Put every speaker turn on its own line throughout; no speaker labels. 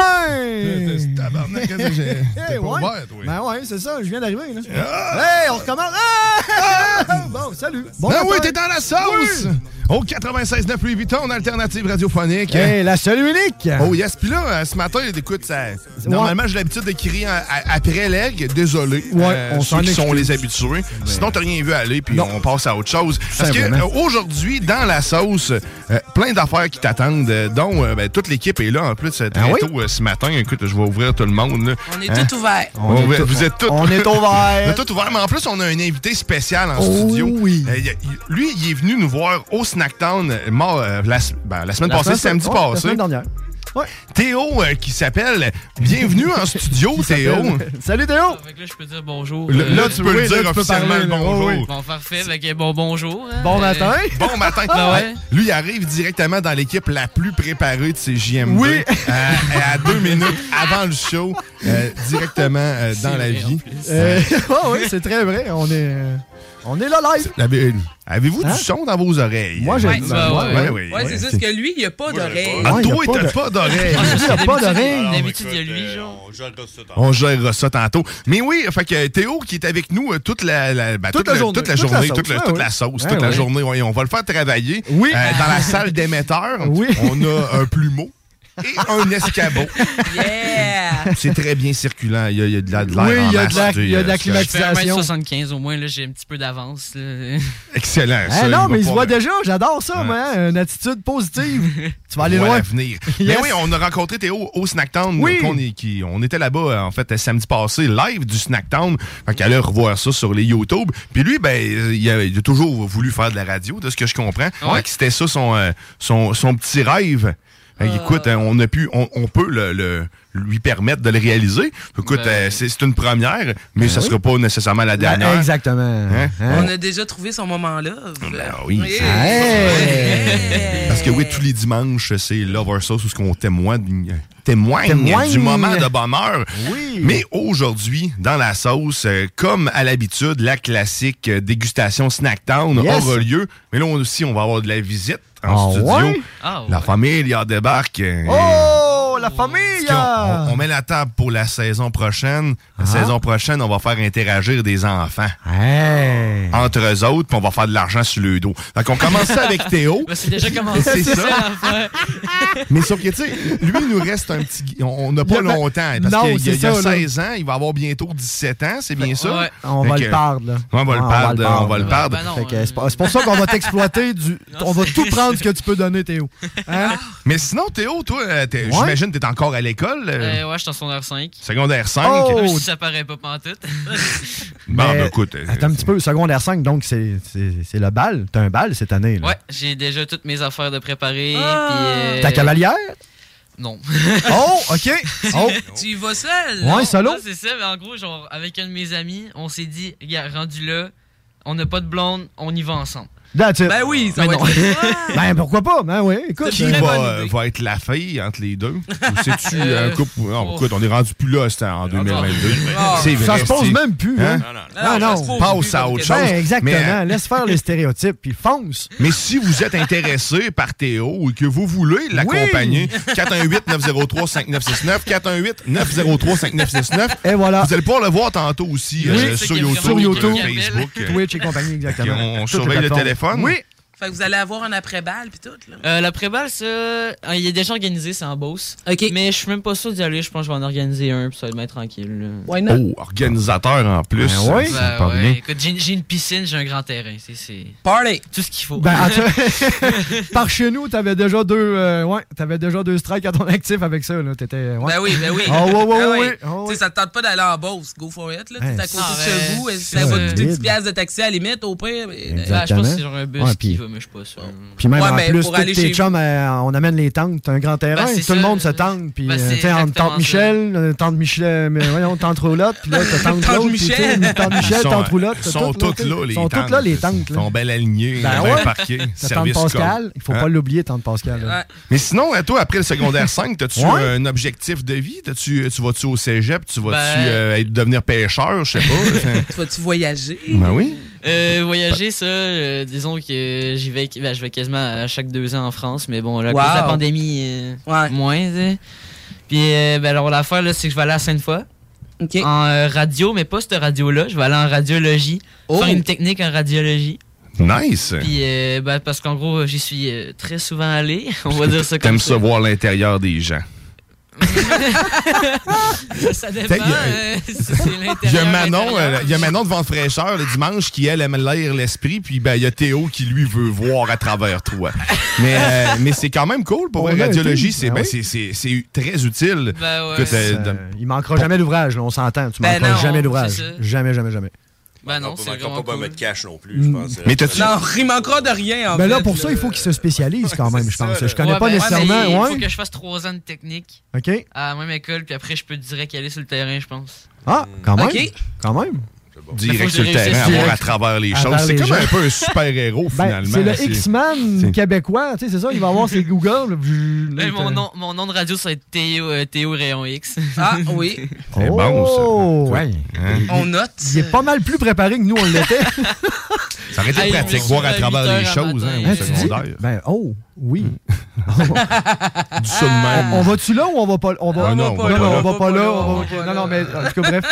Hey!
Tabarnak, qu'est-ce que j'ai. T'es
Hey,
pas
ouais.
ouvert, toi.
Ben ouais, c'est ça, je viens d'arriver. là.
Ah!
Hey, on recommence. Ah! Bon, salut. Bon
Ben oui,
matin.
t'es dans la sauce!
Oui.
Au 96.9 Louis Vuitton, en alternative radiophonique.
Hey, la seule unique.
Oh yes, puis là, euh, ce matin, écoute, ça, normalement, j'ai l'habitude d'écrire en- à- après l'aigle, désolé, euh,
Ouais, on
ceux
s'en
qui sont
excuse.
les habitués. Sinon, t'as rien vu aller, puis on passe à autre chose. Parce que
Simplement.
euh, aujourd'hui, dans la sauce, euh, plein d'affaires qui t'attendent, euh, dont euh, ben, toute l'équipe est là, en plus, euh, très
Ah oui?
tôt euh, ce matin. Écoute, je vais ouvrir tout le monde. là.
On est
Hein?
tout ouvert.
On
est
va-
tout-
vous êtes tous.
on est ouvert.
on est tout ouvert, mais en plus, on a un invité spécial en
Oh
studio.
oui.
Euh, il- il- lui, il est venu nous voir au Snacktown euh, mort, euh, la, s- ben, la semaine
La
passée,
semaine-
samedi
ouais, La
passé.
semaine dernière. Ouais.
Théo euh, qui s'appelle Bienvenue en studio, Théo.
Salut Théo.
Fait que là, je peux dire bonjour.
Le-
Euh,
là, tu peux
oui,
le
là, tu
dire
peux
officiellement
parler,
le
là.
bonjour.
Oui,
Bon, parfait. Fait que bon, bonjour. hein.
Bon
Euh,
matin.
Bon matin.
Ah ouais?
Lui, il arrive directement dans l'équipe la plus préparée de ces JMD.
Oui.
Euh, à deux minutes avant le show, euh, directement euh, dans la
vrai, en
vie.
plus.
Euh, ouais, ouais, c'est très vrai. On est, euh, on est là live.
Avez- Avez-vous
Hein?
du son dans vos oreilles?
Moi, j'ai
Ouais,
dit-
bah,
ouais, ouais.
ouais.
oui.
Ouais, c'est juste que lui, il a pas d'oreille.
Ah,
Ouais, y a
toi,
pas
t'as
de-
pas d'oreilles.
Ah,
Lui, il a pas d'oreille.
D'habitude,
écoute,
il y a lui,
euh,
genre.
on gère ça tantôt.
On gérera ça tantôt. Mais oui, fait que euh, Théo qui est avec nous euh, toute la, la- ben,
Toute la
le-
journée.
toute la
Toute la
journée,
sauce.
toute, le-
Ah
toute
oui.
la sauce,
Ah
toute la
oui.
journée. Oui, on va le faire travailler euh,
Oui.
dans la salle d'émetteur.
Oui.
On a un plumeau et un escabeau.
Yeah!
C'est très bien circulant. Il y a, il y a de la de l'air
Oui,
en
il y a de
masse,
la-
tu sais,
il y a de la
euh,
Je
climatisation.
c'est
fais 1m75 au moins, là, j'ai un petit peu d'avance. là.
Euh. Excellent.
Ah
ça,
non, mais il se
pas-
voit déjà. J'adore ça,
Ouais.
moi. hein, Une attitude positive. tu vas aller
voit
loin.
l'avenir.
Yes.
Mais Ben oui, on a rencontré Théo au Snacktown.
Oui.
qu'on est- qui- on était là-bas, euh, en fait, samedi passé, live du Snacktown. Fait qu'elle allait revoir ça sur les YouTube. Puis lui, ben, euh, il a, il a toujours voulu faire de la radio, de ce que je comprends.
Ouais.
Fait que c'était ça son, euh, son, son petit rêve. Fait que, Écoute, hein, on, a pu, on, on peut le, le- lui permettre de le réaliser. Écoute,
Ben.
euh, c'est c'est une première, mais ça sera pas nécessairement la
Ah,
dernière.
Exactement.
Hein?
Hein? Ah,
On a déjà trouvé son moment là.
Ben oui.
Hey!
Parce que oui, tous les dimanches, c'est Lover Sauce où ce qu'on témoigne, témoigne,
Témoigne.
du moment de bonheur.
Oui.
Mais aujourd'hui, dans la sauce, euh, comme à l'habitude, la classique euh, dégustation Snacktown
Yes.
aura lieu. Mais là on- aussi, on va avoir de la visite en
Ah
studio.
ouais?
Ah,
La
ouais.
famille en débarque. euh,
Oh, la famille! hein.
on, on- on met la table pour la saison prochaine.
Ah.
La saison prochaine, on va faire interagir des enfants
Hey.
entre eux autres, puis on va faire de l'argent sur le dos. Donc, on commence ça avec Théo.
Ben, c'est déjà
C'est
commencé.
ça.
l'affaire.
Mais sauf que, tu sais, lui, il nous reste un petit. gui- On on n'a pas
Il y a-
longtemps. Parce
Non,
qu'il y a,
c'est
il y a
ça, là.
16 ans, il va avoir bientôt 17 ans, c'est bien ça?
Ouais.
On
Fait
va
que-
le perdre, là. Ah,
On va le
Ouais,
perdre, on va le perdre.
Ben non,
Fait que
euh,
c'est pas- c'est pour ça qu'on va t'exploiter du. On va tout prendre ce que tu peux donner, Théo. Hein?
Mais sinon, Théo, toi, euh, t'es-
Ouais.
j'imagine que t'es encore à l'école. euh,
euh, ouais, je suis en secondaire 5.
Secondaire 5.
Oh!
Même si ça paraît pas pantoute.
Bon,
Mais-
ben, écoute. euh,
Attends un petit peu, secondaire 5, donc c'est c'est- c'est le bal. T'as un bal cette année, là.
ouais, j'ai déjà toutes mes affaires de préparer.
Ah!
puis, euh,
Ta cavalière?
Non.
Oh, OK. Oh,
Tu y vas seul?
ouais, salaud.
Non, c'est ça, mais en gros, genre, avec un de mes amis, on s'est dit, gars, rendu là, on n'a pas de blonde, on y va ensemble.
That's it.
Ben oui, ça
Mais
va
non.
être.
Ben, pourquoi pas? Ben oui, écoute.
Qui
une
euh,
très bonne
va,
idée.
va être la fille entre les deux? Ou c'est-tu un
Euh,
couple? Non,
oh.
écoute, on est rendu plus là, c'était en 2022.
Ah,
C'est
Ça
vrai,
se pose
c'est-
même plus, hein?
Hein?
Ah, non.
ça se pose
Passe
plus
à
comme
autre
que-
chose.
Ben, exactement.
Mais, euh,
Laisse faire les stéréotypes, puis fonce.
Mais si vous êtes intéressé par Théo et que vous voulez l'accompagner, 418-903-5969, 418-903-5969,
Et voilà.
vous allez pouvoir le voir tantôt aussi
Oui,
euh,
c'est
sur
qu'il y a
YouTube,
vraiment
Sur YouTube.
Facebook. euh,
Twitch et compagnie, exactement.
on- on
Toutes les
surveille le
plateformes.
téléphone.
Oui.
Fait que vous allez avoir un après-balle puis tout, là.
Euh, L'après-balle, ça, euh, il est déjà organisé, c'est en Beauce.
OK.
Mais je suis même pas sûr d'y aller, je pense que je vais en organiser un, puis ça va être bien tranquille. là.
Why not?
Oh, organisateur en plus.
Ben ouais.
Ça, ça
Ben
parle
ouais,
bien.
écoute, j'ai j'ai une piscine, j'ai un grand terrain, c'est- c'est
Party!
tout ce qu'il faut.
Ben, attends, par chez nous, t'avais déjà deux, euh, ouais, t'avais déjà deux strikes à ton actif avec ça, là. T'étais, ouais.
Ben oui, ben oui.
Ah ouais, ouais,
Ben
ouais,
oui.
ouais, ouais.
Tu sais, ça te tente pas d'aller en Beauce. Go for it, là.
Ouais,
T'es à côté
Ah,
de
ouais.
chez vous. Est-ce que
C'est
Ça va te coûter
solide.
10 piastres de taxi à la limite, au pire.
Exact.
Ben, je pense que c'est
exactement.
genre un bus
Ouais,
qui
puis-
va, mais je suis pas sûr.
Mhm. Puis même
Ouais,
en
mais
plus,
pour
tous
aller
tes
chez
chums, euh, on amène les tentes, t'as un grand terrain,
Ben, c'est
tout le
ça.
monde se tente, puis
Ben,
euh,
c'est
tu sais, entre
exactement
tante Michel, euh, tante Michel, euh, mais voyons, tante Roulotte, puis là, t'as tante
Tante
Claude, puis
Michel.
t'as tante Michel,
Ils sont- euh,
tante Roulotte,
ils
t'as
sont
tout, là,
toutes là, les
Ils sont toutes là, les tentes,
Ils
là.
sont bien alignés,
Ben
bien
ouais.
parqués.
T'as tante
Service
Pascal, il faut
Hein?
pas l'oublier, tante Pascal. là.
Mais sinon, à toi, après le secondaire 5, as-tu
Ouais.
un objectif de vie? T'as-tu- euh, tu vas-tu au cégep? Tu vas-tu
Ben-
euh, être- devenir pêcheur? Je sais pas.
Tu vas-tu voyager?
ben oui.
Euh, voyager, ça, euh, disons que j'y vais, ben, je vais quasiment à chaque deux ans en France, mais bon, là, à
Wow.
cause de la pandémie, euh,
Ouais.
moins. tu sais. Puis, euh, ben, alors, l'affaire, là, c'est que je vais aller à Sainte-Foy,
OK.
en euh, radio, mais pas cette radio-là, je vais aller en radiologie,
Oh.
faire une technique en radiologie.
Nice.
Puis, euh, ben, parce qu'en gros, j'y suis euh, très souvent allé, on va dire ça comme
T'aimes ça
ça.
voir l'intérieur des gens.
ça
T'as-
dépend,
il y a-
euh, si c'est
Il y a
l'intérieur,
Manon,
l'intérieur.
euh, il y a Manon de Vente Fraîcheur le dimanche qui, elle, aime l'air, l'esprit, puis ben, il y a Théo qui, lui, veut voir à travers toi. Mais, euh, mais c'est quand même cool pour
On
une
a
radiologie,
été.
c'est
Ah
ben,
oui.
c'est- c'est- c'est très utile.
Ben, ouais.
Écoute, euh,
Euh, il manquera jamais d'ouvrage, là, on s'entend. Tu
Ben
manqueras
non,
jamais
c'est ça.
d'ouvrage. Jamais, jamais, jamais.
Ben non, c'est vraiment
pas pas
cool.
mettre cash non plus,
Mm.
je pense. euh,
Mais t'as-tu-
Non, il manquera de rien, en
Mais
fait.
Ben là, pour ça, il faut qu'il se spécialise quand même, je
ça,
pense.
là.
Je connais
Ouais,
pas
ben, ouais, mais
nécessairement,
Il faut
ouais.
que je fasse trois ans de technique
OK.
à la même école, puis après, je peux direct aller sur le terrain, je pense.
Ah, quand même.
OK.
Quand même.
direct
Faut
sur le
gérer
terrain,
ça,
à voir
direct.
à travers les
À
choses.
travers
C'est
les
comme
gens.
un peu un super-héros,
Ben,
finalement.
c'est le
C'est-
X-Man
c'est-
québécois, tu sais, c'est ça, il va avoir ses Google. là, puis-
Ben, mon,
euh,
nom, mon nom de radio, ça va être Théo, euh, Théo Rayon X.
Ah, oui.
C'est
oh,
bon, ça.
ouais.
Hein?
On note.
Il est pas mal plus préparé que nous, on l'était.
Ça aurait été
Hey,
pratique,
on
voir
se
à
lève
travers
à
les
huit heures
choses
matin,
hein,
euh,
au
Hein, tu dis?
secondaire.
Ben, oh, oui.
Du sommaire.
Mm. On va-tu là ou on va pas on va...
Ah, non,
Non, non, on va pas là. on va- Non, non, mais en tout cas, bref.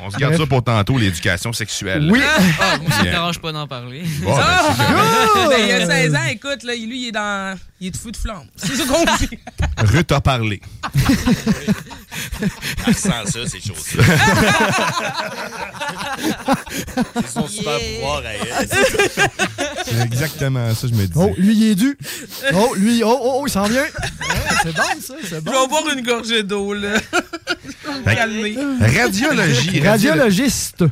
On se garde ça pour tantôt, l'éducation sexuelle.
Oui.
Ah, moi, ça me
Bien.
dérange pas d'en parler. Ah!
Bon, ben, c'est correct.
Ben,
Euh,
il y a 16 ans, écoute, là, lui, il est dans. Il est de feu de flamme. C'est ça qu'on dit.
Ruth a parlé.
Ah, sans ça, ces choses-là. c'est son super pouvoir à elle.
C'est exactement ça, je me
Oh,
disais.
lui, il est dû. Oh, lui, oh, oh, oh, il s'en vient. Ouais, c'est bon, ça, c'est
Je vais
bon.
boire une gorgée d'eau, là.
Fait que-
Calmez.
Radiologie. radiolo-
Radiologiste.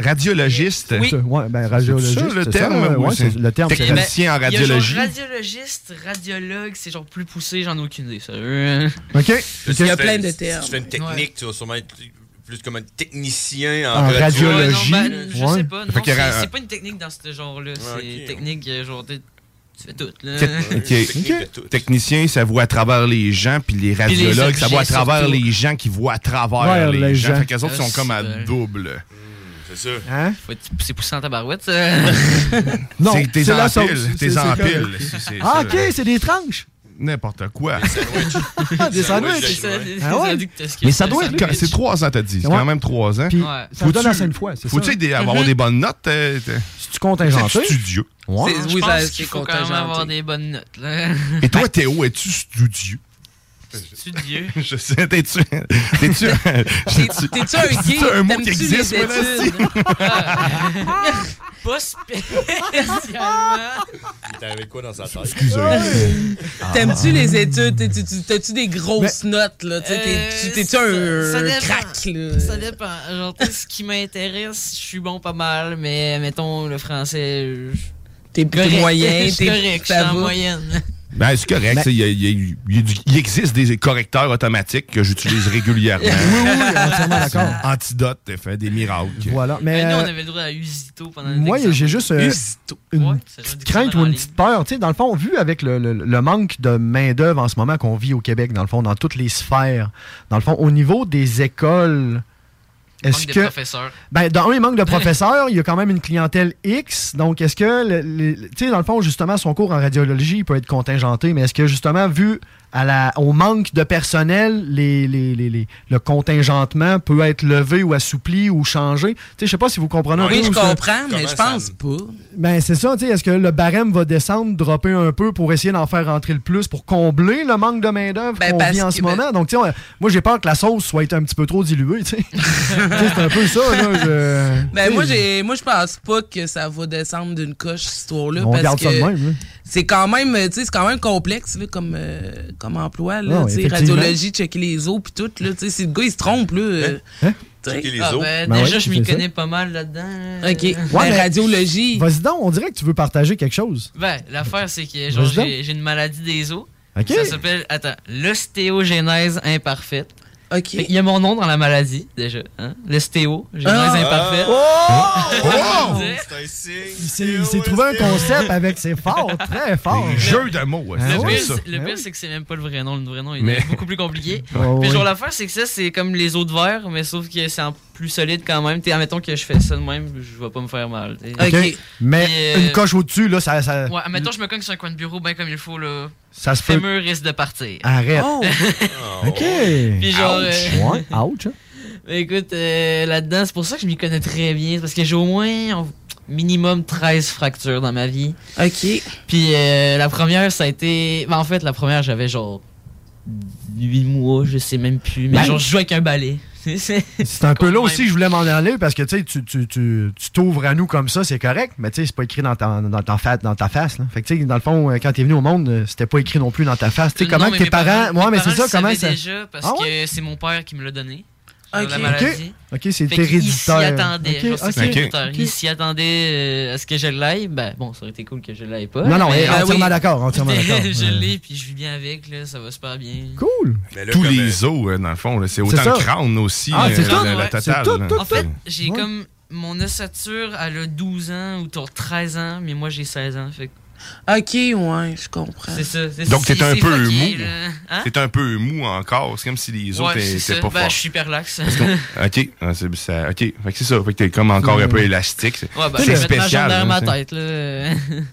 Radiologiste.
Ouais, ben, radiologiste.
C'est ça, le
c'est
terme,
ouais,
ou
ouais,
c'est-
c'est- le terme, c'est
Technicien en
Il y a genre
radiologie.
radiologiste, radiologue, c'est genre plus poussé, j'en ai aucune idée, sérieux.
OK.
Il y a
Tu fais-
plein de
si
termes.
Tu fais une technique, tu vas sûrement être plus comme un technicien en,
En
radio.
radio. Radiologie,
Ouais, non, ben, je
ouais.
sais pas. Non,
Fait qu'il y Ah, aura-
c'est, c'est pas une technique dans ce genre-là. c'est
ok.
technique, euh, genre, t'es- tu fais tout, là.
Te-
Technique
ok.
de tout.
Technicien, ça voit à travers les gens, puis les radiologues, ça voit à
objets,
travers
surtout.
les gens qui voient à travers
Ouais,
les,
les
gens.
gens.
Fait qu'elles autres sont comme à
Euh,
double.
C'est ça.
Hein?
Faut être- c'est poussé en tabarouette, ça.
Non,
C'est- T'es
c'est la
en
sauce.
pile.
C'est-
T'es
c'est
en
correct.
pile. C'est- c'est
Ah,
ça.
OK, c'est des tranches.
N'importe quoi.
Ah,
C'est
des
sandwichs.
sandwichs.
ça, c'est-
Ah ouais?
c'est rendu que t'as ce qu'il
Mais
y a,
ça doit
le
être. quand-
sandwich.
C'est trois ans, t'as dit. C'est quand
Ouais.
même trois ans.
Puis,
Ouais. Mm-hmm.
ça vous donne la
Faut-tu-
scène fois, c'est ça?
Faut-tu des- avoir des bonnes notes? euh, t'es-
Si tu
C'est
contingenté?
studieux.
Ouais.
C'est-
Je
oui,
pense
ça,
qu'il
c'est
faut quand même
contingenté.
avoir des bonnes notes, là.
Et toi, Théo, es-tu studieux?
Studieux.
Je sais, t'es-tu. T'es-tu.
T'es- T'es-tu un gay?
C'est un mot qui
T'aimes-tu les
existe, moi, là,
études?
Pas spécialement.
T'as avec quoi dans sa tête?
Ah
Ah.
T'aimes-tu les études? T'es- t'es- t'es- T'as-tu des grosses notes, là? T'sais, t'es-
Euh,
T'es-tu un
ça- ça
un
dépend.
crack, là?
Ça dépend. Genre, tu sais, ce qui m'intéresse, je suis bon pas mal, mais mettons le français. je-
T'es
Correct.
t'es moyen,
Je suis
t'es
correct, je suis
ça
en
va.
moyenne.
Ben, c'est correct. c'est- Il y a- il y a- il y a du- il existe des correcteurs automatiques que j'utilise régulièrement.
Oui, oui, entièrement d'accord.
Antidote, t'as fait des miracles.
Voilà. Mais
Mais nous, on
euh,
avait le droit à Usito pendant les
moi,
examens.
j'ai juste euh, une
Ouais, c'est
petite
ridiculement
crainte ou
dans
une
la
petite peur. Tu sais, dans le fond, vu avec le, le- le manque de main-d'œuvre en ce moment qu'on vit au Québec, dans le fond, dans toutes les sphères, dans le fond, au niveau des écoles
Manque
Est-ce
de
que.
professeurs.
Ben, dans un, il manque de professeurs, il y a quand même une clientèle X. Donc, est-ce que. le- le- le- tu sais, dans le fond, justement, son cours en radiologie, il peut être contingenté, mais est-ce que, justement, vu à la, au manque de personnel, les, les- les- les- le contingentement peut être levé ou assoupli ou changé? Tu sais, je sais pas si vous comprenez un peu
Oui, je
où ça-
comprends, mais je pense pas.
ben, c'est ça, tu sais. Est-ce que le barème va descendre, dropper un peu pour essayer d'en faire rentrer le plus, pour combler le manque de main-d'œuvre
Ben,
qu'on
parce
vit en
que-
ce moment? Donc, tu sais, on- moi, j'ai peur que la sauce soit un petit peu trop diluée, tu sais. Tu sais, c'est un peu ça, là. je- tu sais,
Ben moi j'ai moi je pense pas que ça va descendre d'une coche cette histoire là
On
parce
garde ça
que
de même, là.
c'est quand même euh, tu sais c'est quand même complexe là, comme euh, comme emploi
Ah
là,
ouais,
tu sais
effectivement.
radiologie checker les os puis tout là tu sais si le gars il se trompe
Hein?
là euh, tu sais.
Checker les
Ah,
os.
ben,
Hein? Ben
déjà,
ouais,
je m'y
c'est ça.
connais pas mal là-dedans.
OK Ben,
mais-
radiologie
Vas-y donc, on dirait que tu veux partager quelque chose.
Ben, l'affaire, c'est que genre,
Vas-y donc.
j'ai j'ai une maladie des os.
OK?
Ça s'appelle, attends, l'ostéogénèse imparfaite.
OK
Fait qu'il y a mon nom dans la maladie, déjà. Hein? L'ostéogénèse
Ah!
imparfaite.
Oh!
C'est un signe.
Il s'est- il s'est trouvé un concept avec ses forts, très fort.
Des jeux de mots, ouais,
Ah
Le
c'est
ouais?
pire,
ça.
c'est- le
Ben
pire,
oui.
c'est que c'est même pas le vrai nom. Le vrai nom il
Mais-
est beaucoup plus compliqué.
Oh,
Puis
oui.
genre l'affaire c'est que ça c'est comme les autres verres mais sauf que c'est en plus solide quand même. T'sais, admettons que je fais ça de même, je vais pas me faire mal. t'sais.
OK.
OK. Mais
Et, euh,
une coche au-dessus, là, ça, ça,
Ouais, admettons je me cogne sur un coin de bureau bien comme il faut là.
ça se
Le
peut.
mur risque de partir.
Arrête.
Oh
OK. Ouais,
Puis genre euh,
ouch. hein.
écoute euh, là-dedans, c'est pour ça que je m'y connais très bien c'est parce que j'ai au moins en- minimum 13 fractures dans ma vie.
OK
Puis euh, la première ça a été ben, en fait la première j'avais genre 8 mois, je sais même plus mais
Ben-
genre je jouais avec un balai.
C'est un peu là
Quand
aussi
même.
que je voulais m'en aller parce que tu sais, tu- tu tu- tu t'ouvres à nous comme ça, c'est correct, mais tu sais, c'est pas écrit dans ta, dans ta, fa- dans ta face. Là. Fait que tu sais, dans le fond, euh, quand t'es venu au monde, euh, c'était pas écrit non plus dans ta face. Tu sais,
Euh, Non,
comment
mais
tes
mes
parents. Ouais,
mes
mais c'est
parents
ça,
le
comment
savaient
ça.
déjà parce
Ah
que c'est mon père qui me l'a donné.
Ok.
genre, La
Ok.
maladie.
Ok, c'est
Fait qu'il s'y
héréditaire.
attendait.
Ok,
genre, c'est
ok.
héréditaire.
Ok.
Il s'y attendait euh, à ce que je l'aille. Ben bon, ça aurait été cool que je l'aille pas.
Non, non,
mais- ah
eh, entièrement
oui.
d'accord, entièrement d'accord.
je
Ouais.
l'ai puis je vis bien avec là, ça va super bien.
Cool.
Mais là,
Tous
comme,
les os, euh, dans le fond, là, c'est
C'est
autant
ça.
le crâne aussi,
Ah,
euh,
c'est
la-
tout,
la, la
ouais.
totale.
C'est tout,
là.
tout,
En fait, j'ai
Ouais.
comme mon ossature, elle a 12 ans ou t'as 13 ans, mais moi j'ai 16 ans. Fait que
OK ouais je comprends
c'est ça. c'est-
Donc,
c'est-
t'es un
c'est
peu
fucké,
mou.
là. Hein?
C'est un peu mou encore. C'est comme si les os
Ouais,
étaient
c'est ça.
étaient pas
Ben, je
forts.
suis hyper lax.
OK. Ah, c'est- ça- OK. Fait que c'est ça. Fait que t'es comme encore un peu élastique. C'est-
Ouais, ben,
C'est
je vais mettre ma jambe
spécial,
derrière
hein,
ma
ça.
tête, là.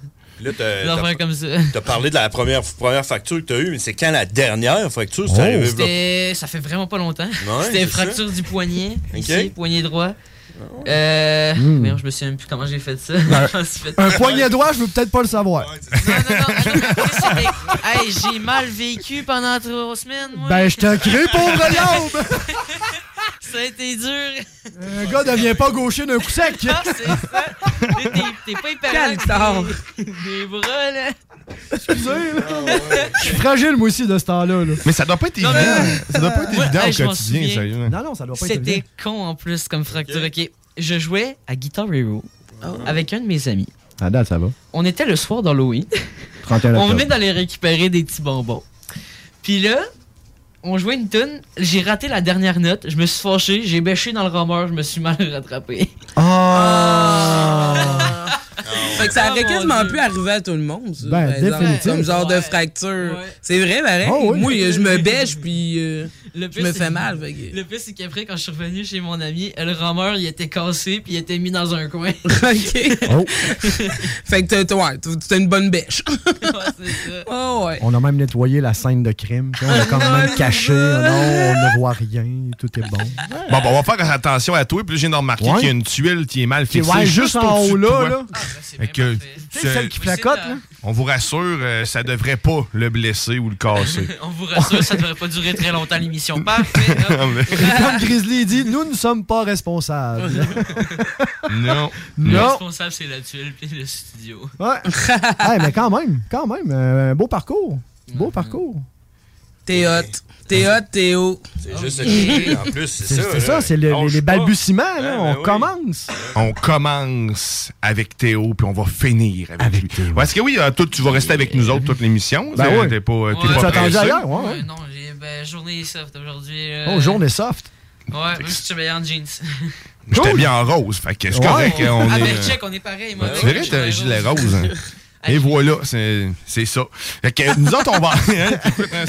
Là,
Des affaires
t'as-
comme ça.
t'as t'as parlé de la première, première facture que t'as eue, mais c'est quand la dernière facture? C'est
Oh.
arrivé bah, là?
C'était- Ça fait vraiment pas longtemps.
Ouais,
C'était
c'est
fracture du poignet,
Ok. Ah.
ici, poignet droit. Euh,
Hmm.
Mais je me souviens plus comment j'ai fait ça.
Ben,
Je me suis fait-
Un poignet droit, je veux peut-être pas le savoir.
Non, non, non, attends, mais c'était- hey, j'ai mal vécu pendant trois semaines. Moi.
Ben, je t'en crée, pauvre l'aube!
Ça a été dur.
Un gars devient pas gaucher d'un coup sec!
Ah, c'est ça. T'es- t'es- T'es pas hyper
Quel
large
tort.
des, des bras, là.
Excusez, là. Je suis fragile, moi aussi, de ce temps-là. là.
Mais ça doit pas être évident. Ça doit pas être
Ouais,
évident
hey,
au
je m'en
quotidien, hein.
souviens.
sérieusement.
Non, non, ça doit pas être
C'était
évident.
con en plus comme fracture. Ok, je jouais à Guitar Hero
Ah.
avec un de mes amis.
À date, ça va.
On était le soir d'Halloween.
31
On
octobre.
venait d'aller récupérer des petits bonbons. Puis là, on jouait une tune. J'ai raté la dernière note. Je me suis fâché. J'ai bêché dans le rameur. Je me suis mal rattrapé.
Ah!
Fait que ça aurait
Ah, mon
quasiment
Dieu.
pu arriver à tout le monde, ça,
Ben,
par exemple,
définitif.
comme genre de
Ouais.
fracture.
Ouais.
C'est vrai, pareil.
Oh, oui.
Moi, je me bêche, puis euh,
Le
je
pire,
me
c'est
fais
que-
mal. fait que-
Le pire, c'est qu'après, quand je suis revenu chez mon ami, euh, le rameur, il était cassé. Puis il était mis dans un coin.
OK.
Oh.
Fait que t'as- t'as ouais, t'as- t'as une bonne bêche.
Ouais, c'est ça.
Oh, ouais.
On a même nettoyé la scène de crime. puis On l'a quand même caché. Ah Non, on ne voit rien. Tout est bon.
Bon, bon, on va faire attention à toi. Puis là, j'ai remarqué
Ouais.
qu'il y a une tuile qui est mal
Puis
fixée.
ouais, juste en
au-dessus
haut
de
là,
toi.
là.
Ah, ben, c'est
Fait
bien
que
parfait.
Tu sais,
ce-
celle qui flacote,
Possible,
là.
on vous rassure, euh, ça devrait pas le blesser ou le casser.
On vous rassure, ça devrait pas durer très longtemps l'émission. Parfait. hop.
Comme Grizzly dit, nous ne sommes pas responsables.
non.
Le
Non.
responsable, c'est la tuile puis le studio.
Ouais. Ouais, mais quand même, quand même. euh, beau parcours. Beau parcours.
T'es hot. T'es hot, t'es haut.
C'est juste le En plus, c'est
C'est
ça.
c'est
là.
ça, c'est le- les,
Lâche
les
pas.
balbutiements. Hein, là,
Ouais,
on
ben oui.
commence.
On commence avec Théo, puis on va finir avec, lui. Parce que oui, euh, toi, tu vas rester avec nous autres toute l'émission.
Ben
T'es-
ouais.
T'es pas, euh, t'es
Ouais.
pas
Tu t'attendais
pressé.
ailleurs, ouais. ouais.
non, j'ai ben, journée soft aujourd'hui. euh,
Oh, journée soft.
Ouais, même si je travaillais en jeans.
J'étais
Cool.
bien en rose, fait que c'est
Ouais.
correct. hein, On
ah,
est,
ben,
euh,
check, on est pareil, moi.
Tu verrais, t'as un gilet rose. hein. Et voilà, c'est c'est ça. Fait que nous autres, on va, hein,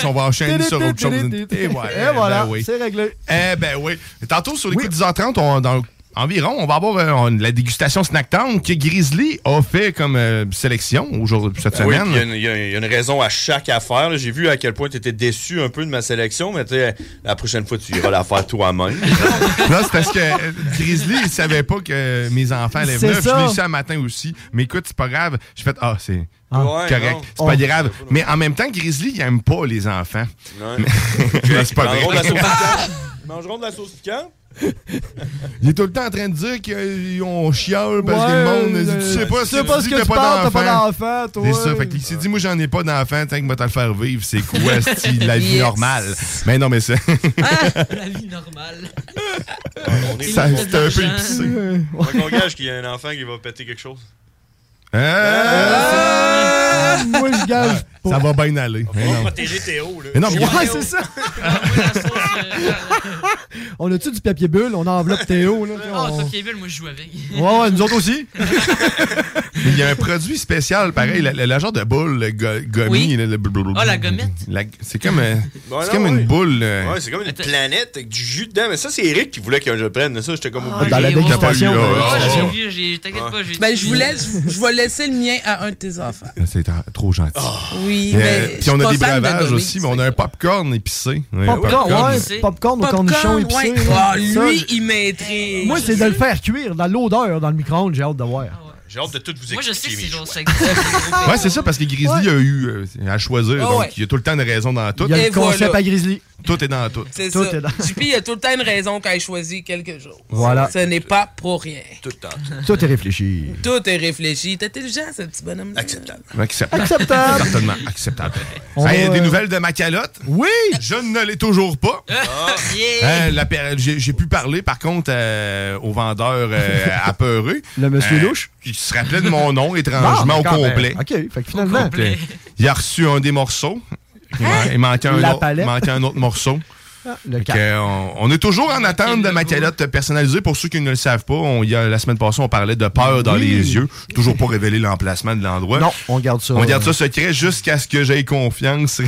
on va enchaîner sur autre chose. Et voilà.
Et voilà,
ben oui.
c'est réglé.
Eh ben oui. Tantôt, sur les coups de 10h30, on- dans environ, on va avoir euh, une- la dégustation Snacktown que Grizzly a fait comme euh, sélection aujourd'hui, cette
Ben Oui,
semaine.
puis il y a une- il y, a une- il y a une raison à chaque affaire. là. J'ai vu à quel point tu étais déçu un peu de ma sélection, mais tu sais, la prochaine fois, tu iras la faire toi-même.
Non, c'est parce que euh, Grizzly, il savait pas que mes enfants allaient
C'est
venir.
ça.
Je l'ai su un matin aussi. Mais écoute, c'est pas grave. J'ai fait, ah, c'est
Ouais, non.
correct. C'est pas grave. Mais en même temps, Grizzly, il aime pas les enfants.
Non.
Mais- Non, c'est
Ils
pas
mangeront de la
vrai.
sauce
Ah!
piquante. Ils mangeront de la sauce piquante.
Il est tout le temps en train de dire qu'on chiale parce que le monde.
Ouais,
dit, tu sais pas,
tu
si
sais pas ce
si
que
t'as
tu parles, t'as pas
d'enfant.
d'enfant, toi.
C'est ça. Fait qu'il s'est dit, moi, j'en ai pas d'enfant, tant que va te le faire vivre, c'est quoi, c'est la vie
Yes.
normale? Mais non, mais c'est
La vie normale.
On est
ça-
là.
c'est un peu épicé.
On engage qu'il y a un enfant qui va péter quelque chose.
Euh,
Ah, moi, je gage
ça va bien aller. Mais
On va
non.
protéger Théo, là.
Mais non, mais-
Ouais, c'est ça. On a-tu du papier bulle? On enveloppe Théo, là.
Oh,
on-
Sophie Bell, moi je joue avec.
Ouais, ouais, nous autres aussi.
Il y a un produit spécial, pareil, la, la- la genre de boule le go- gommy.
Oui.
là, le blablabla.
Ah, la gommette?
La- c'est comme, euh,
Bah
c'est
non,
comme une
oui.
boule. euh,
Ouais, c'est comme une
Attends.
planète avec du jus dedans. Mais ça, c'est Eric qui voulait que je le prenne. Ça, j'étais comme obligé.
Dans la
j'ai- ouais,
dégustation.
ouais,
ouais,
Oh,
j'ai
oh.
vu, j'ai- t'inquiète pas, j'ai.
Ben, je vous laisse, je je vais laisser le mien à un de tes enfants.
C'est euh, trop gentil.
Ah.
Oui,
Euh,
mais.
puis on a des breuvages aussi, mais on a un popcorn épicé. Ouais,
Popcorn,
popcorn.
ouais.
épicé.
Popcorn au
Popcorn,
cornichon épicé.
ouais.
là.
Ah,
Ça,
lui,
je-
il maîtrise.
Moi, c'est de le faire cuire dans l'odeur, dans le micro-ondes. J'ai hâte de voir.
Ah,
J'ai hâte de tout vous expliquer.
Moi je sais que c'est
mes
genre
choix.
ça existe.
Ouais, c'est ça, parce que Grizzly a eu euh, à choisir.
Ah,
donc,
ouais.
il y a tout le temps une raison dans tout.
Il y a
Et
le concept
voilà.
à Grizzly.
Tout est dans tout.
C'est
Tout
ça.
est dans-
Dupuis, il y a tout le temps une raison quand il choisit quelque chose.
Voilà.
Ce n'est pas pour rien.
Tout le temps.
Tout est réfléchi.
Tout est réfléchi. T'es intelligent, ce petit bonhomme.
Acceptable.
Acceptable.
Acceptable.
Certainement acceptable.
On
Hey,
va,
Des
euh,
nouvelles de ma calotte? Oui! Je ne l'ai toujours pas.
Yeah!
Hein, la per- J'ai j'ai pu parler, par contre, euh, au vendeur euh, apeuré.
Le monsieur
Euh,
louche?
Il se rappelait de mon nom, étrangement, au
Bon, ben,
complet.
OK, fait que finalement.
Euh, Il a reçu un des morceaux. Il man- Il manquait un,
Hein? La
autre,
palette.
manquait un autre morceau.
Le
Fait que,
cap.
euh, on, on est toujours en attente de ma calotte personnalisée. Pour ceux qui ne le savent pas, on, il y a- la semaine passée, on parlait de peur dans les yeux. Toujours pas révélé l'emplacement de l'endroit.
Non, on garde ça.
On garde
euh,
ça secret jusqu'à ce que j'aie confiance.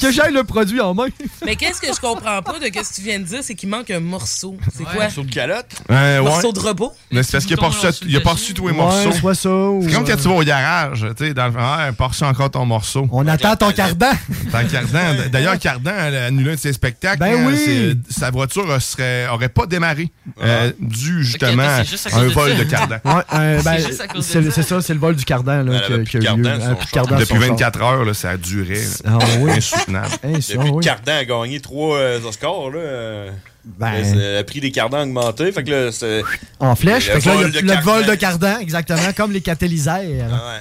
Que j'aille le produit en main.
Mais qu'est-ce que je comprends pas de ce que tu viens de dire, c'est qu'il manque un morceau. C'est
Ouais.
quoi?
Sur le calotte.
Euh, ouais.
Morceau de robot?
Mais c'est parce qu'il a pas
euh,
reçu- il a pas reçu tous les morceaux.
Ouais, soit ça. ou,
C'est comme quand
euh,
tu vas au garage, tu sais, dans le ah, pas reçu encore ton morceau.
On attend ton cardan.
Dans Cardan. d- D'ailleurs, Cardan elle a annulé un de ses spectacles. hein,
Ben oui.
c'est- Sa voiture euh, serait, aurait pas démarré euh, dû justement
Ah. attends, c'est juste à
à un
cause de
vol
ça.
de Cardan. Ben,
Ouais, euh, ben,
juste à cause de
c'est
ça.
c'est ça, c'est le vol du cardan là,
Elle
qui
avait
a-
plus
qui a
de
eu lieu.
cardan,
Elle
son
avait plus de
char.
cardan,
Depuis
son char.
24 heures, là, ça a duré.
Ah oui.
Insoutenable.
Hey, ça,
Depuis
oui.
que Cardan a gagné trois euh, Oscars, là, euh,
Ben,
le, le prix des Cardans a augmenté. Fait que là, c'est.
en flèche.
le
Fait que là, il y a
vol de Ah
le
cardan.
vol de cardan, exactement, comme les catalyseurs.
Ouais.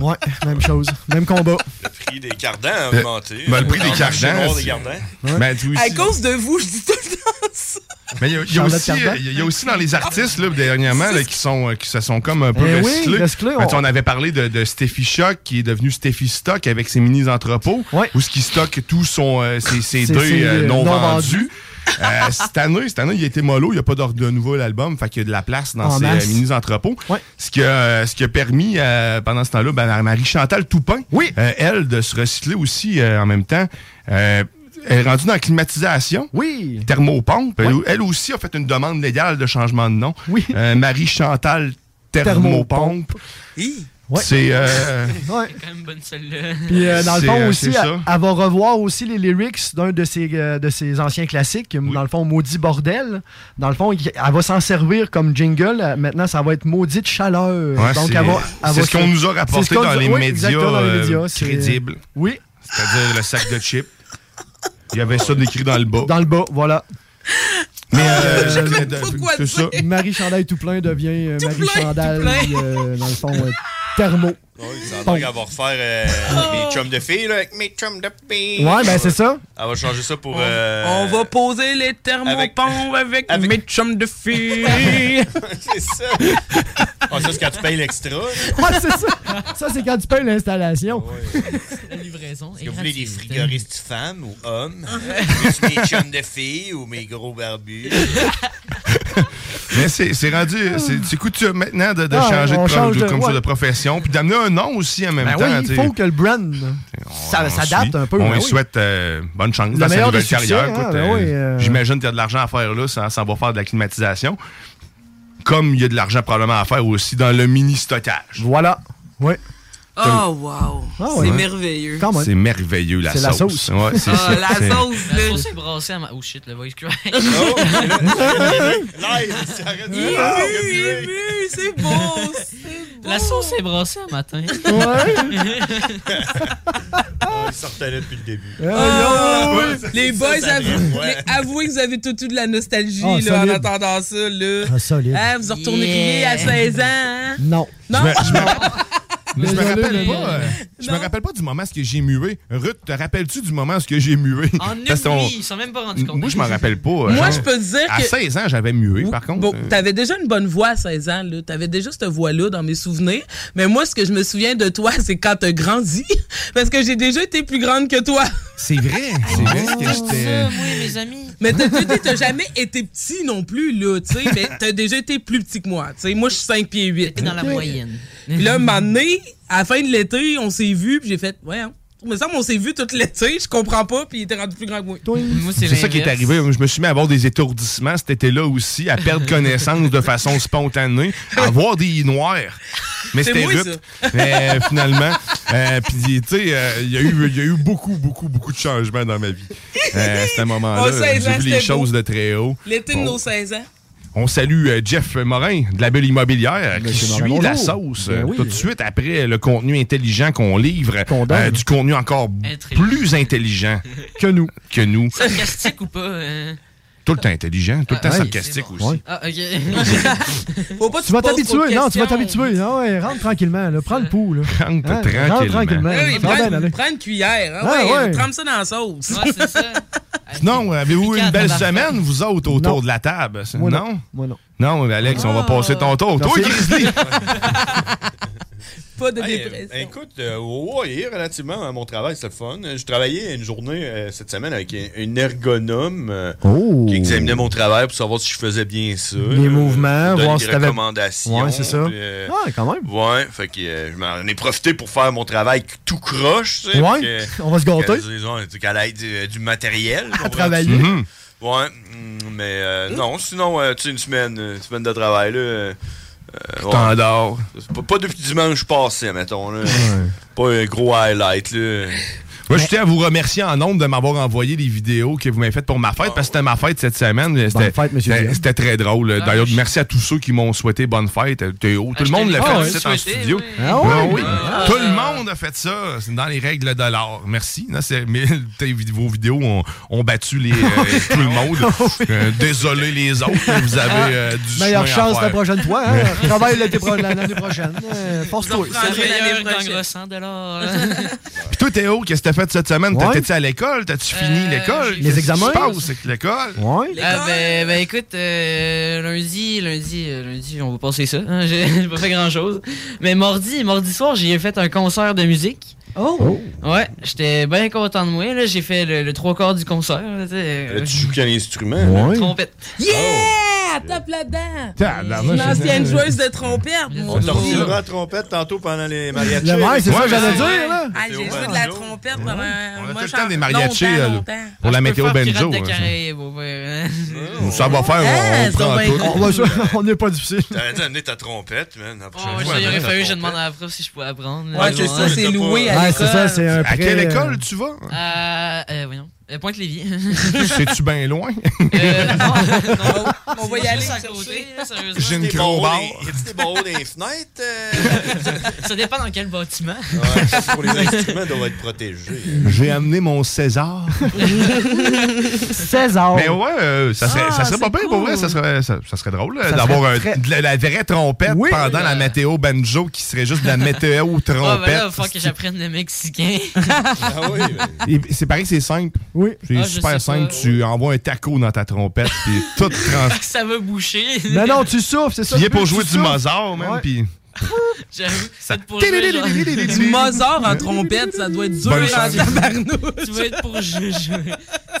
Ouais, même chose. Même combat.
Le prix des Cardans a augmenté.
ben, le prix des
euh, Dans marché
Cardans,
noir des
c'est-
Cardans.
Ben, tu aussi-
À cause de vous, je dis tout le temps ça.
Mais il y a- il y, a
Charlotte
aussi,
Cardan.
euh, il y a aussi dans les artistes là, dernièrement là, qui sont euh, qui se sont comme un peu
Eh oui,
recyclés.
recyclés,
Ben, tu sais,
on-
on... avait parlé de, de Steffi Shock qui est devenu Steffi Stock avec ses mini entrepôts
Ouais.
où ce qui stocke tous son euh, ses, ses
C'est-
dés
c'est,
euh,
euh,
non,
non
vendus. Euh, cette année, cette année, il a été mollo, il n'y a pas d'or- de nouveau album, fait qu'il y a de la place dans
En
ses euh,
masse.
mini entrepôts.
Ouais.
Ce qui a euh, ce qui a permis euh, pendant ce temps-là ben, à Marie Chantal Toupin,
Oui.
euh, elle de se recycler aussi euh, en même temps. Euh, elle est rendue dans la climatisation.
Oui.
Thermopompe. Elle, elle aussi a fait une demande légale de changement de nom.
Oui.
Euh, Marie Chantal Thermopompe.
Thermopompe. Ouais.
C'est. euh,
Ouais.
Quand même bonne celle-là.
Puis euh, dans le
C'est,
fond
euh,
aussi,
c'est ça.
elle, elle va revoir aussi les lyrics d'un de ses, euh, de ses anciens classiques, dans le fond Maudit Bordel. Dans le fond, il- elle va s'en servir comme jingle. Euh, Maintenant, ça va être Maudite Chaleur.
ouais,
Donc,
c'est-
elle va- elle
c'est
va
ce qu'on
se-
nous a
c'est
rapporté
ce qu'on
dans
nous-
les,
oui,
médias,
exactement, dans les
euh,
médias, c'est-
crédibles.
Oui,
C'est-à-dire le sac de chips. Il y avait ça décrit dans le bas.
dans le bas, voilà. Ah,
Mais euh,
Je sais
mais
même
de-
Ah, pas quoi
c'est ça.
dire.
Marie Chandail tout plein devient euh,
Tout
Marie
plein,
Chandail,
tout plein.
euh, dans le fond, euh, thermo.
Ouais, Ah ça a l'air qu'elle va refaire euh, mes chums de filles, là, avec mes chums de filles.
Ouais, ben c'est ça.
Elle va changer ça pour. euh,
On va poser les thermopompes avec,
avec-
mes chums de filles.
C'est ça. Ah, ça, c'est quand tu payes l'extra. là. Ah
Ouais, Ah, c'est ça. Ça, c'est quand tu payes l'installation.
La livraison. est
Que vous voulez des
gratuite.
frigoristes femmes ou hommes? Ou mes chums de filles ou mes gros barbus?
Mais c'est c'est rendu, c'est c'est coutume maintenant de, de
Ah,
changer de,
on
pro-
change
de-
de-
comme ça,
ouais.
de profession, puis d'amener un nom aussi en même
Ben
temps.
oui, il
tu
faut
sais.
que le brand ça,
On
ça
suit.
date un peu.
On
ben
lui
oui.
souhaite euh, bonne chance dans sa
meilleur des
nouvelle
succès,
carrière.
hein,
Écoute,
ben
euh,
oui, euh,
J'imagine qu'il y a de l'argent à faire là, sans, sans pouvoir faire de la climatisation. Comme il y a de l'argent probablement à faire aussi dans le mini-stockage.
Voilà. Oui,
Oh, wow.
Ah,
Ah c'est
ouais.
merveilleux.
quand même.
C'est merveilleux, la
C'est
sauce.
la sauce.
Ouais, c'est
Ah,
ça.
la
C'est-
sauce,
La
là.
sauce est brassée à ma... Oh shit, le voice cry.
Live, ça arrête de-
Il est
Ah,
ému, il est
oui, oui.
ému, c'est beau, c'est beau.
La sauce est brassée à matin.
Ouais.
Ah, Il sortait là depuis le début.
Ah,
Ah,
ouais. Les boys,
ça
avou-
vient, ouais.
les- avouez que vous avez tout eu de la nostalgie
Ah,
là, en
solide.
attendant ça. Là.
Ah, solide.
Hein, vous en retournez rien
Yeah.
à 16 ans. hein?
Non.
Non,
Mais je me
Désolé,
rappelle
mais-
pas. euh, je me rappelle pas du moment où j'ai mué. Ruth, te rappelles-tu du moment où j'ai mué?
En une
Parce qu'on-
nuit, ils s'en sont même pas rendus compte.
Moi, je m'en rappelle pas. euh,
moi,
genre,
je peux te dire
À
que.
16 ans, j'avais mué, par contre.
Bon,
Euh,
t'avais déjà une bonne voix à 16 ans, là. T'avais déjà cette voix-là dans mes souvenirs. Mais moi, ce que je me souviens de toi, c'est quand t'as grandi. Parce que j'ai déjà été plus grande que toi.
C'est vrai. C'est vrai que j'étais.
Ah, Ça, Ah, moi et mes amis.
Mais t'as t'as- t'as jamais été petit non plus, là, tu sais. Mais t'as déjà été plus petit que moi, tu sais. Moi, je suis 5 pieds 8.
T'es dans la moyenne.
Puis là, un moment donné, à la fin de l'été, on s'est vu, puis j'ai fait, ouais, hein. il me semble qu'on s'est vu tout l'été, je comprends pas, puis il était rendu plus grand que moi.
Moi,
C'est ça qui est
l'inverse.
arrivé. Je me suis mis à avoir des étourdissements cet été-là aussi, à perdre connaissance de façon spontanée, à voir des noirs. Mais
C'est
c'était
moi,
vite. Mais finalement, euh, puis tu sais, euh, il y, a eu- il y a eu beaucoup, beaucoup, beaucoup de changements dans ma vie. Euh, à ce
On
moment-là,
sait,
j'ai
hein,
vu les
c'était
choses de très haut.
L'été de
Bon.
nos 16 ans.
On salue euh, Jeff Morin de la Belle Immobilière qui
Monsieur
suit
Morin,
la
bonjour.
sauce
Ben
euh,
oui.
tout de suite après le contenu intelligent qu'on livre, euh,
Qu'on donne.
du contenu encore
Intelligent.
plus intelligent
Que nous.
que nous.
Sarcastique ou pas? euh?
Tout le temps intelligent, tout le
Ah,
temps
oui,
sarcastique
c'est
aussi.
Ouais.
Ah, ok.
Faut pas que
Tu vas
te poses trop de
t'habituer. Non, tu
questions.
vas t'habituer. Non, ouais, rentre tranquillement. Là. Prends le pouls. Là.
Rentre
Hein,
tranquillement.
Rentre tranquillement. ben,
Ah oui,
Ça va bien
prends,
aller.
prends une cuillère, hein,
Ah
ouais,
ouais.
trempe ça dans la sauce.
Ouais, c'est ça.
Non, euh, avez-vous eu
Piquant,
une belle
tabarnak.
semaine, vous autres, autour
Non.
de la table?
Moi,
non?
Moi, non.
Non, Alex, on va
Ah.
passer ton tour. Toi,
Merci.
Grizzly!
Pas de
Hey,
dépression.
euh, écoute, euh, ouais, relativement à mon travail, c'est le fun. Euh, Je travaillais une journée euh, cette semaine avec un- une ergonome euh,
Oh.
qui examinait mon travail pour savoir si je faisais bien ça.
Les
là,
mouvements,
donner
voir
des
si t'avais-
recommandations.
Ouais, c'est ça.
puis, euh,
Ah, quand même.
Ouais, fait que euh, je m'en ai profité pour faire mon travail tout croche, tu sais.
Ouais,
puis euh, que-
on va se gâter.
qu'elle dise, ouais, tu sais, Qu'elle aide euh, du, du matériel.
À
comprends-tu?
travailler.
Mhm.
Ouais, mm, mais euh, non, sinon, euh, tu sais, une semaine, euh, une semaine de travail, là. euh, euh, ouais.
T'endors.
C'est Pas, pas depuis dimanche passé, mettons, là. Pas un gros highlight, là.
Moi, je tiens à vous remercier en nombre de m'avoir envoyé les vidéos que vous m'avez faites pour ma fête, parce que c'était ma fête cette semaine. C'était-
fête, monsieur
c'était-
Guillaume.
C'était très drôle.
Ah,
D'ailleurs,
je-
merci à tous ceux qui m'ont souhaité bonne fête. Euh, Théo, tout le monde l'a
Ah, ouais.
fait c'est en studio.
Ah
Ah
ouais.
oui. Tout le monde a fait ça. C'est dans les règles de l'art. Merci. Non, c'est- mais tes vid- vos vidéos ont, ont battu les,
Ah
euh, tout le monde. Euh, désolé les autres, mais vous avez euh, du
Ah, Meilleure
chemin à
chance la
faire.
prochaine fois. Hein? Travaille l'été pro- l'année prochaine. Euh, Force-toi.
Vous en prenez l'année
Meilleur
prochaine.
qu'engrossant de l'or.
hein.
Puis toi, Théo, qu'est-ce que t'as fait cette semaine?
Ouais.
T'étais-tu à l'école? T'as-tu fini
Euh,
l'école?
j'ai
Les
Qu'est-ce
examens?
qui se passe avec l'école?
Ouais.
Ah, ben, ben écoute, euh, lundi, lundi, euh, lundi, on va passer ça. hein, j'ai j'ai pas fait grand chose. Mais mardi, mardi soir, j'ai fait un concert de musique.
Oh.
Ouais, j'étais bien content de moi. là. J'ai fait le, le trois quarts du concert. là, tu sais,
Euh,
euh,
tu joues Oh. qu'un instrument.
Ouais.
Trompette.
Yeah! Top là-dedans!
Tabarnak.
Une ancienne joueuse de trompette, mon
On te
Oh.
retirera la trompette tantôt pendant les mariachis.
Le maire, c'est ça
Ouais,
que j'allais
mais-
dire. là.
Ah, j'ai joué de la trompette pendant
On a
moi,
tout le
j'en-
temps des mariachis
longtemps,
là,
longtemps.
pour la
Je peux
météo
faire
Benjo.
Pirates des
ouais, ça.
Caraïbes, au pire, hein.
Ça va faire, on,
Ah,
on
ça va être-
prend
On
tout.
va se- On n'est pas difficile.
T'aurais dû amener ta trompette, man. la prochaine
Oh,
fois,
ça, il aurait
amener ta
fallu que je
trompette.
demande à la prof si je pouvais apprendre. là,
Ouais,
mais
c'est
bon,
ça,
hein.
c'est
t'as pas-
loué à
Ouais, c'est ça,
l'école.
c'est un
À
prêt,
quelle
euh,
école tu vas?
Euh, euh, voyons. Euh, Pointe-Lévis.
C'est-tu bien loin?
euh, non, non.
On va y aller.
Juste à côté, là, sérieusement.
J'ai une
T'es bon,
crowbar.
les- Y'a-tu des barreaux dans les fenêtres? euh?
Ça dépend dans quel bâtiment.
Ouais, c'est pour les instruments, ils doivent être protégés.
J'ai amené mon César.
16 heures.
Mais ouais, euh, ça serait,
Ah,
ça serait pas
c'est
bien pour vrai,
cool.
ça serait, ça, ça serait drôle euh,
Ça
d'avoir
serait
un-
très-
de la, la vraie trompette
Oui.
pendant la météo banjo qui serait juste de la météo
Ah, ben là, il
trompette.
va falloir que j'apprenne le mexicain.
Ah oui, ben,
Et c'est pareil, c'est simple.
Oui.
C'est
Ah, je sais
super simple.
pas.
Tu envoies un taco dans ta trompette, puis tout trans.
ben.
ça va boucher.
Mais non, tu souffles, c'est ça.
Tu y
le
es pour
but,
jouer du
souffles.
Mozart, même,
Ouais.
puis
J'avoue, c'est pour jouer, genre,
Du Mozart en trompette, ça doit être dur
Bonne
en
chance.
tabarnouche.
Ben, tu vas être pour jouer, jouer.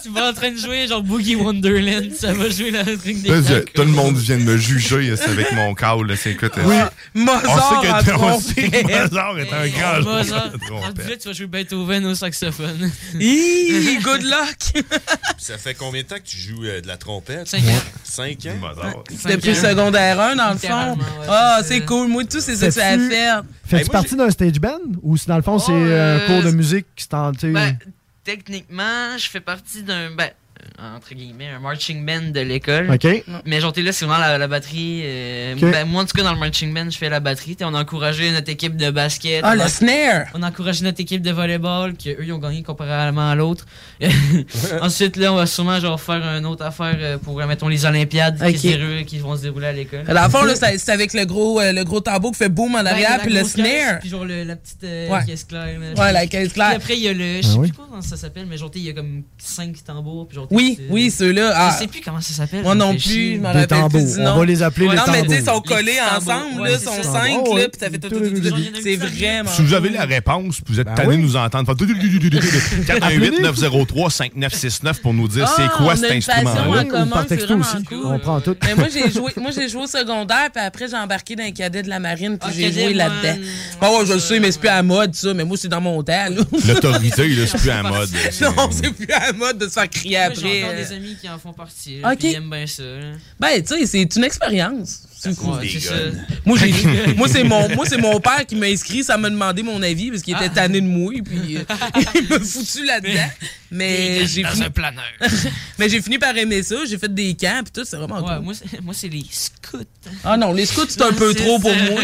Tu vas en train de jouer genre Boogie Wonderland, ça va jouer la truc des
Là, je-
tacos.
tout le monde vient de me juger là, c'est avec mon call. là, C'est écoute,
Ah,
euh, on
Mozart
sait
en
que on sait que
trompette.
Mozart est un
Hey,
grand
Mozart.
joueur de
Ah, tu sais,
trompette.
tu vas jouer Beethoven au saxophone.
Mm.
Hi, good luck.
Ça fait combien de temps que tu joues euh, de la trompette?
Cinq ans.
Cinq ans?
Mozart.
Depuis le
ans.
secondaire 1, dans le fond.
Littéralement, ouais,
Ah,
c'est
c'est
ça.
cool. Moi, tout, c'est ça que ça a
Sais-tu-
Ben,
fait.
Fais-tu
moi,
partie d'un stage band ou si dans le fond c'est euh,
euh,
un cours de musique qui t'en. tu sais-
Ben, techniquement, je fais partie d'un. Ben, euh, entre guillemets, un marching band de l'école.
ok.
Mais genre, t'es là, c'est vraiment la, la batterie. euh,
Ok.
ben, moi, en tout cas, dans le marching band, je fais la batterie. T'sais, On a encouragé notre équipe de basket.
Ah,
on, a,
le snare.
on a encouragé notre équipe de volleyball, que eux, ils ont gagné comparément à l'autre. Ensuite, là, on va sûrement genre, faire une autre affaire euh, pour, euh, mettons, les Olympiades
Ok.
qui, se déroulent- qui vont se dérouler à l'école.
Dans le fond, là, c'est c'est avec le gros, euh, le gros tambour qui fait boum en
Ben,
arrière,
la
puis le
grosse caisse,
snare.
Puis genre, le- la petite euh,
Ouais.
caisse claire. là.
Ouais, la caisse
Puis
claire.
après, il y a le. Je sais
Ah oui.
plus comment ça s'appelle, mais genre, t'sais, il y a comme 5 tambours. Puis genre, t'sais,
Oui,
c'est-
oui, ceux-là.
Je
Ah,
sais plus comment ça s'appelle.
moi
ça me
non
fait
plus,
chier.
je m'en
Des
rappelle
tambours.
plus du
On
nom.
va les appeler
Ouais,
les
non, mais tu sais, ils
tambours.
sont collés
Les petits
ensemble,
tambours,
là,
ouais,
ils sont
c'est ça.
cinq,
Oh,
là,
ouais.
puis ça fait tout,
Tout,
tout, tout,
tout,
tout,
tout.
tout. C'est vraiment.
Si vous avez la réponse, vous êtes tanné
Ben oui.
de nous entendre. 418 903 5969 pour nous dire c'est
Ah,
quoi
on
cet
a une passion
instrument-là.
en commun,
par
c'est
texto
vraiment
aussi.
cool.
On prend tout.
Mais moi, j'ai joué, moi, j'ai joué au secondaire, puis après, j'ai embarqué dans les cadets de la marine, puis
Ah,
j'ai
cadet,
joué
moi,
là-dedans.
non.
Ah ouais, je le sais, mais c'est plus à la mode, ça. Mais moi, c'est dans mon temps, là.
L'autorité, là, c'est plus à la mode. là.
Non, c'est plus à la mode de se faire crier
Moi, J'ai
après.
encore
euh.
des amis qui en font partie.
Ok.
Ok. Ils aiment bien ça. là.
Ben, tu sais, c'est une expérience. C'est cool.
Ouais, c'est ça.
Moi, j'ai- moi, c'est mon, moi, c'est mon père qui m'a inscrit, ça m'a demandé mon avis parce qu'il était
Ah.
tanné de mouille, puis euh, il m'a foutu là-dedans. Mais j'ai fini,
planeur.
mais j'ai fini par aimer ça, j'ai fait des camps, puis tout, c'est vraiment
Ouais,
cool.
moi, c'est- moi, c'est les scouts.
Ah non, les scouts, c'est un
Non,
peu
c'est
trop pour
ça.
moi.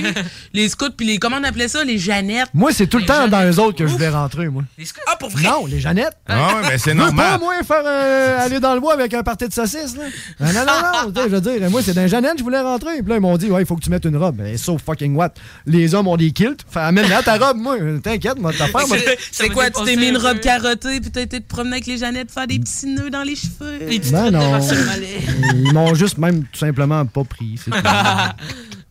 Les scouts, puis les, comment on appelait ça, les Jeannettes.
Moi, c'est tout le
Les
temps dans
Jeannettes.
eux autres que je voulais rentrer, moi.
Les scouts?
Ah, pour vrai?
Non, les Jeannettes.
Ah ouais, mais c'est
Je veux pas,
normal.
moi, faire euh, aller dans le bois avec un party de saucisses, là. Non, non, non, non. tu sais, Je veux dire, moi, c'est dans Jeannette, je voulais rentrer. Puis là, ils m'ont dit, ouais, il faut que tu mettes une robe. Mais so fucking what? Les hommes ont des kilts. Fait, amène-la ta robe, moi. T'inquiète, moi, t'as peur, moi.
C'est-
Ça
C'est
m'a
quoi, tu
dépassé
t'es mis une
un
robe
peu.
carottée, puis t'as été te promener avec les Jeannettes, faire des petits nœuds dans les cheveux.
Les petites traites
Ben
de
non.
Marcel Mallet.
Ils m'ont juste même tout simplement pas pris. c'est tout.
Ah,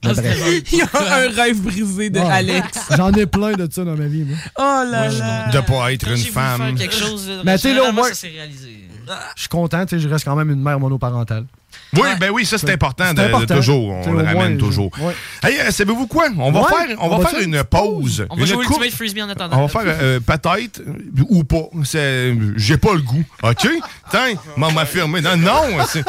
Mais bref.
Il y a un rêve brisé de
Ah.
Alex.
J'en ai plein de ça dans ma vie, moi.
Oh là là.
De pas être
Quand
une
j'ai voulu faire
femme.
quelque chose de
Mais Um, tu sais, là, au
rationnel,
moins-
ça s'est réalisé.
Je suis content, tu sais, je reste quand même une mère monoparentale.
Oui, ben oui, ça c'est important, de- de
important.
toujours.
Tu sais,
On
au
le ramène
moins,
toujours.
ouais.
Hey, euh, savez-vous quoi? On va
Ouais,
faire, on
on
va
va
faire
faire
une pause.
On va
une
jouer
courte-
Ultimate Frisbee en attendant.
On va faire euh, peut-être euh, ou pas. C'est- J'ai pas le goût. OK? Tiens, m'en affirmer. Non, non. c'est-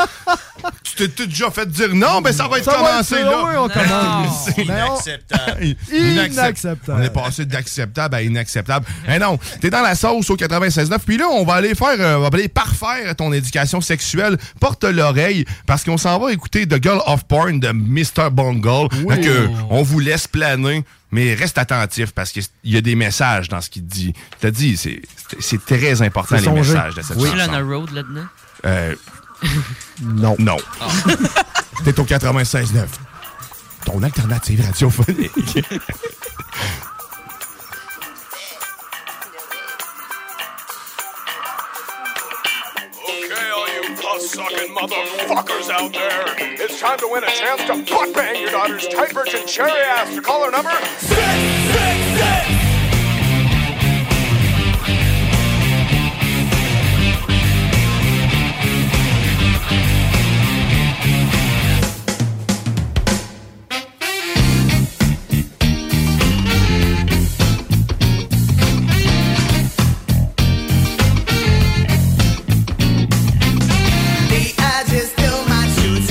Tu t'es t'es déjà fait dire non, ben ça va être
Ça va être
commencé
ça,
là.
oui, on commence.
C'est
Mais on-
Inacceptable.
Inacceptable.
On est passé d'acceptable à inacceptable. Mais non, t'es dans la sauce au 96.9. Puis là, on va aller faire, euh, on va aller parfaire ton éducation sexuelle. Porte l'oreille parce qu'on s'en va écouter The Girl of Porn de Mr. Bungle. Fait que, on vous laisse planer. Mais reste attentif parce qu'il y a des messages dans ce qu'il dit. Je te dis, c'est- c'est très important
C'est
les
songé.
messages de cette
Oui.
chanson.
Lana Road là-dedans.
Euh,
Non.
non. T'es au 96.9. Ton alternative radiophonique.
Okay, all you puss-sucking motherfuckers out there, it's time to win a chance to butt-bang your daughter's tight virgin cherry ass to call her number 666!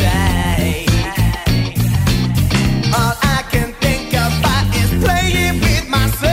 eh. All I can think about is playing Oh,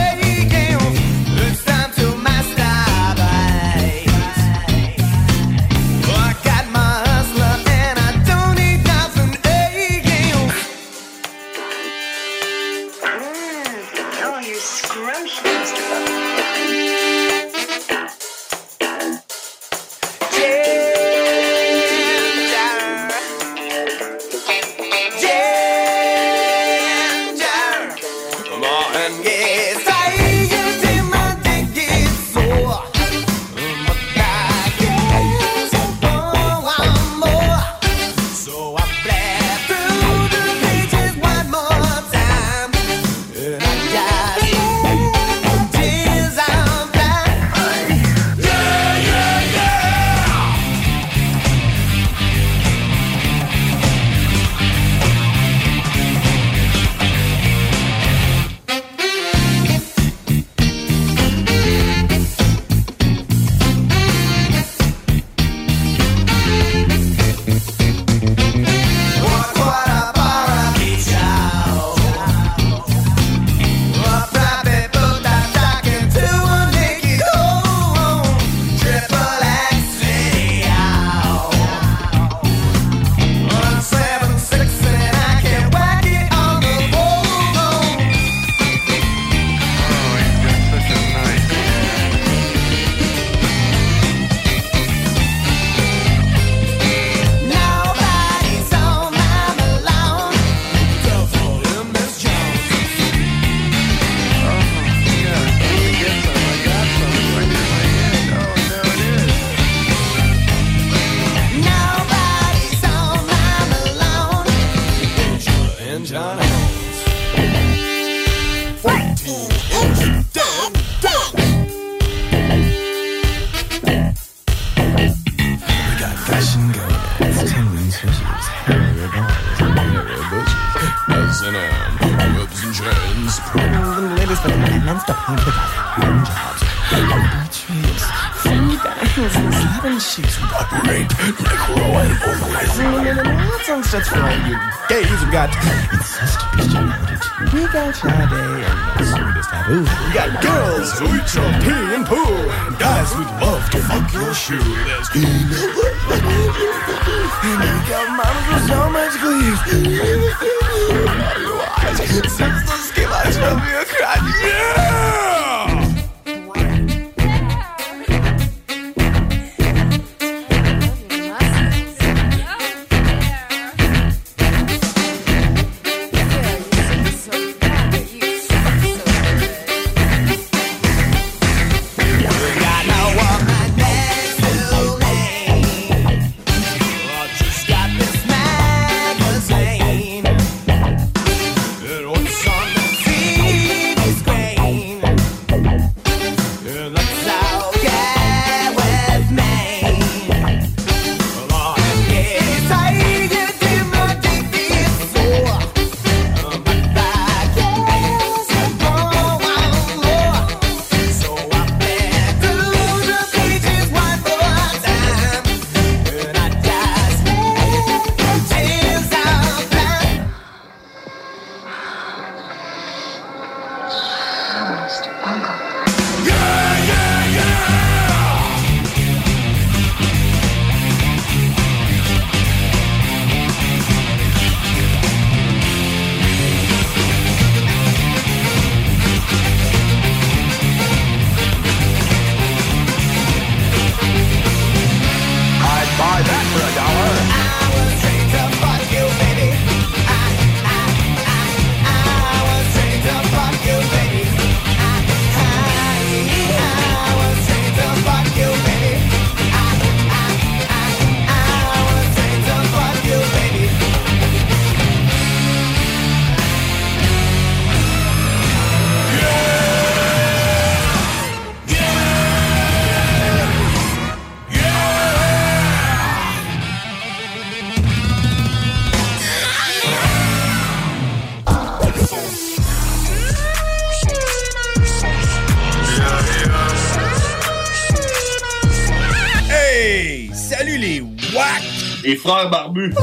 Hey! Salut les WAC! Les frères barbus!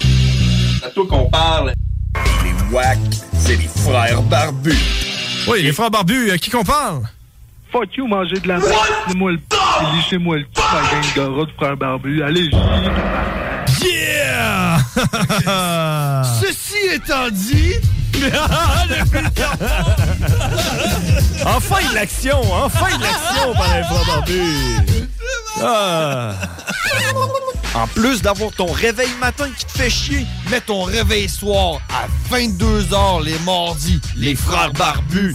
C'est à toi qu'on parle. Les WAC, c'est les frères barbus.
Oui, les frères barbus, à qui qu'on
Hein?
parle?
Fuck you, mangez de la merde. Lissez-moi le p. Lissez-moi le p. Ma gang de rats de frères barbus. Allez,
Yeah! Ceci étant dit... enfin de l'action! Enfin de l'action par les frères barbus! Ah.
En plus d'avoir ton réveil matin qui te fait chier, mets ton réveil soir à 22h les mardis. Les frères barbus.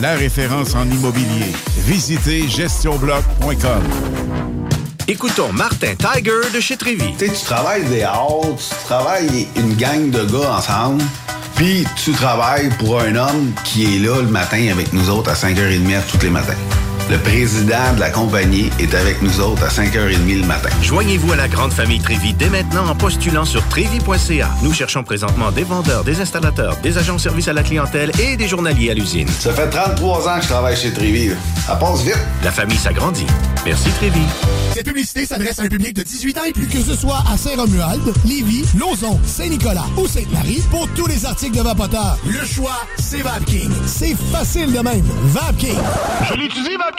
la référence en immobilier. Visitez gestionbloc.com.
Écoutons Martin Tiger de chez Trévy.
Tu sais, tu travailles des heures, tu travailles une gang de gars ensemble, puis tu travailles pour un homme qui est là le matin avec nous autres à 5h30 à tous les matins. Le président de la compagnie est avec nous autres à 5h30 le matin.
Joignez-vous à la grande famille Trévi dès maintenant en postulant sur trévi.ca. Nous cherchons présentement des vendeurs, des installateurs, des agents de service à la clientèle et des journaliers à l'usine.
Ça fait 33 ans que je travaille chez Trévy. là. Ça passe vite.
La famille s'agrandit. Merci Trévi.
Cette publicité s'adresse à un public de 18 ans et plus. Que ce soit à Saint-Romuald, Lévis, Lauson, Saint-Nicolas ou Sainte-Marie, pour tous les articles de Vapoteur, le choix, c'est VapKing. C'est facile de même. VapKing. Je l'utilise, VapKing!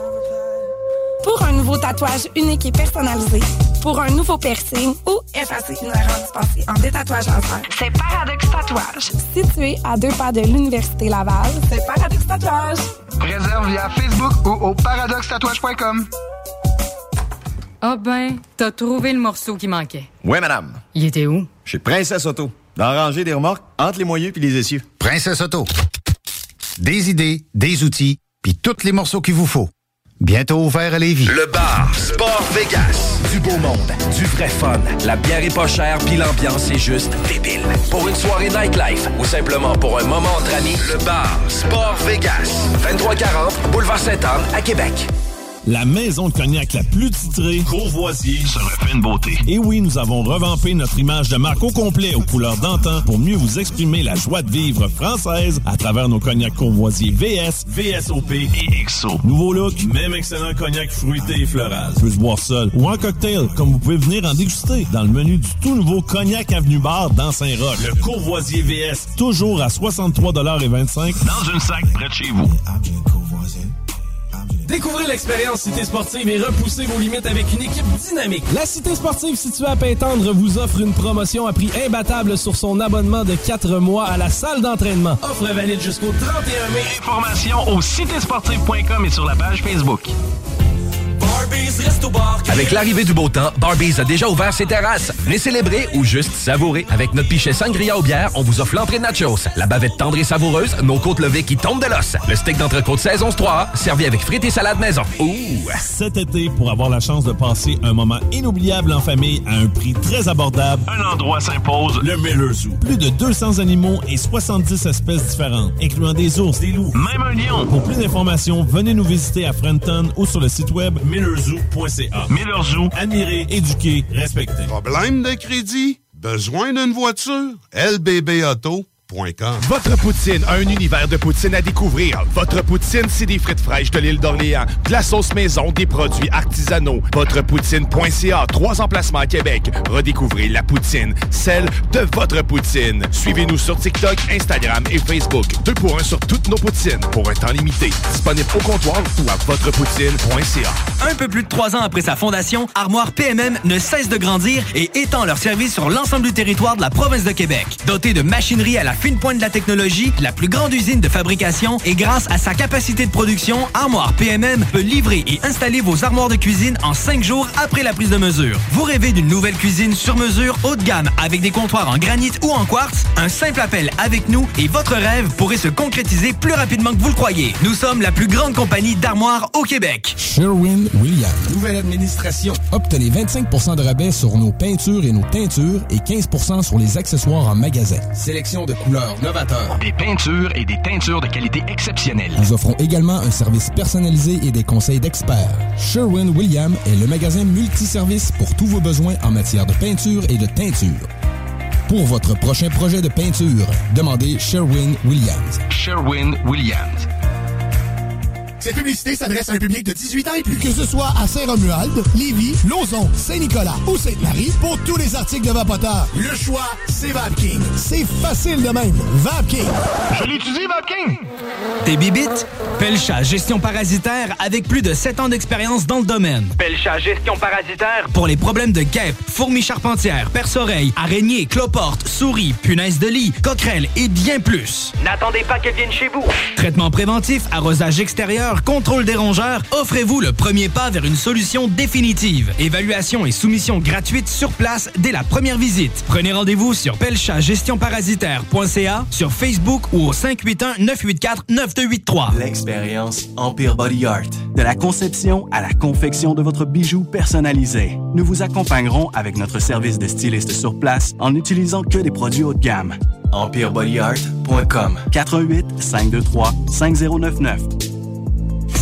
Pour un nouveau tatouage unique et personnalisé, pour un nouveau piercing ou effacer une erreur passée en détatouage laser. C'est Paradox Tatouage. Situé à deux pas de l'Université Laval, c'est Paradox Tatouage.
Réserve via Facebook ou au paradoxtatouage.com.
Ah ben, t'as trouvé le morceau qui manquait.
Oui, madame.
Il était où?
Chez Princesse Auto. Dans la rangée des remorques, entre les moyeux puis les essieux.
Princesse Auto. Des idées, des outils, puis tous les morceaux qu'il vous faut. Bientôt ouvert à Lévis.
Le bar Sport Vegas. Du beau monde, du vrai fun. La bière est pas chère, puis l'ambiance est juste débile. Pour une soirée nightlife ou simplement pour un moment entre amis, le bar Sport Vegas. 2340 Boulevard Saint-Anne à Québec.
La maison de cognac la plus titrée, Courvoisier, se refait une beauté. Et oui, nous avons revampé notre image de marque au complet aux couleurs d'antan pour mieux vous exprimer la joie de vivre française à travers nos cognacs Courvoisier VS, VSOP et XO. Nouveau look, même excellent cognac fruité et floral. Peut se boire seul ou en cocktail, comme vous pouvez venir en déguster dans le menu du tout nouveau Cognac Avenue Bar dans Saint-Roch. Le Courvoisier VS, toujours à 63,25 dans une sac près de chez vous.
Découvrez l'expérience Cité Sportive et repoussez vos limites avec une équipe dynamique.
La Cité sportive située à Pintendre vous offre une promotion à prix imbattable sur son abonnement de 4 mois à la salle d'entraînement.
Offre valide jusqu'au 31 mai.
Information au citésportive.com et sur la page Facebook.
Avec l'arrivée du beau temps, Barbies a déjà ouvert ses terrasses. Venez célébrer ou juste savourer. Avec notre pichet sangria aux bières, on vous offre l'entrée de nachos, la bavette tendre et savoureuse, nos côtes levées qui tombent de l'os, le steak d'entrecôte saison 3, servi avec frites et salade maison. Ouh!
Cet été, pour avoir la chance de passer un moment inoubliable en famille à un prix très abordable, un endroit s'impose, le Miller Zoo. Plus de 200 animaux et 70 espèces différentes, incluant des ours, des loups, même un lion. Pour plus d'informations, venez nous visiter à Frenton ou sur le site web millerzoo.ca. Miller Zoo, admirer, éduquer, respecter.
Problème de crédit? Besoin d'une voiture? lbbauto.com
Votre poutine a un univers de poutine à découvrir. Votre poutine, c'est des frites fraîches de l'île d'Orléans, de la sauce maison, des produits artisanaux. Votrepoutine.ca, trois emplacements à Québec. Redécouvrez la poutine, celle de votre poutine. Suivez-nous sur TikTok, Instagram et Facebook. Deux pour un sur toutes nos poutines, pour un temps limité. Disponible au comptoir ou à votrepoutine.ca.
Un peu plus de trois ans après sa fondation, Armoire PMM ne cesse de grandir et étend leur service sur l'ensemble du territoire de la province de Québec. Dotée de machinerie à la fine pointe de la technologie, la plus grande usine de fabrication et grâce à sa capacité de production, Armoire PMM peut livrer et installer vos armoires de cuisine en cinq jours après la prise de mesure. Vous rêvez d'une nouvelle cuisine sur mesure haut de gamme avec des comptoirs en granit ou en quartz? Un simple appel avec nous et votre rêve pourrait se concrétiser plus rapidement que vous le croyez. Nous sommes la plus grande compagnie d'armoires au Québec.
Sherwin Williams.
Nouvelle administration.
Obtenez 25 de rabais sur nos peintures et nos teintures et 15 sur les accessoires en magasin.
Sélection de couleurs novateurs. Des peintures et des teintures de qualité exceptionnelle.
Nous offrons également un service personnalisé et des conseils d'experts. Sherwin Williams est le magasin multiservice pour tous vos besoins en matière de peinture et de teinture. Pour votre prochain projet de peinture, demandez Sherwin Williams.
Sherwin Williams.
Cette publicité s'adresse à un public de 18 ans et plus. Que ce soit à Saint-Romuald, Lévis, Lauson, Saint-Nicolas ou Sainte-Marie, pour tous les articles de Vapoteur, le choix, c'est VapKing. C'est facile de même. VapKing. Je l'utilise, VapKing.
Tes bibites? Pelcha Gestion Parasitaire avec plus de 7 ans d'expérience dans le domaine.
Pelcha Gestion Parasitaire.
Pour les problèmes de guêpes, fourmis charpentières, perce-oreilles, araignées, cloportes, souris, punaises de lit, coquerelles et bien plus.
N'attendez pas qu'elle vienne chez vous.
Traitement préventif, arrosage extérieur, contrôle des rongeurs, offrez-vous le premier pas vers une solution définitive. Évaluation et soumission gratuite sur place dès la première visite. Prenez rendez-vous sur pelchagestionparasitaire.ca, sur Facebook ou au 581-984-9283.
L'expérience Empire Body Art. De la conception à la confection de votre bijou personnalisé. Nous vous accompagnerons avec notre service de styliste sur place en n'utilisant que des produits haut de gamme. EmpireBodyArt.com 418 523 5099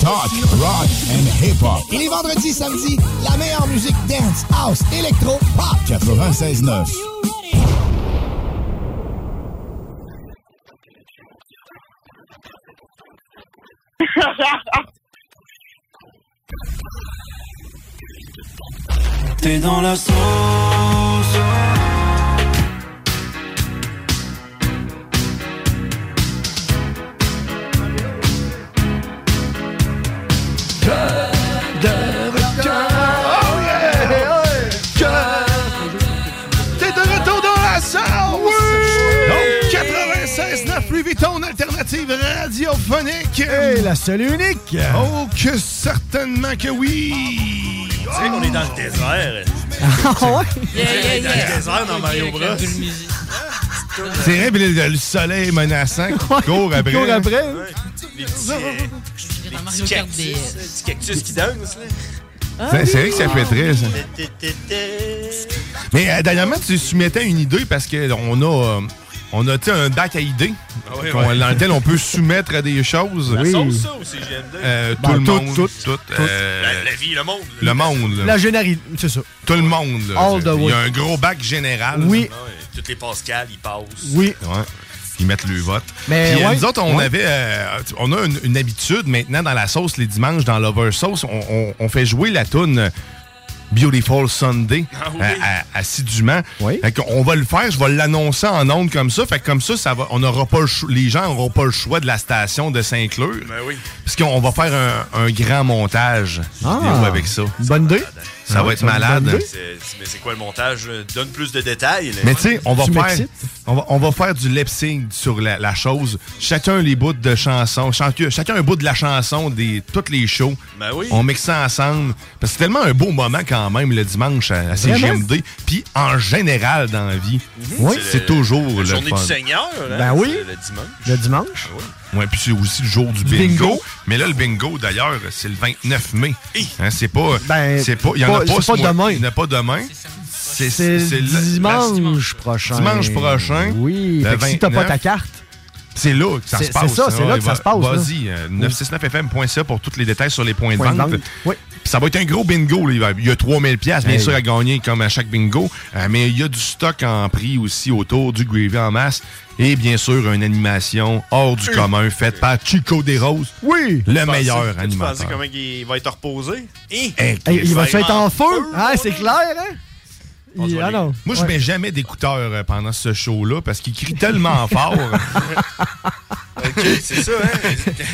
Talk, rock and hip-hop. Et les vendredis, samedis, la meilleure musique dance, house, électro, pop.
96.9.
T'es dans la sauce.
Cœur de requin.
Oh yeah! Cœur. T'es de retour dans la salle! Oui! 96.9 Louis Vuitton, alternative radiophonique!
Et la seule et unique!
Oh, que certainement que oui!
Tu sais qu'on est dans le désert.
Ah ouais?
Yeah, yeah,
yeah.
Dans le désert dans Mario Bros.
C'est vrai, puis le, le soleil menaçant qui court après.
court après, hein?
Ouais. Les petits, euh, les petits cactus, les petits cactus qui dansent. là.
C'est- c'est vrai que ça fait très, ça. Mais euh, dernièrement, tu soumettais une idée parce qu'on a, euh, on a tu sais, un bac à idées
Ah oui,
qu'on-
oui.
dans lequel on peut soumettre des choses.
La sauce, ça, ou c'est GMD?
Euh,
Ben,
tout le
tout,
monde.
tout,
tout.
euh,
La- la vie, le monde, là.
Le monde. là.
La généralité, c'est ça.
Tout le monde. là.
All the
Il y a
way.
un gros bac général.
Oui.
là.
Ah ouais, Toutes les Pascal, ils passent.
Oui.
Ils mettent le vote.
Mais
Puis, euh,
ouais,
nous autres, on
ouais.
avait, euh, on a une, une habitude maintenant dans la sauce les dimanches, dans l'over sauce, on, on- on fait jouer la toune Beautiful Sunday
Ah oui.
euh, à- assidûment. on va le faire, je vais l'annoncer en ondes comme ça. Fait que comme ça, ça va, on aura pas le cho- les gens n'auront pas le choix de la station de Saint-Clair.
Ben oui.
Parce qu'on va faire un, un grand montage
Ah.
vidéo avec ça.
Bonne idée. Ah,
Ça va être malade.
C'est- c'est- Mais c'est quoi le montage? là? Donne plus de détails. là.
Mais tu sais, on va faire, on va, on va faire du lip sync sur la, la chose. Chacun les bouts de chansons, chacun, chacun un bout de la chanson des toutes les shows.
Ben oui.
On mixe ça ensemble parce que c'est tellement un beau moment quand même le dimanche à, à
Vraiment?
CGMD. Puis en général dans la vie,
Oui.
c'est
le-
toujours
Mhm. la
le
journée
fun.
du Seigneur. hein,
Ben oui.
c'est Le dimanche. Ah
Le dimanche.
Ouais, puis c'est aussi le jour du
Du
bingo.
bingo.
Mais là, le bingo, d'ailleurs, c'est le 29 mai. Hein, c'est pas. c'est pas. Il y en a
Ben, pas-
pas,
c'est
ce
pas
mois- Il n'y en a pas demain. C'est
C'est
c'est
le
la- la-
dimanche prochain.
Dimanche prochain.
Oui.
le
Fait que si t'as pas
29.
ta carte.
C'est là que ça
C'est-
se passe.
c'est ça, c'est là que ça
va-
se passe, là.
Vas-y, euh, 969fm.ca pour tous les détails sur les points de
Point
vente.
de vente, oui.
Puis Ça va être un gros bingo. là. Il va- Il y a 3000 pièces bien
Hey.
sûr, à gagner comme à chaque bingo. Euh, mais il y a du stock en prix aussi autour du gravy en masse. Et bien sûr, une animation hors du
Euh.
commun faite par Chico Des Roses.
Oui.
Le
Tu
meilleur
pensais- tu pensais
animateur. Eh,
comment il va être reposé? Hé!
Hey,
Hey, il va se
vraiment
être en feu. Ah, c'est clair, hein?
On se
Il-
voit
ah
les-
non.
Moi, je
Ouais.
mets jamais d'écouteurs euh, pendant ce show-là parce qu'il crie tellement fort.
C'est ça, hein?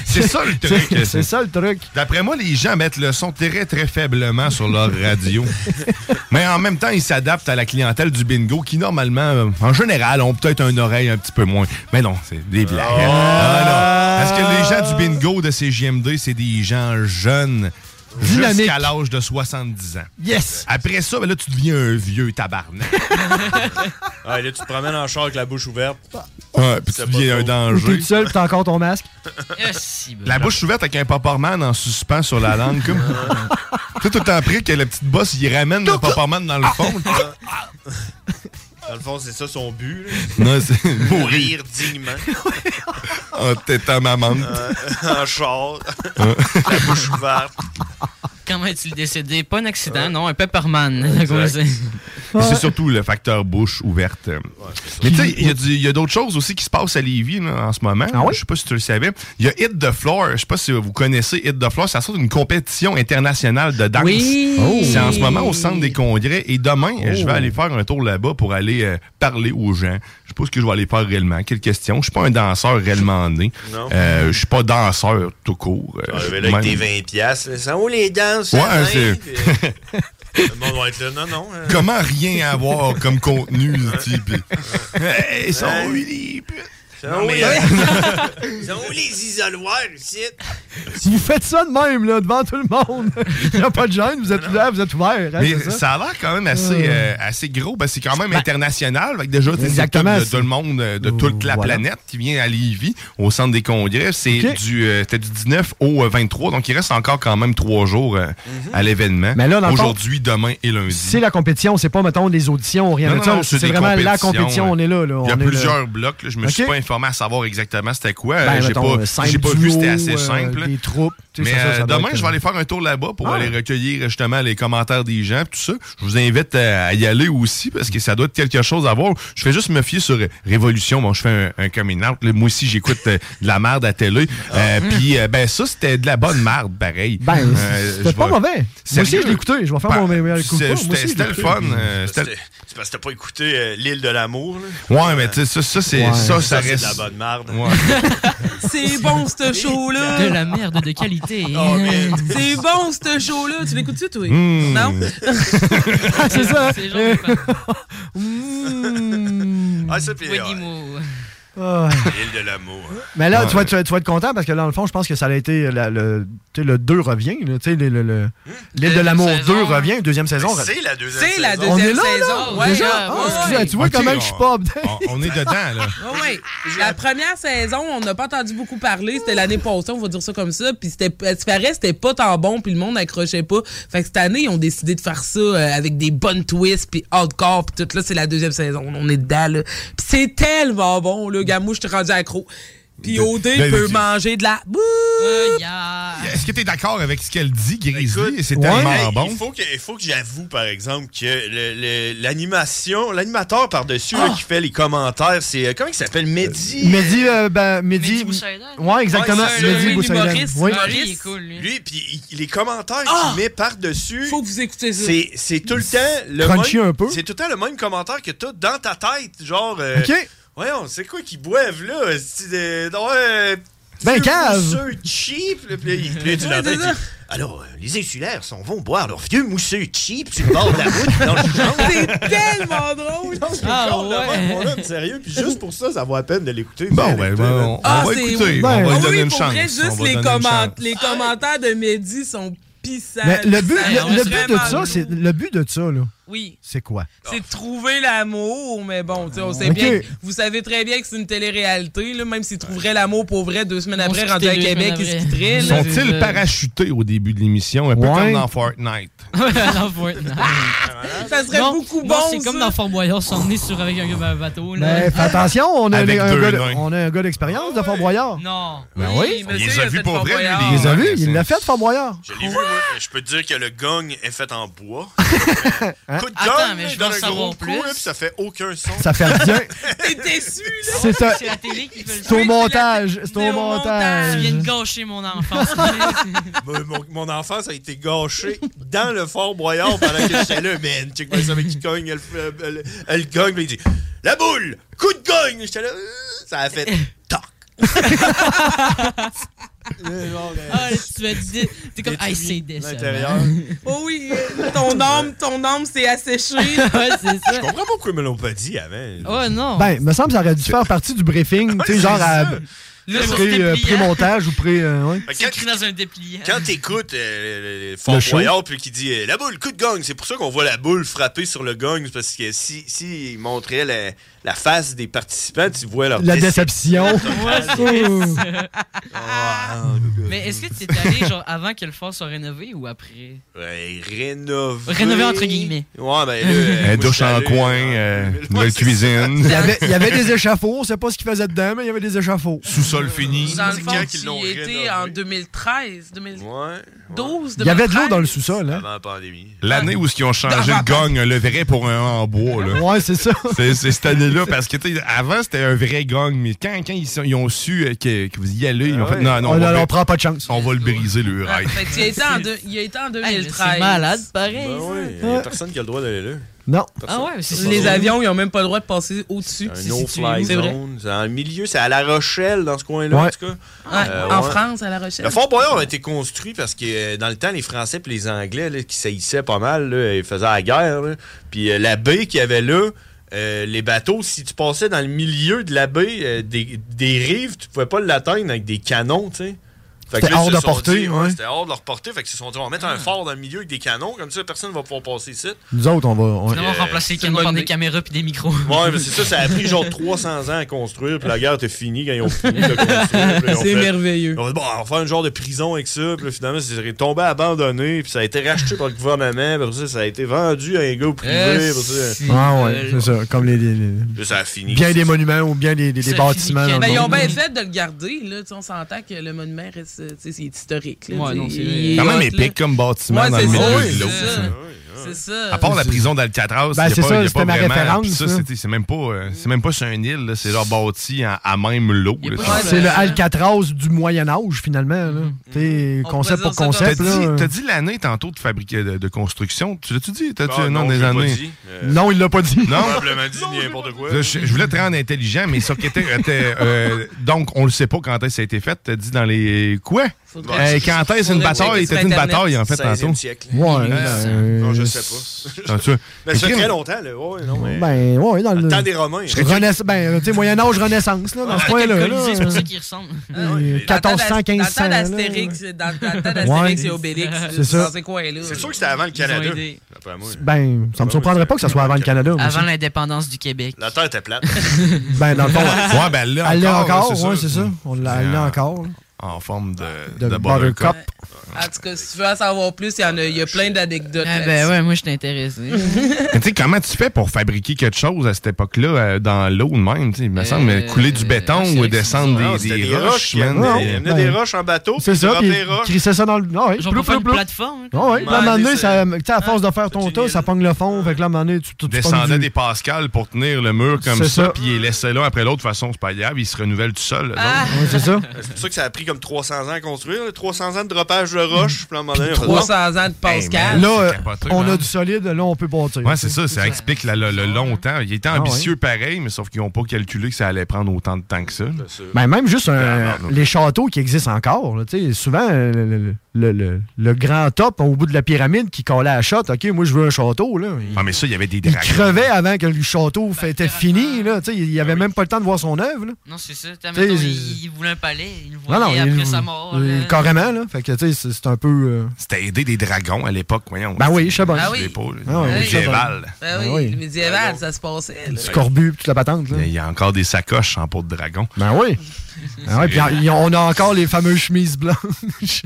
C'est ça le truc.
C'est- c'est ça le truc.
D'après moi, les gens mettent le son très, très faiblement sur leur radio. Mais en même temps, ils s'adaptent à la clientèle du bingo qui, normalement, euh, en général, ont peut-être une oreille un petit peu moins. Mais non, c'est des blagues. Ah, non. Parce que les gens du bingo de CGMD, c'est des gens jeunes.
Dynamique.
Jusqu'à l'âge de 70 ans.
Yes!
Après ça, ben là, tu deviens un vieux tabarnak.
Ah, là, tu te promènes en char avec la bouche ouverte.
Ouais, Ah, puis tu deviens un
Ou t'es
danger.
tout seul pis t'as encore ton masque.
Ah,
La bouche ouverte avec un paparman en suspens sur la langue. Comme... tu sais, tout le temps pris que la petite bosse, il ramène le paparman dans le fond.
Ah. Dans le fond, c'est ça son but. là.
Non, c'est- Ah,
Mourir dignement.
en têtant ma menthe.
Euh, en char.
Hein?
la bouche ouverte.
Comment est-il décédé? Pas un accident, non, un pepperman. Comment c'est?
Mais C'est surtout le facteur bouche ouverte. Mais tu sais, il y a du- il y a, d'autres choses aussi qui se passent à Lévis là, en ce moment.
Ah
Je sais pas si tu le savais. Il y a Hit the Floor. Je sais pas si vous connaissez Hit the Floor. Ça sort d'une compétition internationale de danse.
Oui.
Oh. C'est en ce moment au centre des congrès. Et demain,
Oh.
je vais aller faire un tour là-bas pour aller euh, parler aux gens. Je sais pas ce que je vais aller faire réellement. Quelle question? Je suis pas un danseur réellement né.
Non.
Euh, je suis pas danseur tout court. Euh,
Ah,
je-
mais là,
même-
avec tes 20 piastres, là, ça où les danses?
Ouais,
ça,
c'est-
hein? Puis, euh, Le monde va être là, non, non. hein.
Comment rien avoir comme contenu, tu sais, pis- Hey, ils sont
Ouais.
unis, pis-
Non, mais, euh, Ils sont où les isoloirs ici?
Si vous faites ça de même, là, devant tout le monde, il n'y a pas de gêne, vous êtes là, vous êtes ouvert. hein,
Mais
c'est Ah.
ça? a l'air quand même assez, euh, assez gros. parce que c'est quand même international. Fait que déjà, c'est
Exactement,
de
c'est-
tout le monde, euh, de toute la
Voilà.
planète qui vient à Lévis, au centre des congrès. C'est
Ok.
du, euh, c'était du 19 au euh, 23. Donc, il reste encore quand même trois jours euh, à l'événement.
Mais là, dans le fond-
Aujourd'hui, demain et lundi.
C'est la compétition, c'est pas, mettons, les auditions, rien
Non,
de
non,
ça.
non,
c'est
des
vraiment la
compétitions,
compétition,
euh,
on est là. là,
Il y a
on est là.
plusieurs blocs. là. Je me suis
Ok.
pas informé à savoir exactement c'était quoi.
Ben,
Euh, j'ai
mettons,
pas,
cinq
j'ai pas vu,
duos,
c'était assez
euh,
simple.
des troupes, tu sais,
Mais
ça, ça, ça
euh,
doit
demain,
être, Ah.
je vais aller faire un tour là-bas pour aller recueillir justement les commentaires des gens, tout ça. Je vous invite euh, à à y aller aussi parce que ça doit être quelque chose à voir. Je fais juste me fier sur euh, Révolution. Bon, je fais un, un coming out. Là, Moi aussi, j'écoute euh, de la merde à télé. Euh, Puis, euh, ben, ça, c'était de la bonne merde, pareil.
Ah. Ben,
Euh,
c'était
je
pas
vais-
mauvais. Moi aussi,
Sérieux?
je l'ai écouté. Je vais faire
Ben,
mon meilleur coup. de
c'est-
poing. Moi
c'était-
aussi, je l'ai
C'était le
écouté.
fun. euh, c'était-
C'est parce que t'as pas écouté euh, L'île de l'amour. là.
Ouais, mais tu sais, ça, ça, c'est,
Ouais.
ça, ça
c'est
reste.
de la bonne merde.
Ouais.
C'est bon, ce show-là. Oh,
De la merde de qualité.
C'est bon, ce show-là. Tu l'écoutes-tu, toi?
Mm.
Hmm.
Non?
Hmm. Ah, c'est ça. hein? Hmm.
Ah, ça, puis.
Oui,
ouais.
Ah.
L'île de l'amour.
Mais là,
Ouais.
tu, vas, tu vas- tu vas être content parce que là, dans le fond, je pense que ça a été la- le, tu sais, le 2 revient. là, tu sais, le- le- le-
Hein?
L'île de l'amour 2 revient, deuxième saison.
C'est la deuxième
C'est la
On
deuxième
est là,
saison.
là,
Ouais,
déjà?
ouais,
Ah,
ouais,
excusez,
ouais.
tu vois
Ok,
comment que je suis pas update.
On, on est dedans, là.
Ouais, ouais. La première saison, on n'a pas entendu beaucoup parler. C'était l'année passée, on va dire ça comme ça. Puis c'était, à ce qui paraît, c'était pas tant bon, puis le monde n'accrochait pas. Fait que cette année, ils ont décidé de faire ça euh, avec des bonnes twists, puis hardcore, puis tout. Là, c'est la deuxième saison. On est dedans, là. Puis c'est tellement bon, là. Gars, moi, je suis rendu accro. Puis OD
ben,
peut
tu-
manger de la boue.
Est-ce que t'es d'accord avec ce qu'elle dit, Grizzly? C'est
Hey,
tellement
il
bon.
faut que- Il faut que, j'avoue, par exemple, que le- le- l'animation, l'animateur par-dessus là, qui fait les commentaires, c'est. euh, Comment il s'appelle Mehdi
Ah! Mehdi, euh, ben, Mehdi. Ouais, exactement.
Ouais, c'est ça,
Mehdi
oui,
Boussaïdan. Oui.
il est cool, lui. puis il- les commentaires
Ah!
qu'il met par-dessus.
Faut que vous écoutez ça.
C'est, c'est tout le temps le
Crunchy
même.
un peu.
C'est tout le temps le même commentaire que t'as dans ta tête. Genre. euh,
Ok.
Voyons, c'est quoi qu'ils boivent là? C'est des- non, euh,
Ben,
vieux
cave.
mousseux cheap. là, puis là, il- puis là, tu
Ouais,
l'entends,
c'est
il
ça.
dit, Alors, euh, les insulaires sont vont boire leur vieux mousseux cheap sur le bord de la route dans le genre.
C'est tellement drôle.
Ah, sérieux, puis juste pour ça, ça vaut la peine de l'écouter.
Bon, ben, ben, on, on
Ah,
va
c'est-
écouter.
ben,
on va
ah
lui donner
oui,
une
pour
chance.
vrai,
On
juste
va
les,
donner une
comment-
chance.
les commentaires de Mehdi sont pissants.
Mais le but,
pissants,
le, le
vraiment
but de ça,
lourds.
c'est le but de ça là.
Oui.
C'est quoi
Ah.
C'est de trouver l'amour, mais bon, tu sais, on sait
Ok.
bien. que- Vous savez très bien que c'est une télé-réalité, là, même s'ils trouveraient l'amour pour vrai deux semaines après,
se
rendu
quittait
à
deux
Québec,
semaines
ils se
après.
quitteraient. là.
Sont-ils parachutés au début de l'émission, un peu
Ouais.
comme dans Fortnite?
Dans Fortnite.
Ça serait
Non,
beaucoup
non,
bon,
C'est comme
ça.
dans Fort Boyard, s'emmener sur avec un un bateau. Là. Ah,
Mais Ben, fais attention, on a, un,
Avec
un
deux
gars, de-
nains.
on a un gars d'expérience de Fort Boyard.
Non.
Ben oui.
Il
monsieur,
les
il
a
a
vus
fait
pour
Fort
vrai, lui,
Boyard.
les
Il les a
nains.
vus, il l'a fait Fort Boyard.
Je l'ai vu, moi. Je peux te dire que le gong est fait en bois. Coup de gong,
Hein? Attends, mais
là,
je
dans
veux en
un
savoir
gros
plus.
coup, là, puis ça fait aucun son.
Hein? Ça fait bien.
T'es déçu, là.
C'est un- C'est au montage. C'est au
au
montage.
Tu viens de gâcher mon enfance.
Mon- mon, mon enfance a été gâchée dans le Fort Boyard pendant que j'étais là, man. Check moi ça avec qui cogne, elle, elle, elle, elle cogne, puis il dit La boule, coup de gogne J'étais là, Euh, ça a fait toc. ben.
ah, tu vas dire. T'es comme. Ah, c'est décevant.
L'intérieur.
Oh oui, ton âme, ton âme s'est asséchée.
ouais, c'est ça.
Je comprends pas pourquoi ils me l'ont pas dit avant.
Oh non.
Ben, me semble que ça aurait dû faire partie du briefing, tu sais,
c'est
genre à
ça.
Là, sur
pré-
ce
euh,
dépliant.
pré-montage ou pré. euh, ouais.
Fait que
C'est écrit dans un dépliant.
Quand t'écoutes euh, le- le Fort
Le show.
Boyard, puis qui dit euh, la boule, coup de gong, c'est pour ça qu'on voit la boule frapper sur le gong, c'est parce que si, si il montrait la, la face des participants, tu vois leur
La
déception.
déception.
Ouais, c'est ça.
Ah,
Mais est-ce que tu t'es allé genre avant que le fort soit rénové ou après
Ouais, rénover.
Rénover entre guillemets.
Ouais, ben là. euh, moi,
Euh, douche
j'étais
en
allé-
coin,
hein.
euh, la cuisine.
Il y, avait, il y avait des échafauds, on sait pas ce qu'ils faisaient dedans, mais il y avait des échafauds.
Sous-sol
Euh,
fini.
Dans le
C'est
fond,
quand
tu
qu'ils
y
l'ont
étais
rénové?
en 2013, 2012,
Il y avait de l'eau dans le sous-sol, hein?
Avant la pandémie.
L'année où ils ont changé le gong, le vrai pour un en bois. Là.
Ouais, c'est ça.
C'est c'est cette année-là, parce que tu sais, avant, c'était un vrai gong, mais quand, quand ils, sont- ils ont su euh, que, que vous y allez, ils ont fait non, non,
Ah on,
on, va,
on
le-
prend pas de chance.
on va le briser, le rail.
Fait que tu y étais en deux- il y était en 2013.
c'est malade, pareil.
Ben
ça.
ouais, il y a personne qui a le droit d'aller là.
Non.
Ah ouais, c'est
Les avions, ils ont même pas le droit de passer au-dessus.
Un
C'est
no-fly
c'est vrai.
zone. C'est en milieu, c'est à La Rochelle, dans ce coin-là,
Ouais.
en tout cas.
Ouais,
Euh,
en
ouais.
France, à La Rochelle.
Le Fort Boyard a été construit parce que euh, dans le temps, les Français et les Anglais là, qui saillissaient pas mal, là, ils faisaient la guerre. là. Puis euh, la baie qu'il y avait là, euh, les bateaux, si tu passais dans le milieu de la baie euh, des, des rives, tu pouvais pas l'atteindre avec des canons, tu sais. Fait que
C'était
là, ils
hors
se
de
sont
portée,
dit,
ouais.
C'était hors de leur portée. Fait que ils se sont dit, on va mettre un fort dans le milieu avec des canons, comme ça, personne va pouvoir passer ici.
Nous autres, on va. on-
Finalement, remplacer les canons par des caméras puis des micros.
Ouais, mais c'est ça, ça a pris genre 300 ans à construire, puis la guerre était finie quand ils ont fini de construire. puis ils ont
C'est
fait-
merveilleux.
On va bon, on va faire une genre de prison avec ça, puis là, finalement, c'est tombé abandonné, puis ça a été racheté par le gouvernement, puis après ça, ça a été vendu à un gars privé,
Euh,
puis ça,
Ah
Euh,
ouais, c'est ça. Comme les. les- les-
Puis Euh, ça a fini.
bien des monuments ou bien des, des- des bâtiments. Ah,
Ben,
dans le
Mais Ben, ils ont
monde.
bien fait de le garder. Là, Tu sais, on s'entend que le monument reste tu sais, c'est historique. Là,
Ouais,
tu sais,
non, c'est
il
vrai.
est
Quand
hot,
même
là.
épique comme bâtiment
Ouais,
dans le
c'est
milieu
ça,
de
c'est
l'eau,
ça.
ça.
C'est ça.
À part la prison d'Alcatraz,
Ben,
il y a
c'est
pas-
ça,
il y a
c'était
pas
ma
vraiment-
référence,
puis ça,
ça.
c'était- c'est même pas, euh, c'est même pas sur un île, là, c'est genre bâti à, à même l'eau. là, ça.
C'est le Alcatraz du Moyen-Âge, finalement. là.
Mm.
T'sais, Concept pour concept.
T'as
là.
dit, t'as dit l'année tantôt de fabrique de, de construction. Tu l'as-tu dit? T'as-tu
Ah,
un nom
non,
des
je l'ai pas
années?
dit, euh,
Non, il l'a pas dit.
Non?
Probablement dit n'importe quoi.
Là, Je, je voulais te rendre intelligent, mais ça qui était. était, euh, donc, on le sait pas quand est-ce que ça a été fait. T'as dit dans les. Quoi?
Faudrait-
Euh, quand est-ce
faudrait
une
checker
bataille?
sur
C'était une
Internet.
bataille, en fait,
16e
tantôt.
siècle. ben,
Ouais, hein,
euh,
non, je sais pas.
Attends, tu vois.
Mais ça fait
Écris-
très longtemps, là. Ouais, non, mais...
Ben, ouais, dans le.
temps des Romains.
hein.
Renaiss- Ben, tu sais, Moyen-Âge, Renaissance, là, dans ce coin-là. là.
C'est pour ça qu'ils ressemblent.
Ah
Euh, 1400, 1500.
Dans
là.
le temps d'Astérix, dans, dans le temps d'Astérix
Ouais.
et Obélix.
C'est
là,
ça.
dans ces coins-là.
C'est sûr que c'était avant le Canada. Après moi.
Ben, ça me surprendrait pas que ça soit avant le Canada. moi
Avant
aussi.
l'indépendance du Québec.
La Terre était plate.
Ben, dans le fond.
Ouais, ben, elle l'a
Elle l'a
encore,
encore,
c'est
ouais,
ça. Ah.
c'est ça. On l'a elle l'a encore. là.
En forme de,
De
de,
buttercup.
buttercup.
En tout cas, si tu veux en savoir plus, il y, en a, il y a plein d'anecdotes.
Ah ben
là-dessus.
ouais, moi je suis intéressé.
Mais tu sais, comment tu fais pour fabriquer quelque chose à cette époque-là euh, dans l'eau de même? tu sais, Il me semble
Euh,
mais couler du béton ou descendre
Non,
des,
c'était
des
des roches,
roches, man.
man.
des-
Il y en a des roches en bateau.
C'est
puis
ça,
tu
puis
rentres les roches.
crissait ça dans le. Ah ouais,
Genre, pour faire une
plateforme. hein.
Ah ouais, là, à un
Ouais,
moment
mais
donné,
c'est-
ça- tu sais, à force de
Ah,
faire ton tas, ça pogne le fond. Fait que là, à un moment donné, tu tu- tu pognes
descendait
du-
des pascals pour tenir le mur comme
C'est
ça,
ça.
puis il les laissait là après l'autre. De toute façon, c'est pas grave, il se renouvelle tout seul.
Ouais, c'est ça.
C'est pour ça que ça a pris comme 300 ans à construire. là. 300 ans de dropage de roches. Puis à un moment donné, on fait,
300 ans de Pascal.
Hey, man,
Là, euh,
c'est capoté, hein.
on
man.
a du solide, là, on peut bâtir.
Ouais, c'est ça, ça explique la- le, le long temps. Il était
Ah,
ambitieux pareil, mais sauf qu'ils n'ont pas calculé que ça allait prendre autant de temps que ça.
Ben, même juste un-
Ah, non, non.
les châteaux qui existent encore. là, tu sais, souvent, euh, le, le- le- le- le grand top au bout de la pyramide qui collait à la shot, OK, moi, je veux un château. Là. Il,
Ah, mais ça, il y avait des
il
dragons.
crevait avant que le château
Ben,
fait- était fini. Là, tu sais, il avait même pas le temps de voir son œuvre. là.
Ah Non, c'est ça. T'as,
T'sais,
mettons,
c'est-
il, il voulait un palais, il le
Non,
voyait
non,
après
il-
sa mort.
il-
là.
carrément. Là, fait que, tu sais, c'est c'est un peu... euh,
C'était aider des dragons à l'époque, voyons.
Ben oui, je sais bien.
Sur
Ah oui.
l'épaule,
Ah oui,
médiéval.
Ben
Ben
oui,
oui.
le médiéval, ça se passait. là.
Scorbut, toute la patente. Là.
Il y a encore des sacoches en peau de dragon.
Ben oui. Ah ouais, puis y a- on a encore les fameuses chemises blanches.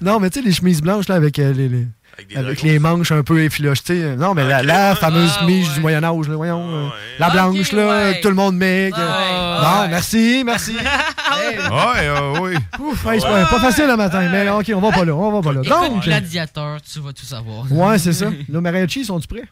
non, mais tu sais, les chemises blanches là, avec, euh, les, les- avec les manches un peu effilochées. euh, Non, mais la,
Ah,
la fameuse mise du Moyen-Âge, là, voyons. euh, La blanche, là, que tout le monde met. que- non, merci, merci.
Ouais, euh, oui.
Ouf, hey, c'est pas, pas facile le matin, mais OK, on va pas là, on va pas là.
Écoute,
Donc,
gladiateur, tu vas tout savoir.
ouais, c'est ça. Nos mariachis, sont-tu prêts?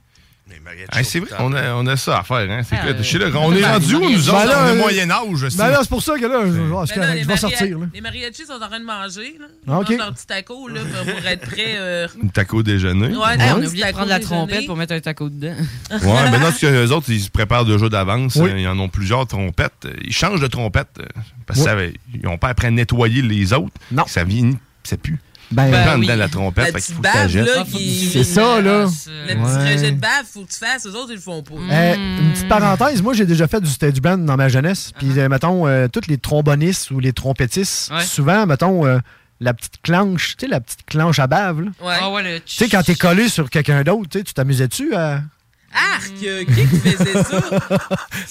Hey, c'est vrai, on a, on a ça à faire. Hein? C'est
Ah,
que-
ouais.
je sais, là,
Euh,
on est
Ben,
rendu où,
ben,
nous
ben,
autres?
là,
on est
euh,
Moyen-Âge.
Ben là, c'est pour ça que là, je, ah, c'est
Ben là,
correct,
les
je vais
maria-
sortir. Là.
Les mariachis sont en train de manger. Là. Ils
Ah, ok.
mangent leur petit taco là, pour- pour être prêts. euh,
Une taco déjeuner.
Ouais,
Hey, on
petit
a oublié de
taco
prendre la
déjeuner.
trompette pour mettre un taco dedans.
Ouais, mais non, parce que les autres, ils se préparent déjà d'avance. euh, Ils en ont plusieurs trompettes. Ils changent de trompette euh, parce qu'ils n'ont pas après à nettoyer les autres. Non. Ça vient, ça pue.
Ben,
Prends
oui.
dedans la
La
trompette, fait qu'il
petite
faut que tu la
bave,
jettes.
là, qui...
C'est ça, là.
Le petit
Ouais.
rejet de bave, faut que tu fasses. Eux autres, ils le font pas. Mm.
Euh, une
Hmm.
petite parenthèse, moi j'ai déjà fait du stage band dans ma jeunesse. Puis euh, mettons, euh, toutes les trombonistes ou les trompettistes,
Ouais.
souvent, mettons, euh, la petite clenche, tu sais, la petite clenche à bave. là.
Ah ouais, le
Tu sais, quand t'es collé sur quelqu'un d'autre, tu sais, tu t'amusais-tu à.
Arc, euh, qui qui faisait ça?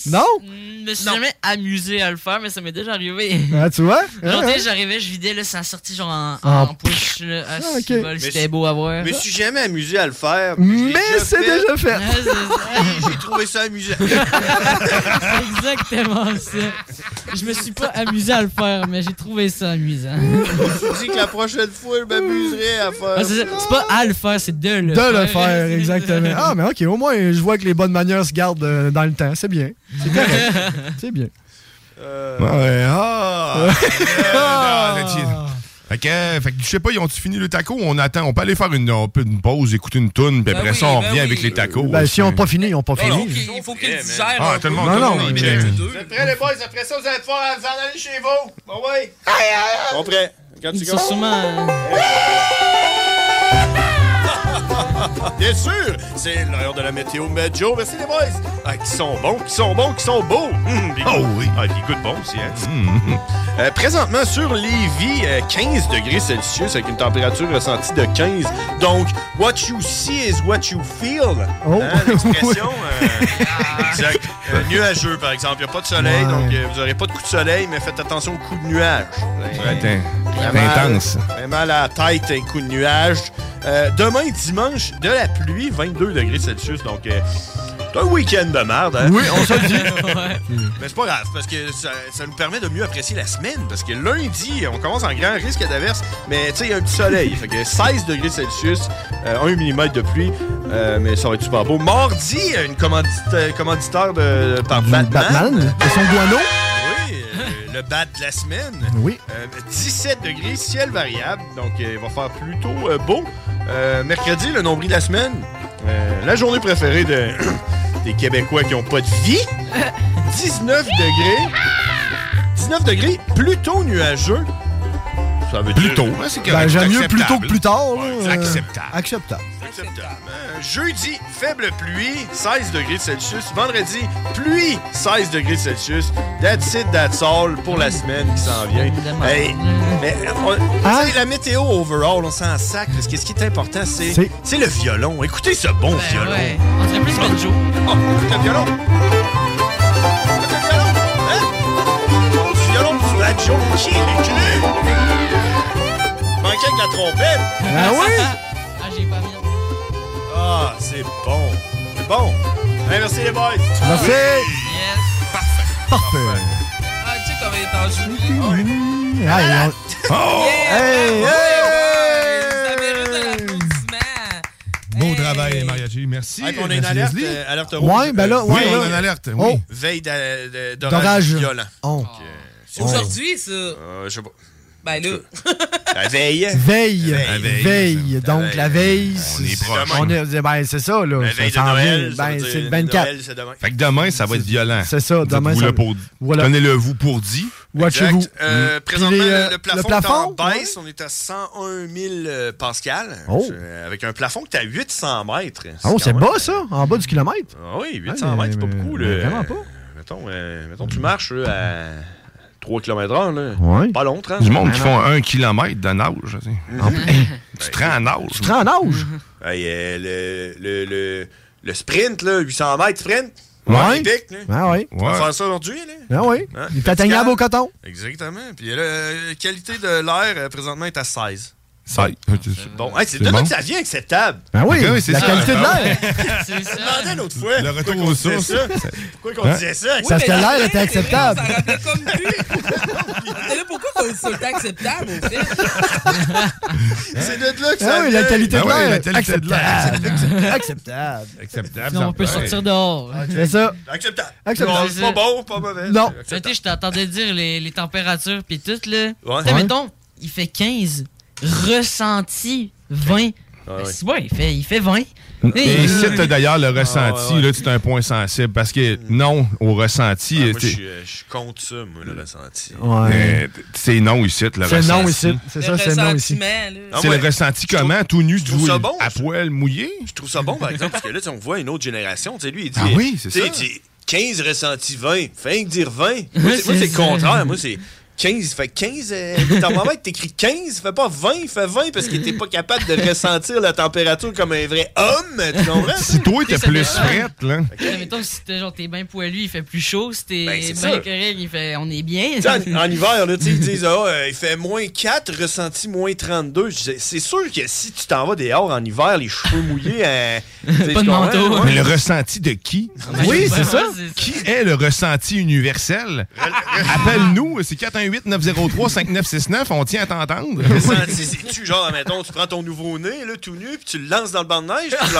Non?
Je me suis jamais amusé à le faire, mais ça m'est déjà arrivé.
Ah, tu vois?
Genre,
Hein,
tu
hein?
sais, j'arrivais, je vidais, là, ça a sorti genre en,
En
en push. Là. Ah,
Ah, ok.
c'est bol,
Mais
c'était
c'est-
beau à voir.
Je me suis jamais amusé à le faire.
Mais c'est déjà fait.
Ouais, c'est
ça. J'ai trouvé ça amusant.
C'est exactement ça. Je me suis pas amusé à le faire, mais j'ai trouvé ça amusant.
Je me dis que la prochaine fois, je m'amuserai à faire.
Ah, c'est ça. C'est pas à le faire, c'est de le faire.
De le faire, exactement. Ah, mais ok, au moins, je vois que les bonnes manières se gardent euh, dans le temps. C'est bien. C'est correct. C'est bien.
Ouais,
hein?
ah! Ah, non, non, Fait que, euh, fait que, je sais pas, ils ont-tu fini le taco? On attend, on peut aller faire une, on peut- une pause, écouter une toune, puis
Ben
après
oui,
ça, on
ben
revient
oui.
avec les tacos.
Ben, si on pas fini, on pas
Ah,
fini.
Il faut qu'ils digèrent.
Ah,
un
tout le
peu.
monde,
Non,
tout le
non,
monde,
mais-
il est-
Vous êtes prêts, les boys? Après ça, vous allez pouvoir vous en aller chez vous. Bon, ouais. On prêt. Quand tu
Ils sont sûrement.
commences. Bien sûr, c'est l'heure de la météo Medjo. Merci les boys. Ah, qui sont bons, qui sont bons, qui sont beaux. Hum, puis-
Oh oui.
Ah, puis ils goûtent bon aussi, hein. Euh, présentement sur Lévis, euh, 15 degrés Celsius avec une température ressentie de 15. Donc, what you see is what you feel.
Oh.
Hein, L'expression. euh, exact. Euh, nuageux, par exemple. Il n'y a pas de soleil,
Ouais.
donc euh, vous n'aurez pas de coup de soleil, mais faites attention aux coups de nuages.
Attends.
Vraiment,
Intense.
Vraiment la tête, un coup de nuage. Euh, demain, dimanche, de la pluie, 22 degrés Celsius. Donc, euh, c'est un week-end de merde. hein?
Oui, on se le dit.
Ouais. Mais c'est pas grave, parce que ça, ça nous permet de mieux apprécier la semaine. Parce que lundi, on commence en grand risque d'averse, mais tu sais, il y a un petit soleil. fait que 16 degrés Celsius, 1 mm de pluie, euh, mais ça va être super beau. Mardi, une commandite, euh, commanditaire de, par
Batman, c'est son guano.
oui, euh, le bat de la semaine.
Oui.
Euh, 17 degrés, ciel variable, donc euh, il va faire plutôt euh, beau. Euh, mercredi, le nombril de la semaine. euh, la journée préférée de- des Québécois qui n'ont pas de vie. 19 degrés. 19 degrés, plutôt nuageux. Ça veut dire-
Plutôt, hein, c'est correct,
Ben, j'aime
c'est
mieux plus tôt que plus tard. là.
Ouais, c'est
Euh,
acceptable.
acceptable.
Acceptable. Euh, Jeudi, faible pluie, 16 degrés Celsius. Vendredi, pluie, 16 degrés Celsius. That's it, that's all pour la semaine qui s'en vient. Hey, mais on- tu sais, la météo overall, on s'en sac parce que ce qui est important, c'est
C'est-
c'est le violon. Écoutez ce bon violon.
Ben ouais. On serait plus Banjo.
Oh, écoutez le violon. Écoutez le violon. Hein? Oh, du violon sur la Joe. Qui est cru? Manquait avec la trompette.
Ah oui? Ah, j'ai pas mis.
Ah, c'est bon. C'est bon. Hey, merci les boys.
Merci. Parfait.
Ah, tu sais comment il est en joue.
Ah, et on-
Oh!
Hey,
Beau travail, les mariachis. Merci.
Hey, puis on a une
merci,
alerte,
Leslie.
euh, alerte rouge.
Ouais, ben là,
Euh,
ouais, ouais.
veille-
Oh.
Veille d'a- de- d'orage
D'orage.
violent.
Oh.
Donc, euh,
C'est aujourd'hui, ça.
euh, je sais pas.
Ben là.
La veille.
Veille.
La
Veille.
veille.
Donc, la veille. c'est-
proche.
on est- ben, c'est ça, là.
La
Ça
veille de
s'en vient.
Noël, ça
Ben,
veut
c'est le
dire
24.
Noël, c'est demain.
Fait que demain, ça va être violent.
C'est ça, demain,
Dites-vous
ça-
le pour-
voilà.
Tenez-le vous pour dit.
Watchez-vous.
Euh,
Mm.
présentement,
Puis les, euh,
le, le plafond,
le plafond,
est en baisse. On est à 101 000 euh, pascal.
Oh.
Euh, Avec un plafond que tu as 800 mètres.
Oh, c'est
quand
bas, ça, en bas du kilomètre.
Ah oui, 800
Ouais,
mètres, c'est pas
mais-
beaucoup.
mais
Là.
vraiment
pas. Mettons, euh, mettons tu marches là, à 3 km/h. Là.
Ouais.
Pas long, 30.
Du monde qui
Ah,
font
non.
un kilomètre de nage. tu sais. Ben,
En plus.
Tu te rends en nage. Ah Tu
te rends en nage?
Hey, euh, le, le, le, le sprint, là, 800 mètres sprint.
Ouais.
Olympique, là.
Ah oui.
On va faire ça aujourd'hui. là.
Mm-hmm.
Ah oui.
Hein?
Il est atteignable au coton.
Exactement. Puis euh, la qualité de l'air, euh, présentement, est à Euh, 16.
Ça, c'est
Bon, hey, c'est de là que ça vient, acceptable.
Ben oui, Ok, oui, c'est la ça. qualité de
Ah
l'air.
c'est ça. Je me demandais l'autre fois.
Le
pourquoi
retour
qu'on
aux
disait
sources.
ça. Pourquoi qu'on
Hein?
disait ça?
Parce que l'air était acceptable.
Mais là, pourquoi qu'on dit c'est acceptable, au fait?
C'est de là que
Ah
ça
oui, la
vient.
qualité de
Ben oui,
l'air.
la qualité de l'air.
Acceptable. Acceptable.
Acceptable.
Sinon, on
ça
peut
me plaît.
sortir dehors.
Ah, C'est ça.
Acceptable.
Acceptable.
Non, c'est pas bon, pas mauvais.
Non.
Tu sais, je t'entendais dire les, les températures puis tout, là.
Ouais.
Tu sais,
Ouais.
mettons, il fait 15, ressenti 20. Ben, c'est- Ouais, il fait, il fait 20.
Et
Hey.
ici, t'as d'ailleurs le
Ah
ressenti, là, c'est un point sensible parce que non au ressenti,
Mm-hmm. Moi, je
t'es-
suis, euh, je compte ça, moi, le ressenti.
euh, c'est non ici, le
C'est
ressenti.
non ici. C'est ça, c'est non ici.
Ah,
C'est
ouais.
le ressenti comment, tout nu, tu
trouve
vois,
ça bon,
à poil mouillé.
Je trouve ça bon, par exemple, parce que là, tu sais, on voit une autre génération. Tu sais, lui, il dit.
Ah oui, c'est
tu
ça.
sais, il dit 15 ressentis 20. Fait que dire 20. Moi, c'est moi,
c'est
c'est le
ça.
contraire. Moi, c'est 15. Fait 15. Euh, ta maman, t'écris 15. Fait pas 20. Fait 20 parce que t'es pas capable de ressentir la température comme un vrai homme. Tu comprends?
Si toi, t'es
Tu sais, ça
plus
dépend.
prête, là.
Tu sais, mettons, si t'es genre, t'es bien poilu, il fait plus chaud. Si t'es
Ben, c'est
bien
ça.
correct, il fait, on est bien.
Tu sais, En, en hiver, là, tu sais, ils disent Ah, euh, il fait moins 4, ressenti moins 32. Je disais, C'est sûr que si tu t'en vas dehors en hiver, les cheveux mouillés, euh, tu sais, tu comprends, hein. ouais.
Mais le ressenti de qui?
Oui,
hein. Oui,
c'est
c'est ça.
ça.
Qui est le ressenti universel? Appelle-nous, c'est 418-903-5969, on tient à t'entendre.
Ressenti, C'est-tu genre, mettons, tu prends ton nouveau-né, là, tout nu, puis tu le lances dans le banc de neige, puis tu le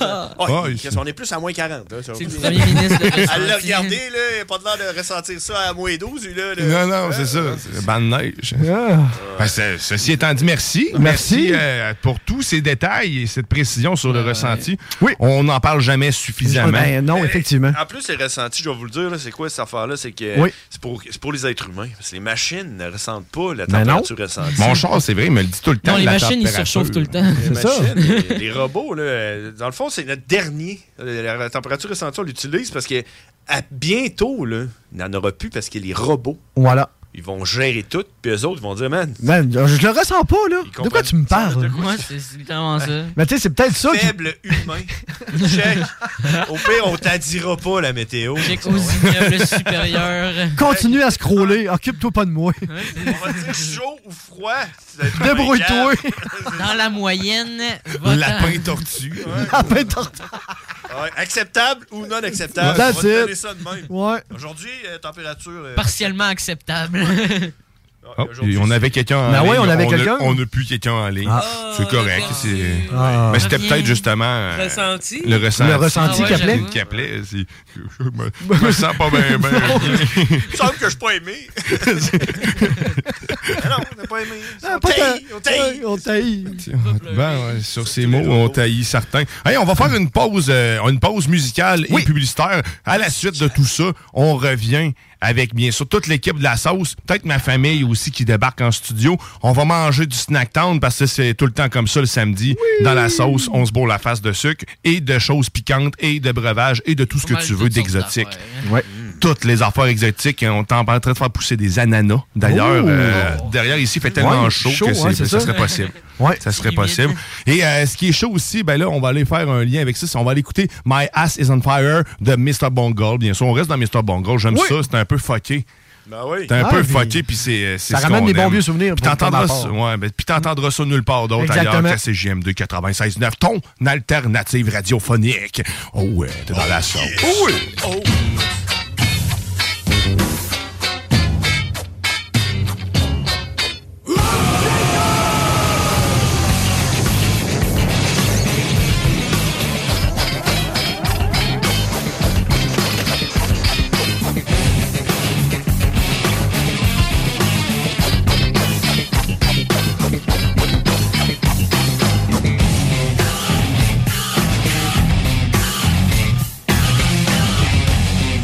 là, t'as- Ah,
Ah,
Chris, on est plus à moins 40. là, ça va.
le premier ministre, le
À le
ressenti.
regarder, là, il a pas de l'air de ressentir ça à moins 12, lui, là.
Non,
là.
non, c'est ça. C'est le banc de neige. Ben, c'est- ceci étant dit, merci.
Ah. Merci.
euh, pour tous ces détails et cette précision sur le ressenti. Oui. On n'en parle jamais suffisamment.
Ben, non, effectivement.
ah, En plus, les ressentis, je vais vous le dire, là, c'est quoi cette affaire-là? C'est que
Oui.
c'est pour, c'est pour les êtres humains. Parce que les machines ne ressentent pas la
Ben non.
température ressentie.
Mon char, c'est vrai, il me le dit tout le temps.
Non, les
la
machines, ils se
température.
réchauffent tout le temps. Les machines, les- les robots, là, euh, dans le fond, c'est notre dernier. La, la température ressentie, on l'utilise parce que à bientôt, là, il n'y en aura plus parce que les robots,
Voilà.
ils vont gérer tout, puis eux autres, ils vont dire, man,
Man, je le ressens pas, là. De quoi tu me parles?
Moi, c'est c'est littéralement ça.
Mais tu sais, c'est peut-être ça qui.
faible humain. Check. Au pire, on t'adira pas la météo.
Check aux immeubles supérieurs.
Continue à scroller, occupe-toi pas de moi.
On va dire chaud ou froid.
Débrouille-toi.
Dans la moyenne,
Lapin
tortue.
Lapin tortue.
Ouais, acceptable ou non acceptable.
That's
on va te
it.
donner ça de même.
Ouais.
Aujourd'hui, euh, température. euh,
partiellement acceptable.
Oh, on avait quelqu'un en
Ben
ligne.
ouais, on avait
a-
quelqu'un.
On n'a plus quelqu'un en ligne. c'est correct. c'est-
Ah.
Mais c'était peut-être
Reviens.
justement. euh,
Ressenti.
Le ressenti.
Le ressenti Ah ouais, qui appelait. j'avoue.
Qui appelait, c'est- Je me, je me sens pas bien. bien.
Il me semble que je suis pas aimé. Mais non, on n'a pas aimé.
Ah,
On
pas
taillit,
ta-
on taillit.
Ouais, On taillit.
Ben, ouais, sur ces mots, on taillit certains. Hey, on va faire une pause, euh, une pause musicale et publicitaire. À la suite de tout ça, on revient avec bien sûr toute l'équipe de la sauce, peut-être ma famille aussi qui débarque en studio. On va manger du snack town parce que c'est tout le temps comme ça le samedi. Dans la sauce, on se bourre la face de sucre et de choses piquantes et de breuvages et de tout ce que
Pas mal
tu
toutes
veux
sortes hein.
d'exotique. Ouais. Toutes les affaires exotiques. hein. On t'en en train de faire pousser des ananas. D'ailleurs,
Oh.
euh, derrière ici, fait tellement
Ouais,
chaud,
chaud,
que
ouais,
c'est-
c'est ça.
ça serait possible. Ça serait possible. Et euh, ce qui est chaud aussi, ben là, on va aller faire un lien avec ça. c'est- On va aller écouter My Ass is on Fire de Mr. Bungle. Bien sûr, on reste dans Mr. Bungle. J'aime
Oui.
ça. C'est un peu fucké.
Ben oui.
C'est un
Ah,
peu
puis-
fucké, puis c'est euh, c'est
Ça
ce
ramène
qu'on
des bons
aime.
vieux souvenirs
Puis
pour ton
t'entendras
apport.
ça, ouais, ben, puis t'entendras ça nulle part d'autre ailleurs
Exactement.
qu'à CGM2 96.9, ton alternative radiophonique. Oh ouais, t'es dans la sauce.
Oui. Oh.
Thank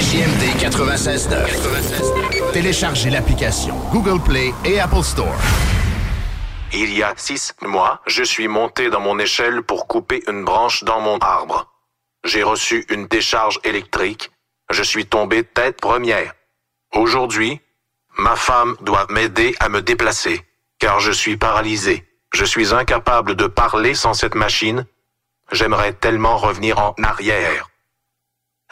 96.9. Téléchargez l'application Google Play et Apple Store.
Il y a six mois, je suis monté dans mon échelle pour couper une branche dans mon arbre. J'ai reçu une décharge électrique. Je suis tombé tête première. Aujourd'hui, ma femme doit m'aider à me déplacer, car je suis paralysé. Je suis incapable de parler sans cette machine. J'aimerais tellement revenir en arrière.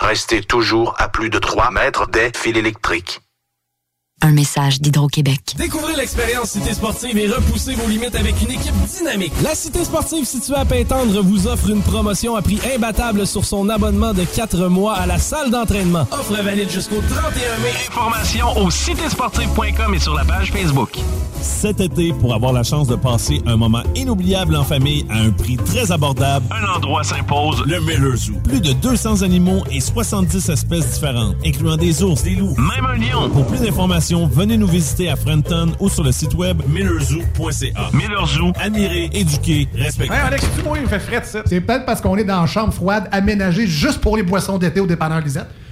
Rester toujours à plus de 3 mètres des fils électriques.
Un message d'Hydro-Québec.
Découvrez l'expérience Cité Sportive et repoussez vos limites avec une équipe dynamique. La Cité Sportive située à Pintendre vous offre une promotion à prix imbattable sur son abonnement de 4 mois à la salle d'entraînement. Offre valide jusqu'au 31 mai. Information au citésportive.com et sur la page Facebook. Cet été, pour avoir la chance de passer un moment inoubliable en famille à un prix très abordable, un endroit s'impose, le Miller Zoo. Plus de 200 animaux et 70 espèces différentes, incluant des ours, des loups, même un lion. Pour plus d'informations, venez nous visiter à Frenton ou sur le site web millerzoo.ca. Miller Zoo, admirer, éduquer, respecter.
Hey, Alex,
tu il fait fret, ça.
C'est peut-être parce qu'on est dans une chambre froide aménagée juste pour les boissons d'été au dépanneur Lisette.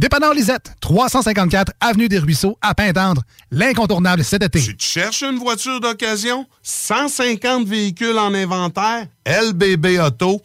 Dépanneur Lisette, 354 Avenue des Ruisseaux, à Pintendre. L'incontournable cet été.
Cherche une voiture d'occasion, 150 véhicules en inventaire, lbbauto.com.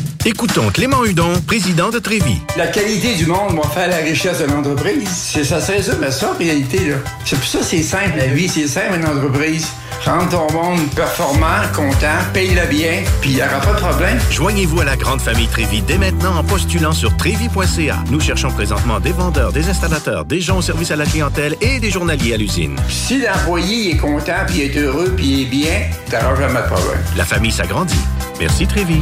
Écoutons Clément Hudon, président de Trévis.
La qualité du monde va faire la richesse de l'entreprise. C'est ça, c'est ça, mais ça, en réalité, là. C'est pour ça que c'est simple, la vie, c'est simple, une entreprise. Rendre ton monde performant, content, paye-le bien, puis il n'y aura pas de problème.
Joignez-vous à la grande famille Trévi dès maintenant en postulant sur trévi.ca. Nous cherchons présentement des vendeurs, des installateurs, des gens au service à la clientèle et des journaliers à l'usine.
Si l'employé est content, puis est heureux, puis il est bien, t'auras jamais de problème.
La famille s'agrandit. Merci Trévi.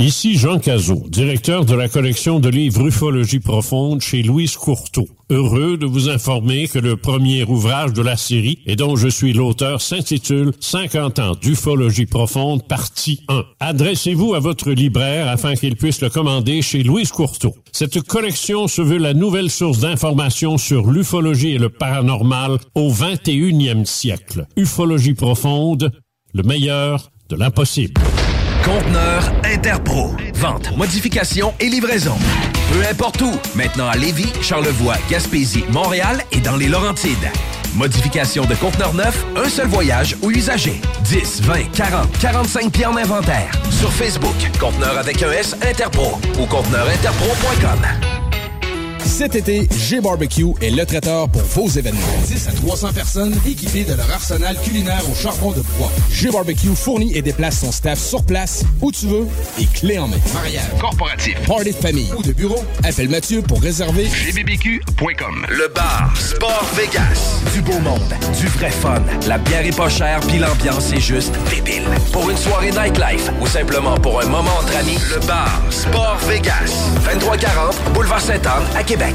Ici Jean Cazot, directeur de la collection de livres Ufologie profonde chez Louise Courteau. Heureux de vous informer que le premier ouvrage de la série et dont je suis l'auteur s'intitule 50 ans d'ufologie profonde partie 1. Adressez-vous à votre libraire afin qu'il puisse le commander chez Louise Courteau. Cette collection se veut la nouvelle source d'information sur l'ufologie et le paranormal au 21e siècle. Ufologie profonde, le meilleur de l'impossible.
Conteneur Interpro. Vente, modification et livraison. Peu importe où, maintenant à Lévis, Charlevoix, Gaspésie, Montréal et dans les Laurentides. Modification de conteneur neuf, un seul voyage ou usager. 10, 20, 40, 45 pieds en inventaire. Sur Facebook, conteneur avec un S Interpro ou conteneurinterpro.com.
Cet été, G-Barbecue est le traiteur pour vos événements. 10 à 300 personnes équipées de leur arsenal culinaire au charbon de bois. G-Barbecue fournit et déplace son staff sur place, où tu veux, et clé en main. Mariage, corporatif, party de famille ou de bureau, appelle Mathieu pour réserver gbbq.com.
Le bar Sport Vegas. Du beau monde, du vrai fun. La bière est pas chère, puis l'ambiance est juste débile. Pour une soirée nightlife ou simplement pour un moment entre amis, le bar Sport Vegas. 2340 Boulevard Saint-Anne à Québec.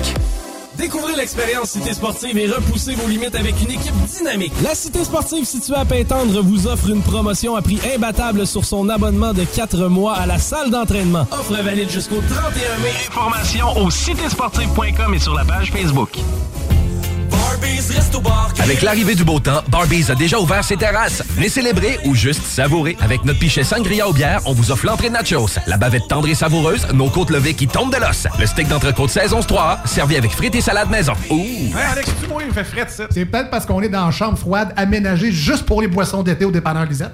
Découvrez l'expérience Cité Sportive et repoussez vos limites avec une équipe dynamique. La Cité Sportive située à Pintendre vous offre une promotion à prix imbattable sur son abonnement de 4 mois à la salle d'entraînement. Offre valide jusqu'au 31 mai. Informations au citésportive.com et sur la page Facebook.
Avec l'arrivée du beau temps, Barbies a déjà ouvert ses terrasses. Venez célébrer ou juste savourer. Avec notre pichet sangria aux bières, on vous offre l'entrée de nachos, la bavette tendre et savoureuse, nos côtes levées qui tombent de l'os, le steak d'entrecôte saison 3, servi avec frites et salade maison. Ouh!
Hey, Alex, tu moi, il me fait fret, ça. C'est peut-être parce qu'on est dans la chambre froide aménagée juste pour les boissons d'été au dépanneur Lisette.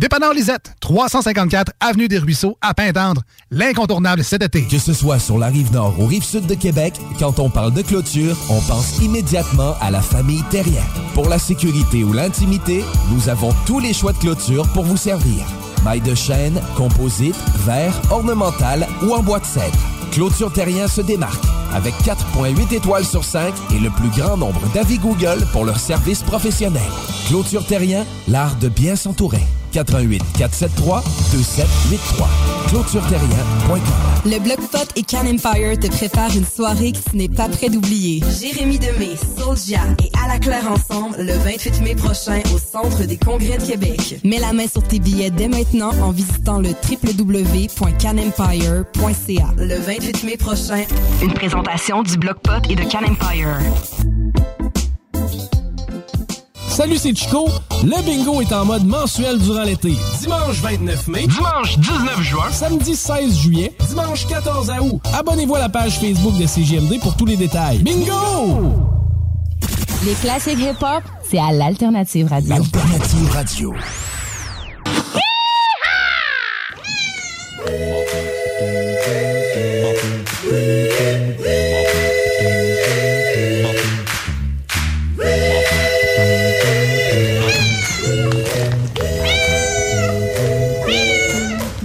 Dépanneur Lisette, 354 Avenue des Ruisseaux, à Pintendre, l'incontournable cet été.
Que ce soit sur la rive nord ou rive sud de Québec, quand on parle de clôture, on pense immédiatement à la famille Terrien. Pour la sécurité ou l'intimité, nous avons tous les choix de clôture pour vous servir. Maille de chêne, composite, verre, ornemental ou en bois de cèdre. Clôture Terrien se démarque avec 4.8 étoiles sur 5 et le plus grand nombre d'avis Google pour leur service professionnel. Clôture Terrien, l'art de bien s'entourer. 88 473 2783. ClôtureTerrien.com
Le Bloc Pot et Can Empire te préparent une soirée que tu n'es pas prêt d'oublier. Jérémy Demé, Soldia et À la Claire ensemble le 28 mai prochain au Centre des Congrès de Québec. Mets la main sur tes billets dès maintenant en visitant le www.canempire.ca. Le 28 mai prochain,
Une présentation du Bloc Pot et de Can Empire.
Salut, c'est Chico. Le bingo est en mode mensuel durant l'été. Dimanche 29 mai. Dimanche 19 juin. Samedi 16 juillet. Dimanche 14 août. Abonnez-vous à la page Facebook de CGMD pour tous les détails. Bingo!
Les classiques hip-hop, c'est à l'Alternative Radio. L'Alternative Radio.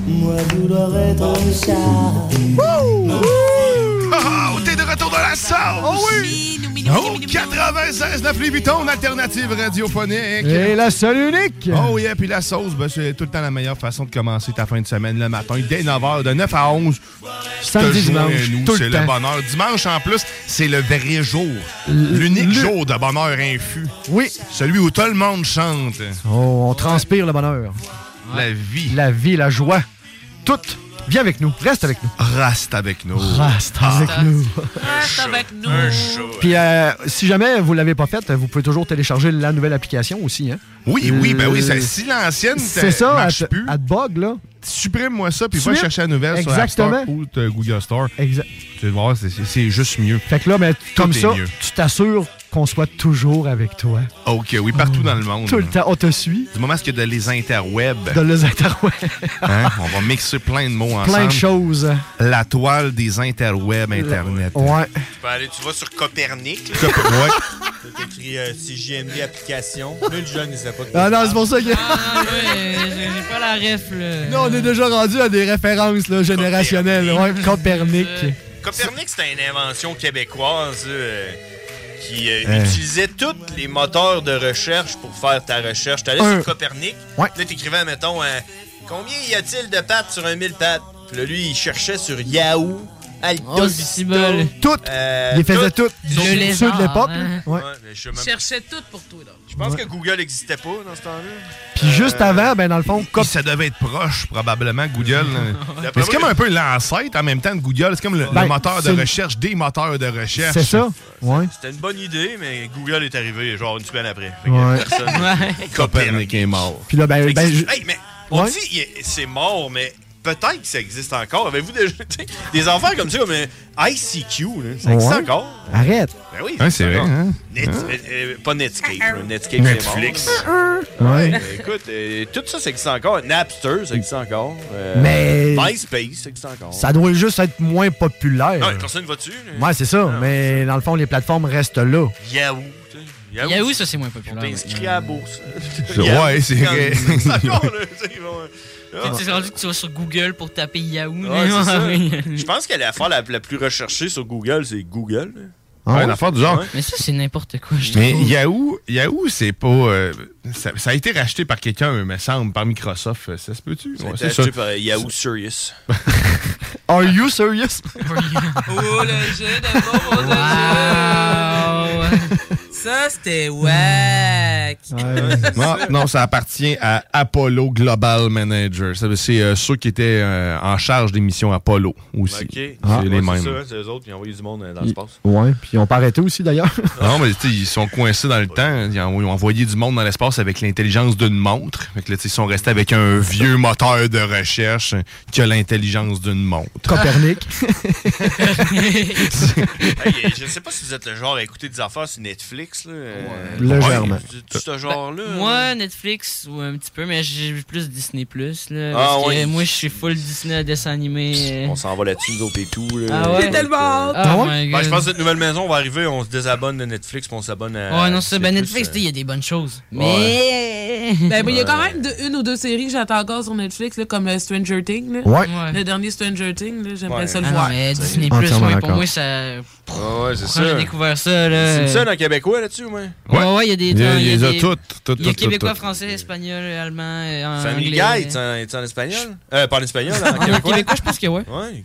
Moi, vouloir être un
Oh, t'es de retour dans la salle! Oh oui! Oh, 96 9 Vuitton, une alternative radiophonique.
Et la seule unique!
Oh yeah, puis la sauce, ben, c'est tout le temps la meilleure façon de commencer ta fin de semaine le matin, dès 9h, de 9 à 11.
Samedi,
Je te joins
dimanche,
à nous,
tout le
C'est le
temps.
bonheur. Dimanche, en plus, c'est le vrai jour. L'unique jour de bonheur infus.
Oui.
Celui où tout le monde chante.
Oh, on transpire le bonheur.
La vie.
La vie, la joie. Toute. Viens avec nous. Reste avec nous.
Reste avec nous. Ah.
Reste avec nous.
Reste avec nous.
Puis euh, si jamais vous l'avez pas faite, vous pouvez toujours télécharger la nouvelle application aussi. Hein?
Oui, oui, ben oui,
Euh,
c'est si l'ancienne
C'est ça,
marche
elle te- elle te bug, là.
Supprime-moi ça, puis va
Suite.
chercher la nouvelle sur
Exactement.
App Store ou euh, Google Store. Exact. Tu vas voir, c'est- c'est c'est juste mieux.
Fait que là, ben, comme
est
ça,
mieux. Ah,
tu t'assures qu'on soit toujours avec toi.
OK, oui, partout dans le monde.
Tout le temps, on te suit.
Du moment où il y a des interwebs,
Dans les interwebs,
hein, on va mixer plein de mots ensemble.
plein de choses.
La toile des interwebs Internet.
Ouais.
Tu peux aller, tu vas sur Copernic.
Cop- ouais.
T'as écrit euh, CJMD application. Là, le jeune, il sait pas de quoi
Ah
il
non,
parle.
c'est pour ça que.
Ah ouais, j'ai j'ai pas la ref, là.
Non, on est déjà rendu à des références là, générationnelles. Ouais, Copernic.
Copernic, c'était une invention québécoise euh, qui euh,
Euh.
utilisait tous les moteurs de recherche pour faire ta recherche. T'allais
Un.
sur Copernic,
Ouais.
là, t'écrivais, mettons, euh, combien y a-t-il de pattes sur un mille pattes? Puis là, lui, il cherchait sur Yahoo, Alta
Oh, c'est
Vista.
bon. Toutes. Il les faisait toutes. Sauf ceux de l'époque, là. Ouais.
Ouais, mais je sais même-
Cherchais hein. tout pour toi, là.
Je pense
Ouais.
que Google n'existait pas dans ce temps-là.
Puis juste avant, ben dans le fond,
Puis Ça devait être proche, probablement, Google.
D'après
Mais c'est
moi,
comme un peu l'ancêtre en même temps de Google. C'est comme le, le
Ben,
moteur de
c'est-
recherche des moteurs de recherche.
c'est ça. Ouais.
C'était une bonne idée, mais Google est arrivé genre une semaine après. Fait que
Ouais.
personne-
Copernic est mort.
Puis là, ben,
Fait que
ben,
c'est-
je-
hey, mais on
Ouais.
dit il est- c'est mort, mais peut-être que ça existe encore. Avez-vous déjà tu sais, des enfants comme euh, ça, mais ICQ, là, ça existe
Ouais.
encore?
Arrête.
Ben oui,
Hein,
ça
c'est vrai,
existe encore.
hein?
Net-
Hein?
euh, euh, pas Netscape, là. Netscape,
Netflix.
c'est mort.
Euh, Ouais.
Ben, écoute, euh, tout ça, ça existe encore. Napster, ça existe encore. Euh,
Mais-
MySpace, ça existe encore.
ça doit juste être moins populaire.
Non, mais Ah, personne ne va dessus. là.
Ouais, c'est ça. Mais dans le fond, les plateformes restent là.
Yahoo, tu sais. Yahoo,
Yahoo, ça, c'est moins populaire.
T'es inscrit à la bourse.
C'est- ouais, c'est vrai.
Ça compte, là, tu sais, bon,
Tu sais, C'est rendu que tu vas sur Google pour taper Yahoo.
Ah. Ouais,
mais-
c'est ça. Je pense que l'affaire la, la plus recherchée sur Google, c'est Google. hein. là.
Ah ouais, une affaire du genre.
Mais ça, c'est n'importe quoi, je
Mais
trouve.
Yahoo, Yahoo c'est pas. euh, ça, ça a été racheté par quelqu'un, me semble, par Microsoft. euh, Ça se peut-tu?
Ça a
Ouais,
été
c'est
acheté
ça.
par euh, Yahoo Serious.
Are you serious?
Oh, le jeu de mots, de jeu. Ça, c'était whack.
Non, non, ça appartient à Apollo Global Manager. Ça, C'est euh, ceux qui étaient euh, en charge des missions Apollo aussi.
Ok.
C'est
Ah.
les
Ouais,
mêmes.
ça, hein, c'est eux autres qui ont envoyé du monde euh, dans
Ils-
l'espace.
Ouais, puis ils ont pas arrêté aussi d'ailleurs.
Non, mais tu sais, ils sont coincés dans le temps. Ils ont, ils ont envoyé du monde dans l'espace avec l'intelligence d'une montre. Fait que là, tu sais, ils sont restés avec un vieux moteur de recherche qui a l'intelligence d'une montre.
Copernic.
Hey, je sais pas si vous êtes le genre à écouter des affaires sur Netflix. Là. Euh,
Légèrement.
du- du- ce genre-là.
Moi, Netflix, ou un petit peu, mais j'ai vu plus Disney. Plus, là,
Ah,
parce que
ouais.
Moi, je suis full Disney à dessin animé. euh.
On s'en va là-dessus, nous autres et tout. là.
Ah ouais? J'ai tellement hâte.
Euh,
Ah ouais?
Ben, je pense que cette nouvelle maison, on va arriver, on se désabonne de Netflix, puis on s'abonne à.
Ouais, non, c'est ça. Ben,
plus,
Netflix,
euh,
tu sais, il y a des bonnes choses. Mais.
Mais. Ben, ben, il y a quand
Ouais.
même de- une ou deux séries que j'attends encore sur Netflix, là, comme euh, Stranger Things. là.
Ouais. Ouais.
Le dernier Stranger Things, là, j'aimerais
Ouais.
ça le
Ah non,
voir.
mais
Tu sais.
Disney+, Plus,
Entièrement
ouais, pour
d'accord.
moi, ça.
Ah ouais, c'est
Quand
ça.
j'ai découvert ça, là.
C'est ça, un Québécois là-dessus, au moins?
Ouais, ouais, il y a des. non, il y a des-
toutes, toutes,
Il y a
toutes,
québécois,
toutes.
français, espagnol, allemand, euh, en
Family Guy,
anglais.
est-tu en, est-ce en espagnol? Euh, pas en espagnol, en
En
québécois.
québécois, je pense que ouais.
Ouais.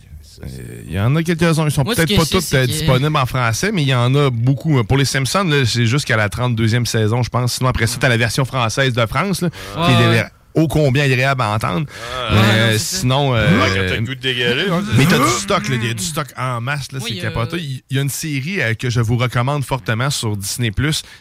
Il y en a quelques-uns. Ils sont
Moi, ce
peut-être
que
pas
je sais,
tous euh,
c'est que-
disponibles en français, mais il y en a beaucoup. Pour les Simpsons, là, c'est jusqu'à la 32e saison, je pense. Sinon, après ça, t'as la version française de France, là, qui est
Ouais.
ô combien agréable à entendre.
Ouais,
Euh,
non, c'est ça.
sinon. euh,
Ouais, quand t'as le goût de dégueuler, hein, c'est
mais t'as
ça.
du stock, là, il y a du stock en masse, là, c'est
Oui, euh,
capoté. Il il y a une série euh, que je vous recommande fortement sur Disney+.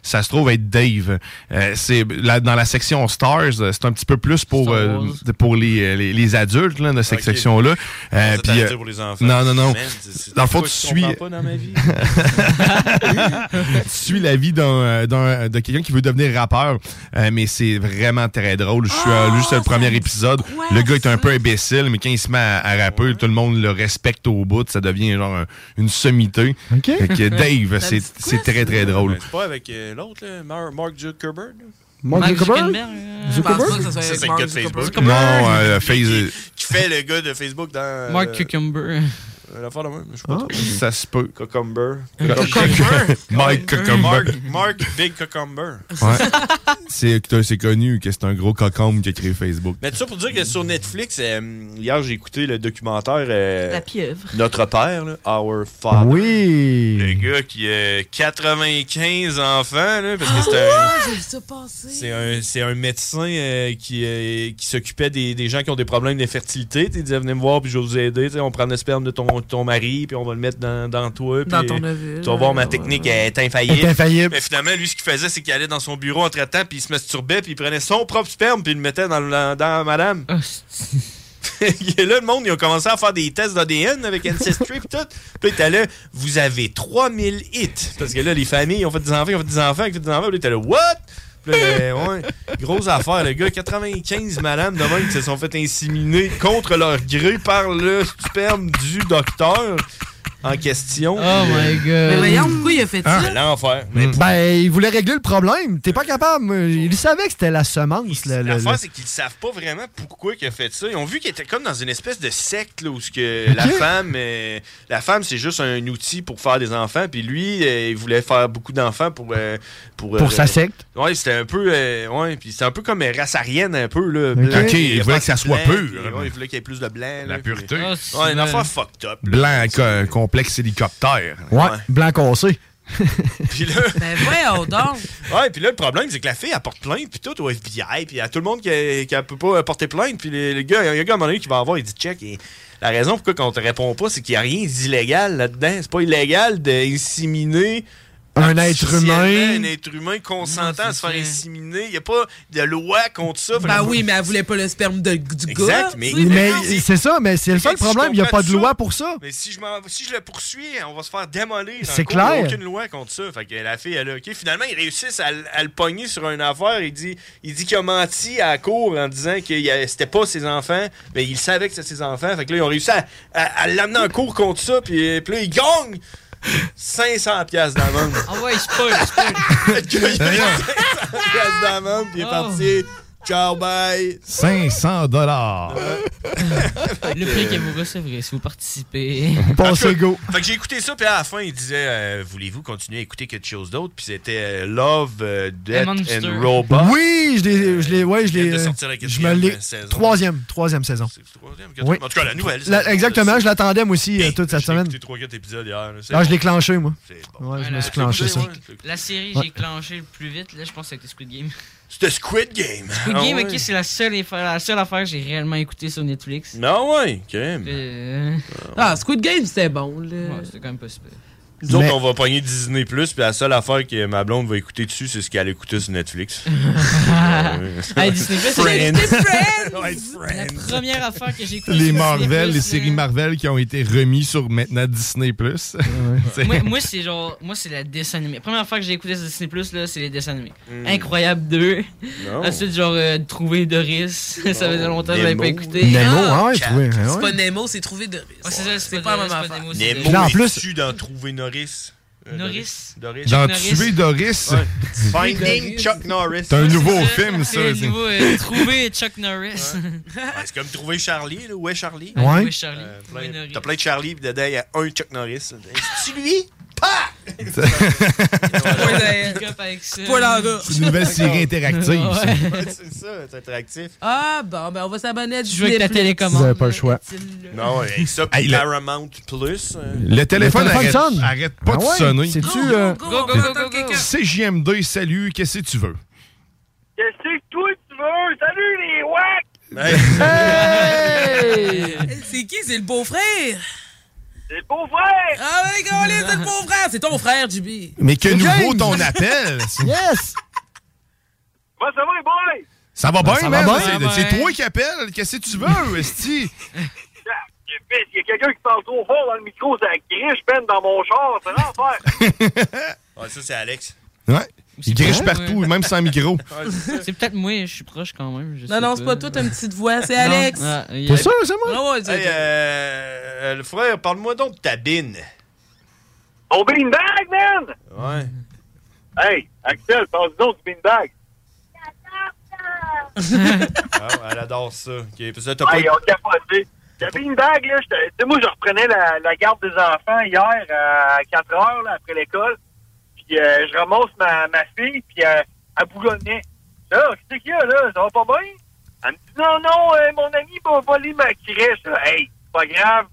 Ça se trouve être Dave. Euh, c'est la- dans la section Stars, euh, c'est un petit peu plus pour euh, pour les, euh, les, les adultes là, de cette
Ok.
section-là. Euh,
Ça,
puis,
t'allais
euh,
dire pour les enfants.
Non, non, non.
Man, c'est- c'est-
dans le fond,
pourquoi
tu
je
suis
comprends pas dans ma vie?
tu suis la vie d'un, euh, d'un- de quelqu'un qui veut devenir rappeur, Euh, mais c'est vraiment très drôle. Je suis
Ah,
euh, juste le premier épisode. Le gars est un peu imbécile, mais quand il se met à, à rapper, tout le monde le respecte au bout. Ça devient genre un- une sommité. Fait que Dave,
Ça
c'est,
me dit quoi,
c'est très, très drôle.
Ben, C'est pas avec euh, l'autre, là, Mar- Mark Zuckerberg? là?
Mark Mark Zuckerberg?
Zuckerberg?
euh,
Je pense pas que ça soit
Ça, c'est le
Mark
gars de Facebook.
Non, euh, Face-
Qui fait le gars de Facebook dans.
Mark
euh,
Cucumber.
euh, L'affaire de même, je sais
Ah.
pas. trop.
Ah, ça se peut.
Cucumber.
Cucumber. Mike Cucumber.
Mark, Mark Big Cucumber.
Ouais. c'est, c'est connu que c'est un gros cocombe qui a créé Facebook.
Mais tout ça pour dire que sur Netflix, euh, hier, j'ai écouté le documentaire euh,
La pieuvre.
Notre Père, là, Our Father.
Oui.
Mm.
Le gars qui a 95 enfants, là, parce
Ah
que c'est un.
j'ai vu ça passer.
C'est un, c'est un médecin euh, qui, euh, qui s'occupait des, des gens qui ont des problèmes d'infertilité. Tu sais, Il disait, venez me voir, puis je vais vous aider. Tu sais, On prend le sperme de ton, ton mari, puis on va le mettre dans, dans toi.
Dans
puis,
ton
euh,
ovule.
Tu vas voir, ma technique est infaillible.
Est infaillible.
Mais finalement, lui, ce qu'il faisait, c'est qu'il allait dans son bureau entre-temps, puis il se masturbait, puis il prenait son propre sperme, puis il le mettait dans, dans, dans madame. Et là, le monde, ils ont commencé à faire des tests d'ADN avec Ancestry et tout. Puis là, t'as là, vous avez 3000 hits. Parce que là, les familles, ont fait des enfants, ils ont fait des enfants, ils ont fait des enfants. Puis là, t'as là, what? Puis là, ben, ouais, grosse affaire, le gars. 95 madames de même qui se sont fait inséminer contre leur gré par le sperme du docteur en question.
Oh my God. Mais
voyons, Euh, pourquoi il a fait
ça? L'enfer. Mais
Ben, il voulait régler le problème. T'es pas capable. Il savait que c'était la semence. le- le-
L'affaire,
le-
c'est qu'ils savent pas vraiment pourquoi il a fait ça. Ils ont vu qu'il était comme dans une espèce de secte là, où ce que la femme, euh, la femme, c'est juste un outil pour faire des enfants. Puis lui, euh, il voulait faire beaucoup d'enfants pour euh, pour,
Pour sa secte.
Ouais, c'était un peu, euh, ouais, puis c'était un peu comme euh, race aryenne un peu là.
Ok, il voulait que ça soit
blanc,
pur.
puis, ouais, il voulait qu'il y ait plus de blanc. La
pureté.
ouais, une affaire fucked up. là.
Blanc, co- complexe hélicoptère.
Ouais, blanc cassé.
Puis là.
Ben voyons donc.
Ouais, puis là, le problème, c'est que la fille, elle porte plainte, puis tout au FBI, puis à tout le monde qui, qui peut pas porter plainte, puis le, le gars, il y a un gars à un moment donné qui va avoir, il dit check. Et la raison pourquoi on te répond pas, c'est qu'il n'y a rien d'illégal là-dedans. C'est pas illégal d'inséminer.
Un être
artificiellement Un
humain.
être humain consentant à se faire inséminer. Il n'y a pas de loi contre ça. Fait
Ben
que-
oui, mais elle voulait pas le sperme de- du
Exact,
gars.
mais-
tu sais.
Mais c'est ça, mais c'est le seul
Si je
problème. Il n'y a
comprends
pas de loi pour ça.
Mais si je, m'en- si je le poursuis, on va se faire démolir. en
C'est
cours. Il y a
clair.
aucune loi contre ça. Fait que la fille, elle a OK. Finalement, ils réussissent à, l- à le pogner sur une affaire. Il dit il dit qu'il a menti à la cour en disant que il a- c'était pas ses enfants, mais il savait que c'était ses enfants. Fait que là, ils ont réussi à, à- à l'amener en cours contre ça. Puis, euh, puis là, il gagne. 500 piastres d'amende.
Ah ouais, je peux, je peux.
Le gars, il a payé 500 piastres d'amende,
Oh.
puis il est parti. Ciao, bye.
500 dollars.
Le prix que vous recevrez si vous participez.
En tout cas, Fait que j'ai écouté ça, puis à la fin, il disait euh, Voulez-vous continuer à écouter quelque chose d'autre Puis c'était euh, Love, euh, Death and Robot.
Oui, je l'ai. Je l'ai. Ouais, je
vient
l'ai.
de
euh,
sortir la
Je me l'ai.
quatrième saison.
Troisième. Troisième saison. Oui.
En tout cas, la nouvelle
La-
saison.
exactement, je l'attendais, moi aussi, euh, toute cette semaine.
J'ai écouté 3-4 épisodes hier. là, c'est
Ah, je
bon.
l'ai clenché, moi.
C'est
Ouais,
bon.
je me suis clenché ça.
La série,
Ouais.
j'ai clenché le plus vite, là, je pense, avec Squid Game.
C'était Squid Game.
Squid
Ah
Game,
ouais.
ok, c'est la seule, affaire- la seule affaire que j'ai réellement écoutée sur Netflix.
Mais ah ouais, quand même.
Euh.
Ah, Squid Game, c'était bon, là.
c'était quand même pas super.
Nous autres,
Mais-
on va pogner Disney Plus, puis la seule affaire que ma blonde va écouter dessus, c'est ce qu'elle écoutait sur Netflix. Euh,
Hey, Disney+, c'est-
Friends.
Disney+,
Ouais,
La
Friends.
première affaire que j'ai écoutée.
Les
sur
Marvel,
Disney+,
les séries Marvel qui ont été remis sur maintenant Disney+. C'est-
Moi, moi, c'est genre. Moi, c'est la dessin animée. La première fois que j'ai écouté sur Disney Plus, là, c'est les dessins animés.
Mm.
Incroyable 2.
Non.
Ensuite, genre, euh, Trouver Doris. ça faisait longtemps que je l'avais pas
Nemo.
écouté.
Nemo, ah ouais, trouver, ouais,
C'est
ouais.
pas Nemo, c'est trouvé de. c'est ça, c'est pas la même affaire.
Nemo
Puis là, en
est
plus-
tu d'en trouver Norris. Euh,
Norris.
Doris.
Dans Tuer Doris.
Ouais. Finding Chuck Norris.
C'est un nouveau
Ouais,
film, ça.
c'est-
c'est-
trouver Chuck Norris.
Ouais, c'est comme trouver Charlie, là. Où est Charlie?
Ouais. Où est
Charlie?
Euh, plein- T'as plein de Charlie, puis dedans, il y a un Chuck Norris. C'est lui?
Poil
Mm.
en gorge.
C'est une nouvelle série interactive. ça.
Ouais, c'est ça, c'est interactif.
Ah, bon, ben on va s'abonner à
joues avec ta télécommande.
Vous avez pas le choix.
Non, avec ça, puis
Hey, le-
Paramount Plus. euh,
Le téléphone,
Le téléphone
arrête,
sonne.
arrête pas
Ah
de
ouais,
sonner.
c'est-tu, Go, go, euh,
go, go, go, go, go, go.
CJMD, salut, qu'est-ce que tu veux?
Qu'est-ce que toi tu veux? Salut les wack!
C'est qui? C'est le beau-frère?
C'est le beau-frère!
Ah ouais, Colin, c'est le beau-frère! C'est ton frère, Jubi!
Mais que
James!
nouveau ton appel?
Yes!
Comment ça va les boys?
Ça va
Ben,
bien,
ça
man?
va bien. ben.
C'est-
Ça va
C'est
bien.
toi qui appelles, qu'est-ce que tu veux, Esti?
Il y a quelqu'un qui parle trop fort dans le micro, ça griche peine dans mon char, c'est l'enfer!
Ah, ça, c'est Alex.
Ouais. Il
pas
griche
vrai,
partout, même sans micro.
C'est peut-être moi, je suis proche quand même. je
Non,
sais
non, c'est pas toi, t'as une petite voix, c'est Alex!
Non. Ah, il y a-
T'es sûr, c'est moi?
Ah ouais, c'est
Hey, euh, euh, le frère, parle-moi donc de ta bine.
Mon beanbag, man!
Ouais.
Hey, Axel, passe donc du beanbag!
Ah, elle adore ça. OK, parce que t'as pas...
Hey, Ah, ils ont capoté. Le beanbag, là, j'étais- tu sais, moi, je reprenais la, la garde des enfants hier euh, à 4 heures, là, après l'école. Puis euh, je ramasse ma, ma fille, puis euh, elle bougonnait. Là, qu'est-ce qu'il y a, là? Ça va pas bien? Elle me dit, non, non, euh, mon ami va voler ma crèche. Là, Hey, c'est pas grave.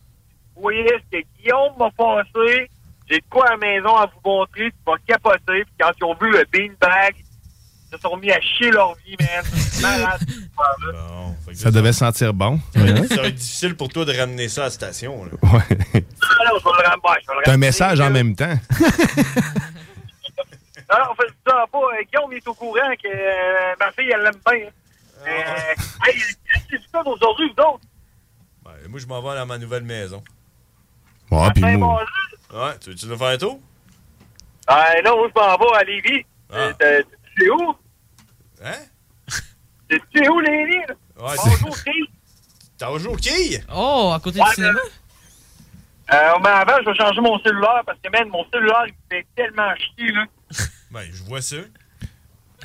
Vous voyez ce que Guillaume m'a passé. J'ai de quoi à la maison à vous montrer. Tu vas capoter. Puis quand ils ont vu le beanbag, ils se sont mis à chier leur vie, man. Malade.
Ça devait sentir bon.
Ça va être difficile pour toi de ramener ça à la station. Là.
Ouais.
Ah, non, je vais le ramener, je vais le
T'as un
ramener.
message en même temps.
Alors, on fait ça pas. Euh, Guillaume est au courant que euh, ma fille, elle l'aime bien. hein. Euh,
Ah.
hey, qu'est-ce que tu fais aujourd'hui, vous autres?
Ouais, Euh, moi, je m'en vais dans ma nouvelle maison.
Ouais, puis moi.
Ouais, tu veux-tu nous faire un tour? Ah.
Euh, non, moi, je m'en vais à Lévis. Euh, t'es- C'est où?
Hein?
C'est c'est où, Lévis? là?
Ouais,
Bonjour, Chris.
T'as au qui?
Oh, à côté
Ouais,
du cinéma?
Euh, mais avant, je vais changer mon cellulaire parce que, man, mon cellulaire, il me fait tellement chier, là.
Ben, je vois ça.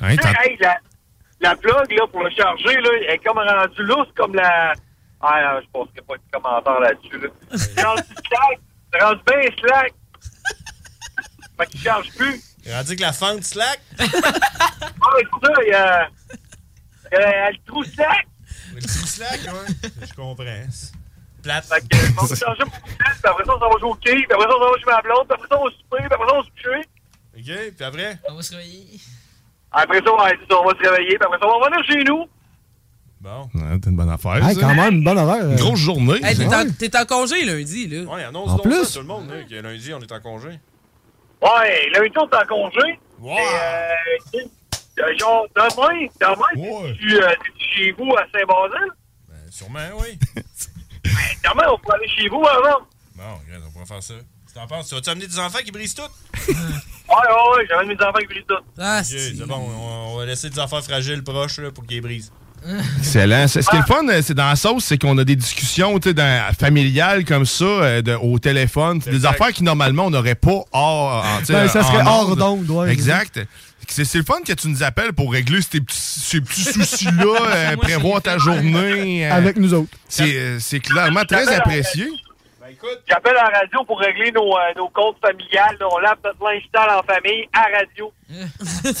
Hein, t'as-
Hey, la, la plug, là, pour le charger, là, elle est comme rendue lousse, comme la... Ah, non, je pense qu'il n'y a pas de commentaire là-dessus, là. C'est rendu slack. C'est rendu bien slack. Fait qu'il charge plus.
Rendu que la fente slack.
Ah, c'est ça, il y a... euh, le trou slack.
Le trou slack, ouais. Je comprends. Plate.
Fait que, on va changer pour le slack, puis après ça, on s'en va jouer au quai, puis après ça, on s'en va chez ma blonde, puis après ça, on va souper, puis après ça, on va se coucher.
OK, puis après?
On va se réveiller.
Après ça, on va, on va se réveiller, puis après ça, on va venir chez nous.
Bon.
Ouais, t'as une bonne affaire.
Hey,
ça.
quand même, une bonne euh. horaire.
Une grosse journée.
Hey, t'es,
ça.
en, t'es en congé lundi, là.
Ouais, annonce
En
donc
plus?
ça à tout le monde, là, que lundi, on est en congé.
Ouais, lundi, on est en congé. Et, euh, euh, genre, demain, demain, tu chez vous à Saint-Basile?
Sûrement, oui.
Ben, Demain, on peut aller chez vous avant.
Bon, regarde, on pourra faire ça. Si t'en penses, tu vas-tu amener des enfants qui brisent tout?
Ouais,
Ah,
ouais, ouais, j'avais mes enfants qui brisent tout.
Ok, c'est bon, on, on va laisser des affaires fragiles proches là, pour qu'ils brisent.
Excellent. C'est- Ce qui est le fun, euh, c'est dans la sauce, c'est qu'on a des discussions tu sais, dans- familiales comme ça, euh, de- au téléphone. C'est Des affaires qui, normalement, on n'aurait pas hors. euh, en- tu sais,
Ben, ça serait
en
hors
onde.
d'onde, ouais.
Exact. C'est c'est le fun que tu nous appelles pour régler ces petits, ces petits soucis-là, euh, prévoir ta journée. euh,
Avec nous autres.
C'est euh, c'est clairement très
J'appelle à-
apprécié.
J'appelle à la radio pour régler nos, euh, nos comptes familiales. là. On lave notre linge sale en famille à radio.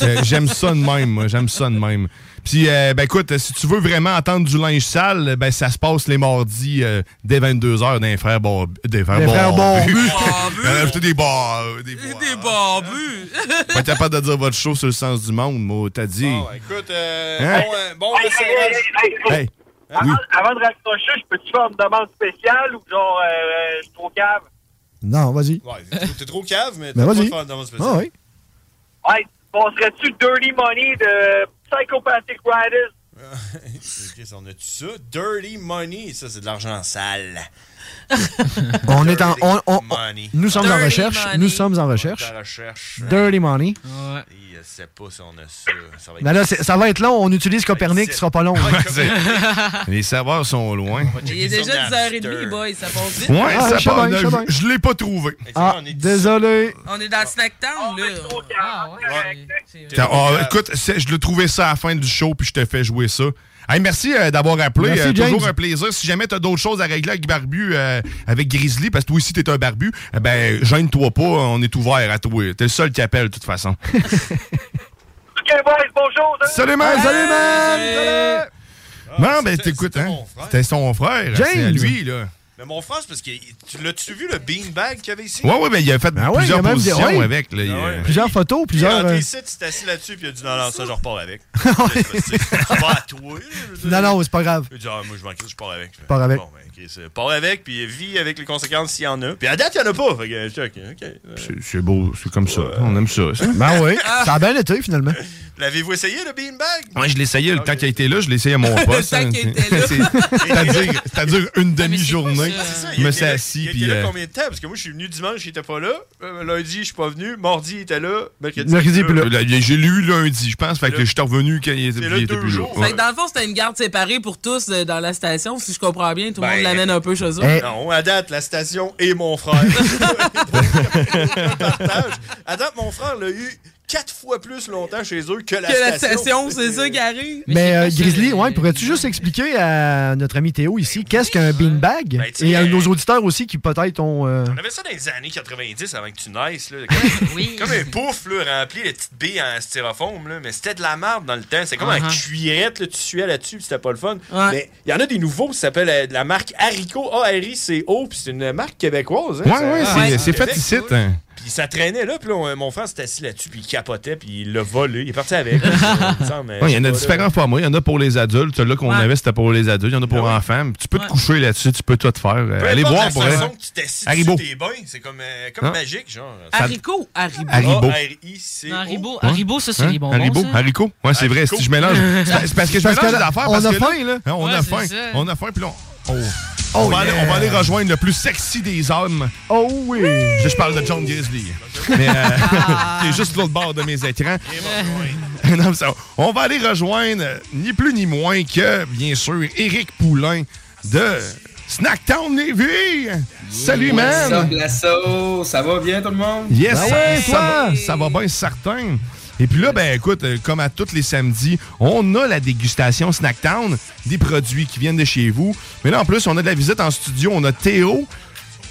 Euh, J'aime ça de même, moi. J'aime ça de même. Puis, euh, ben écoute, euh, si tu veux vraiment entendre du linge sale, ben ça se passe les mardis euh, dès 22h dans les frères Bar- Des frères
Les frères
Barbus.
Barbus.
Il y en a acheté des barbus. bah, euh, Des
Ah, Des barbus!
Pas être capable de dire votre show sur le sens du monde, moi, t'as dit.
Écoute, euh,
Hein?
bon, euh, bon message.
Hey,
Avant, avant de raccrocher, je peux-tu faire une demande spéciale ou genre, euh, euh, je suis trop cave?
Non, vas-y.
Ouais, t'es trop cave, mais
Ben,
t'as pas
vas-y.
de faire de demande spéciale.
Ah, oui.
Hey, tu passerais-tu Dirty Money de Psychopathic Riders?
Chris, on a-tu ça? Dirty money. Ça, c'est de l'argent sale.
On est en, on- on-
money.
nous sommes en
Dirty
recherche.
money.
Nous sommes en recherche.
On est en recherche.
Dirty money.
Ouais. Je sais pas si on a ça. Ça va être.
Mais là, c'est- ça va être long. On utilise Copernic, qui sera pas long.
les saveurs sont loin.
Il est déjà 10h30, boys, ça passe vite.
Ouais, ça
Ah, je sais
part-
bien, je sais bien.
je je l'ai pas trouvé.
Ah, désolé.
On est dans Snacktown, là. Ah, ouais.
Tiens, oh, écoute, c'est- je le trouvais ça à la fin du show, puis je te fais jouer ça. Hey, merci euh, d'avoir appelé.
Merci,
Euh, toujours
James.
un plaisir. Si jamais tu as d'autres choses à régler avec Barbu, euh, avec Grizzly, parce que toi aussi, t'es un barbu, eh ben, gêne-toi pas. On est ouvert à toi. T'es le seul qui appelle, de toute façon.
OK, boys, bonjour!
Salut, man! Salut, man! Salut! Non, ben, t'écoutes, hein? C'était son frère.
James!
C'est à lui, là.
Mais mon frère, c'est parce que tu l'as-tu vu le beanbag qu'il y avait ici? Ben
Ouais, ouais, ben, il a fait
ouais, il
plusieurs
a même dit-
positions
ouais.
avec. Là, il- euh,
Plusieurs photos,
Il est
plusieurs.
rentré
euh,
ici, tu t'es assis là-dessus, puis il a dit non, non, ça, je repars avec. C'est pas à toi. là, je veux
Non,
dire.
non, c'est pas grave.
Il a dit ah, moi, je m'en crisse, je pars avec. Je fais,
Pars avec.
Bon, ben, ok, c'est- pars avec, puis vis avec les conséquences s'il y en a. Puis à date, il y en a pas. Fait que, je dis, ok, ok.
C'est- C'est beau, c'est comme ça. On aime ça. ça.
Ben oui, ça a bien été finalement.
L'avez-vous essayé, le beanbag?
Ouais, je l'essayais le temps qu'il était là, je l'essayais à mon
Le
poste.
temps
hein,
qu'il
c'est-
était là.
c'est- C'est-à-dire c'est-à-dire une demi-journée. Je me suis assis.
Il était
puis,
là
euh,
combien de temps? Parce que moi, je suis venu dimanche, il était pas là. Euh, Lundi, je suis pas venu. Mardi, il était là. Mercredi, il était
Euh, là, J'ai lu lundi, je pense. Fait que je suis revenu quand il était,
là
il était plus là.
Fait que dans le fond, c'était une garde séparée pour tous euh, dans la station. Si je comprends bien, tout le
Ben,
monde l'amène un peu chez eux.
Eh,
Non, à date, la station et mon frère. Partage. À date, mon frère l'a eu quatre fois plus longtemps chez eux que la
Que la
station.
station, c'est ça qui arrive.
Mais euh, Grizzly, ouais, pourrais-tu juste expliquer à notre ami Théo ici qu'est-ce qu'un beanbag
Ben, tu sais,
et à
euh,
nos auditeurs aussi qui peut-être ont. euh,
On avait ça dans les années 90 avant que tu naisses. Là, comme, comme un pouf là, rempli de petites billes en styrofoam. Là, mais c'était de la merde dans le temps. C'est comme un
Uh-huh.
cuillerette. Là, tu suais là-dessus puis c'était pas le fun.
Ouais.
Mais il y en a des nouveaux qui s'appellent euh, de la marque Haricot. A-R-I-C-O. Puis c'est une marque québécoise. hein,
Ouais,
ça-
ouais,
Ah,
c'est-
ouais,
c'est
au
fait
Québec.
ici. hein.
Puis ça traînait là, puis là, on- mon frère s'est assis là-dessus, puis il capotait, puis il l'a volé. Il est parti avec. là, il me semble, mais
Ouais, Il y en
je
a
sais pas, là.
différents formats. Il y en a pour les adultes. Celui-là qu'on
Ouais.
avait, c'était pour les adultes. Il y en a pour enfants. Tu peux te coucher là-dessus, tu peux tout faire. Euh,
Peu
Allez
importe
voir
la
pour
façon
vrai.
que tu t'assis
Haribo.
dessus tes bains, c'est comme, euh, comme
Hein?
magique, genre.
Ça-
Haricot, Haribo.
Haribo.
A-R-I-C-O. Haribo,
Hein? Hein? Haribo, haricot. Ouais, c'est vrai. Si je mélange. C'est c'est parce que je
Parce que
mélange
là,
d'affaires.
on
parce
a
que
faim, là.
hein, On
Ouais,
a
c'est
faim.
ça.
On a faim, puis là, on. oh.
Oh,
on, va aller,
yeah.
on va aller rejoindre le plus sexy des hommes.
Oh oui!
Je, je parle de John Grizzly. Mais, euh,
Ah.
qui est juste de l'autre bord de mes écrans. Non, mais ça- on va aller rejoindre euh, ni plus ni moins que, bien sûr, Éric Poulain de Snacktown Lévis. Salut, man!
What's up, la sauce? Ça va bien, tout le monde?
Yes,
Ben
ça,
ouais,
ça
toi?
va, ça va bien, certain. Et puis là, ben écoute, euh, comme à tous les samedis, on a la dégustation Snacktown, des produits qui viennent de chez vous. Mais là, en plus, on a de la visite en studio. On a Théo,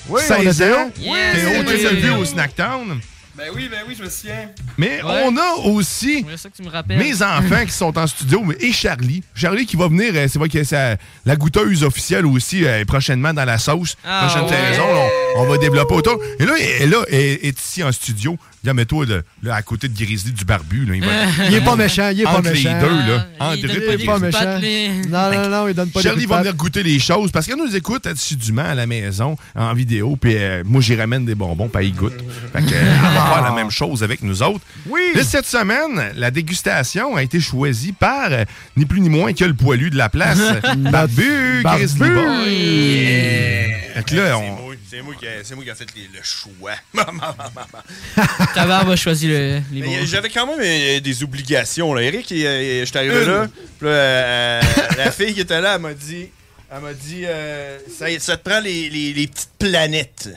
Oui, on a
16
Théo.
ans.
Oui.
Théo, tu as vu au Snacktown.
Ben oui, ben oui, je me souviens.
Mais
Ouais.
on a aussi
C'est ça que tu me
mes enfants qui sont en studio et Charlie. Charlie qui va venir, euh, c'est vrai que c'est euh, la goûteuse officielle aussi euh, prochainement dans la sauce.
Ah
Prochaine
ouais.
saison, là, on, on va développer autour. Et là, elle là, elle est ici en studio. Viens, mets-toi là, là, à côté de Grizzly du barbu. Là, il, va-
Il est pas méchant, il est pas
Entre les
méchant.
deux, là.
Ah,
Entre
Ah, il est
Grizzly et
pas
Grizzly.
méchant. Non, non, non, il donne pas de
Charlie va venir goûter les choses parce qu'elle nous écoute assidûment à la maison en vidéo. Puis euh, moi, j'y ramène des bonbons, puis elle y goûte. Fait que, euh, elle va faire la même chose avec nous autres.
Oui.
Là, cette semaine, la dégustation a été choisie par euh, ni plus ni moins que le poilu de la place, Babu Grizzly
Barbu.
Boy. Fait que là, on-
C'est moi, qui a- c'est moi qui a fait les- le choix.
Ta barbe a choisi le, les
Mais,
bons.
euh, J'avais quand même euh, des obligations. Là. Eric, il, euh, j'étais arrivé là. puis là, euh, la fille qui était là, elle m'a dit, elle m'a dit euh, ça, ça te prend les, les- les petites planètes.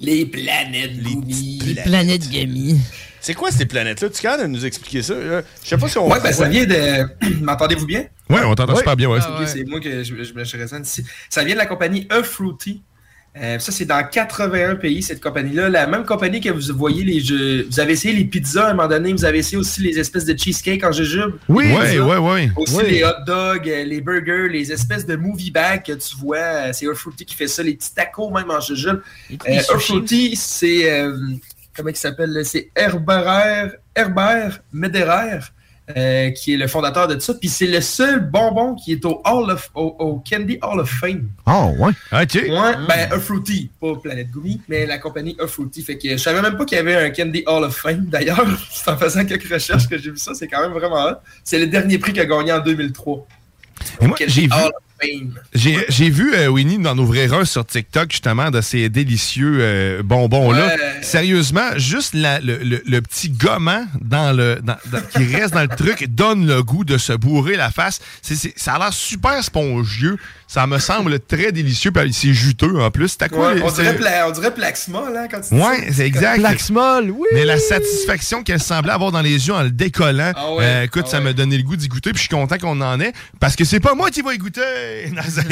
Les planètes, les petites
planètes Gami.
C'est quoi ces planètes-là? Tu es capable de nous expliquer ça? là? Je sais pas si on.
Ouais, ben ça vient de. M'entendez-vous bien?
Ouais, on t'entend super bien, ouais.
Ok, C'est moi que je, je, je ressens ici. Ça vient de la compagnie E Fruity. Euh, ça, c'est dans 81 pays, cette compagnie-là. La même compagnie que vous voyez les jeux. Vous avez essayé les pizzas à un moment donné, vous avez essayé aussi les espèces de cheesecake en jujube.
Oui,
Les
ouais,
pizzas.
ouais, ouais.
Aussi
Oui.
les hot dogs, euh, les burgers, les espèces de movie bags que tu vois. euh, C'est E Fruity qui fait ça, les petits tacos même en jujube.
petits
Euh, E
sushis.
Fruity, c'est. euh, comment il s'appelle? là? C'est Herbert, Herbert Mederer euh, qui est le fondateur de tout ça. Puis c'est le seul bonbon qui est au, Hall of, au, au Candy Hall of Fame.
Oh, ouais. OK.
Ouais, ben, A Fruity, pas Planète Gumi, mais la compagnie A Fruity. Fait que je savais même pas qu'il y avait un Candy Hall of Fame. D'ailleurs, c'est en faisant quelques recherches que j'ai vu ça. C'est quand même vraiment hot. C'est le dernier prix qu'il a gagné en 2003.
Et moi, j'ai vu.
Hall of Fame.
J'ai j'ai vu euh, Winnie en ouvrir un sur TikTok, justement, de ces délicieux euh, bonbons-là.
Ouais.
Sérieusement, juste la- le, le- le petit gommant dans le, dans- dans- qui reste dans le truc donne le goût de se bourrer la face. C'est- c'est- ça a l'air super spongieux. Ça me semble très délicieux. puis C'est juteux, en plus. C'est à quoi
Ouais,
les-
on, dirait
c'est-
Pla- on dirait Plaxma, là, quand tu dis
Ouais,
ça.
c'est exact.
Laxmol, oui.
Mais la satisfaction qu'elle semblait avoir dans les yeux en le décollant,
Ah ouais,
euh, écoute,
ah
ça
ouais.
m'a donné le goût d'y goûter, puis je suis content qu'on en ait, parce que c'est pas moi qui va y goûter. Non, ça-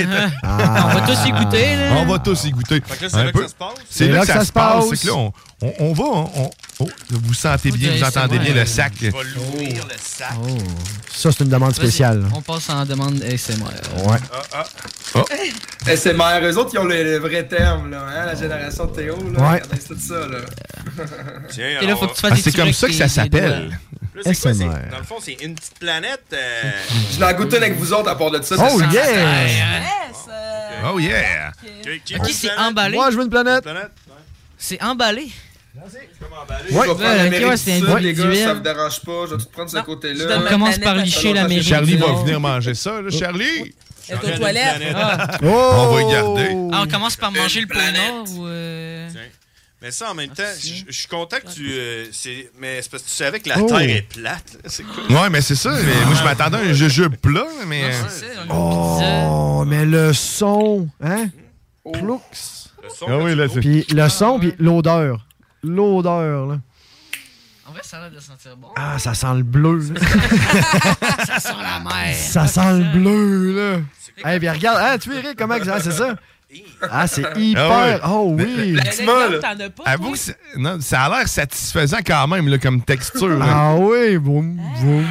On va tous y goûter, là.
On va tous y goûter.
Fait que là,
c'est
Un
là que
peu.
ça se passe?
C'est là que ça se passe. C'est que là, on, on- on va. on- on- oh, vous sentez bien, vous entendez bien le
euh,
sac.
l'ouvrir, le sac.
Ça, c'est Oh. une demande spéciale.
On passe en demande ASMR.
Ouais.
Oh.
Ah, Eh, c'est mère, eux autres, ils ont le, le vrai terme, là, hein, la génération Théo, là.
Ouais.
Regardez, c'est tout ça, là.
Tiens,
Et là, faut que tu fasses
Ah, c'est comme ça que ça s'appelle.
Là, c'est quoi,
SMR.
c'est- Dans le fond, c'est une petite planète. euh,
Je l'ai goûté avec vous autres à part de ça.
Oh,
c'est-
yeah!
Ah,
Ah.
Oh yeah!
Ok, c'est emballé.
Moi, je veux une planète.
C'est emballé.
ben,
Je vais
Ouais,
prendre l'Amérique
ok, ouais,
du
c'est
Sud, les gars,
individuel.
ça me dérange pas. Je vais tout prendre ce
je
côté-là.
donne commence par licher l'Amérique du
Charlie va
Oh.
Nord.
venir manger ça, là, Charlie.
Est aux toilettes.
Ah.
On va y garder.
Oh.
Ah, on commence par manger le pôle
planète.
Nord ou. euh,
Mais ça, en même temps, je je suis content que tu. euh, c'est- mais c'est parce que tu savais que la
Oh.
Terre est plate. là. C'est quoi?
Ouais, mais c'est ça. mais moi, je m'attendais à un jujube plat, mais.
Oh, mais le son, hein? Cloux.
Ah oui, là, c'est-
Puis le son, puis l'odeur. L'odeur, là.
En vrai, ça a l'air de sentir bon.
Ah, ça sent le bleu. là.
Ça sent la mer.
Ça sent le bleu, là. Eh bien, regarde, hein, tu verrais comment que ça. ah, c'est ça? Ah, c'est hyper.
Ah ouais.
Oh
Mais-
oui.
Laxma, là,
T'en as pas,
Avoue que c'est- non, ça a l'air satisfaisant quand même là, comme texture. là.
Ah oui, boum,
Ah,
boum.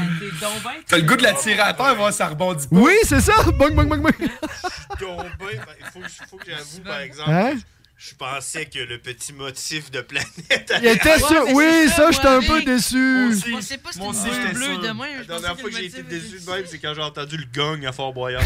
T'as le goût de la tirer à terre, voir si ça rebondit pas.
Oui, c'est ça. Bong, bong, bong, bong.
Tombé, ben, il faut, que je- faut que j'avoue, par exemple.
Hein?
Je pensais que le petit motif de planète.
Il était sûr. Oui, ça, j'étais un peu déçu.
Je pensais pas que c'était bleu demain. La dernière fois que j'ai été déçu de même, c'est quand j'ai entendu le gong à Fort Boyard.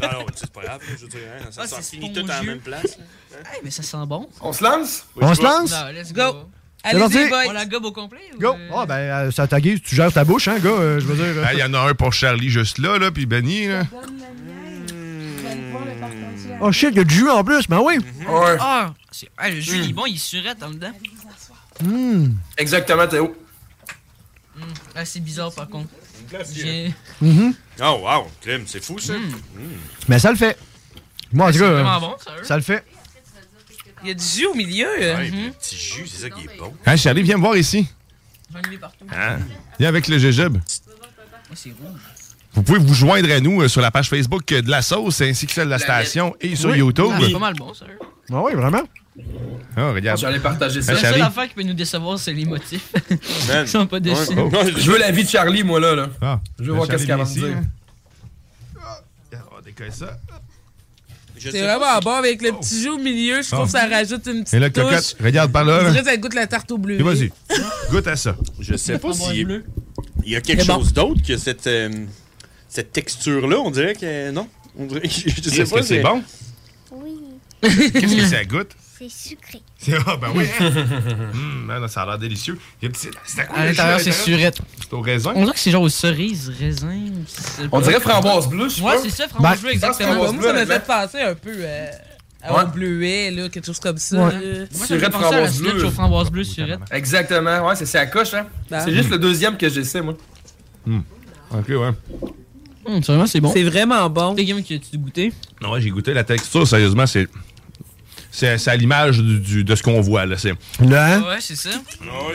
Ah non, non, c'est pas grave, je veux dire, hein, ça
Ah,
s'en
c'est
finit tout à la
spongieux.
même place. hein.
Hey, mais ça sent bon.
On se lance?
On se lance?
Non, let's go.
C'est parti.
Allez-y, boys. On la gobe au complet?
Go. Ah, ben, euh, ça t'aiguise. Tu gères ta bouche, hein, gars. euh, Je veux dire.
Ben, Il y en a un pour Charlie juste là, là puis Benny. Là.
Oh shit, il y a du jus en plus, ben oui.
Ah, c'est- ah, le jus,
Hmm.
il est bon, il surette en dedans.
Hmm.
Exactement, Théo.
Hum, Ah, c'est bizarre, par contre. J'ai-
Mhm.
Oh, wow, crème, c'est fou ça.
Hmm.
Hmm.
Mais ça le fait. Moi, en tout
C'est
cas,
vraiment
euh,
bon, sérieux.
ça le fait.
Il y a du jus au milieu. hein. Hmm.
Ouais, puis le petit jus, c'est ça qui est bon.
Hein, Charlie, viens me voir ici.
J'en ai partout.
Hein? Viens avec le jujube.
Oh, c'est rouge.
Vous pouvez vous joindre à nous euh, sur la page Facebook euh, de la sauce ainsi que celle de la station et sur
Oui.
YouTube.
Ah, c'est pas mal bon, sérieux.
Ah oui, vraiment.
Ah, regarde.
J'allais partager ça.
Hein,
La seule
Charlie?
affaire qui peut nous décevoir, c'est les motifs. Ils sont pas déçus.
Ouais. Oh.
Je veux la vie de Charlie, moi, là. là. Je veux
Ben, Charlie
voir qu'est-ce qu'elle va me
vient ici,
dire.
On va décoller ça. Je
C'est
sais pas
vraiment
si-
bon avec le petit jus au milieu. Je trouve
Oh.
que ça rajoute une petite
Et là,
touche.
cocotte, regarde par
On
là. là.
dirait que ça goûte la tarte au bleu.
Et vas-y, goûte à ça.
Je sais pas si. Il y a quelque
Mais bon.
chose d'autre que cette, euh, cette texture-là, on dirait que. Non? On dirait, je sais
Est-ce
pas,
que c'est bon?
Oui,
Qu'est-ce que ça goûte?
c'est sucré.
C'est- Ah, ben oui. Hum, ben, ça a l'air délicieux. Il y a petit- c'est quoi
À
le
l'intérieur,
jus à
c'est
l'intérieur?
surette.
C'est au raisin.
On dirait que c'est genre aux cerises, raisins.
On dirait framboise bleue, je sais
Ouais,
pas.
c'est ça, framboise
Ben,
bleue,
je pense
exactement.
framboise
Moi, ça
bleue,
m'a
honnêtement.
fait penser un peu. euh, Au
Ouais.
bleuet, là, quelque chose comme ça.
Ouais.
euh,
là.
Sirette framboise bleue.
framboise bleue, surette.
Exactement, ouais, c'est c'est la coche, hein.
Bah.
Ben.
C'est juste le deuxième que j'essaie, moi.
Ok, ouais.
hmm,
Sérieusement, c'est bon.
C'est vraiment bon.
C'est quelqu'un qui a-tu goûté?
Non, ouais, j'ai goûté la texture, sérieusement, c'est. C'est c'est à l'image du- du- de ce qu'on voit, là. C'est.
hein?
Là,
Ouais, c'est ça.
Hein?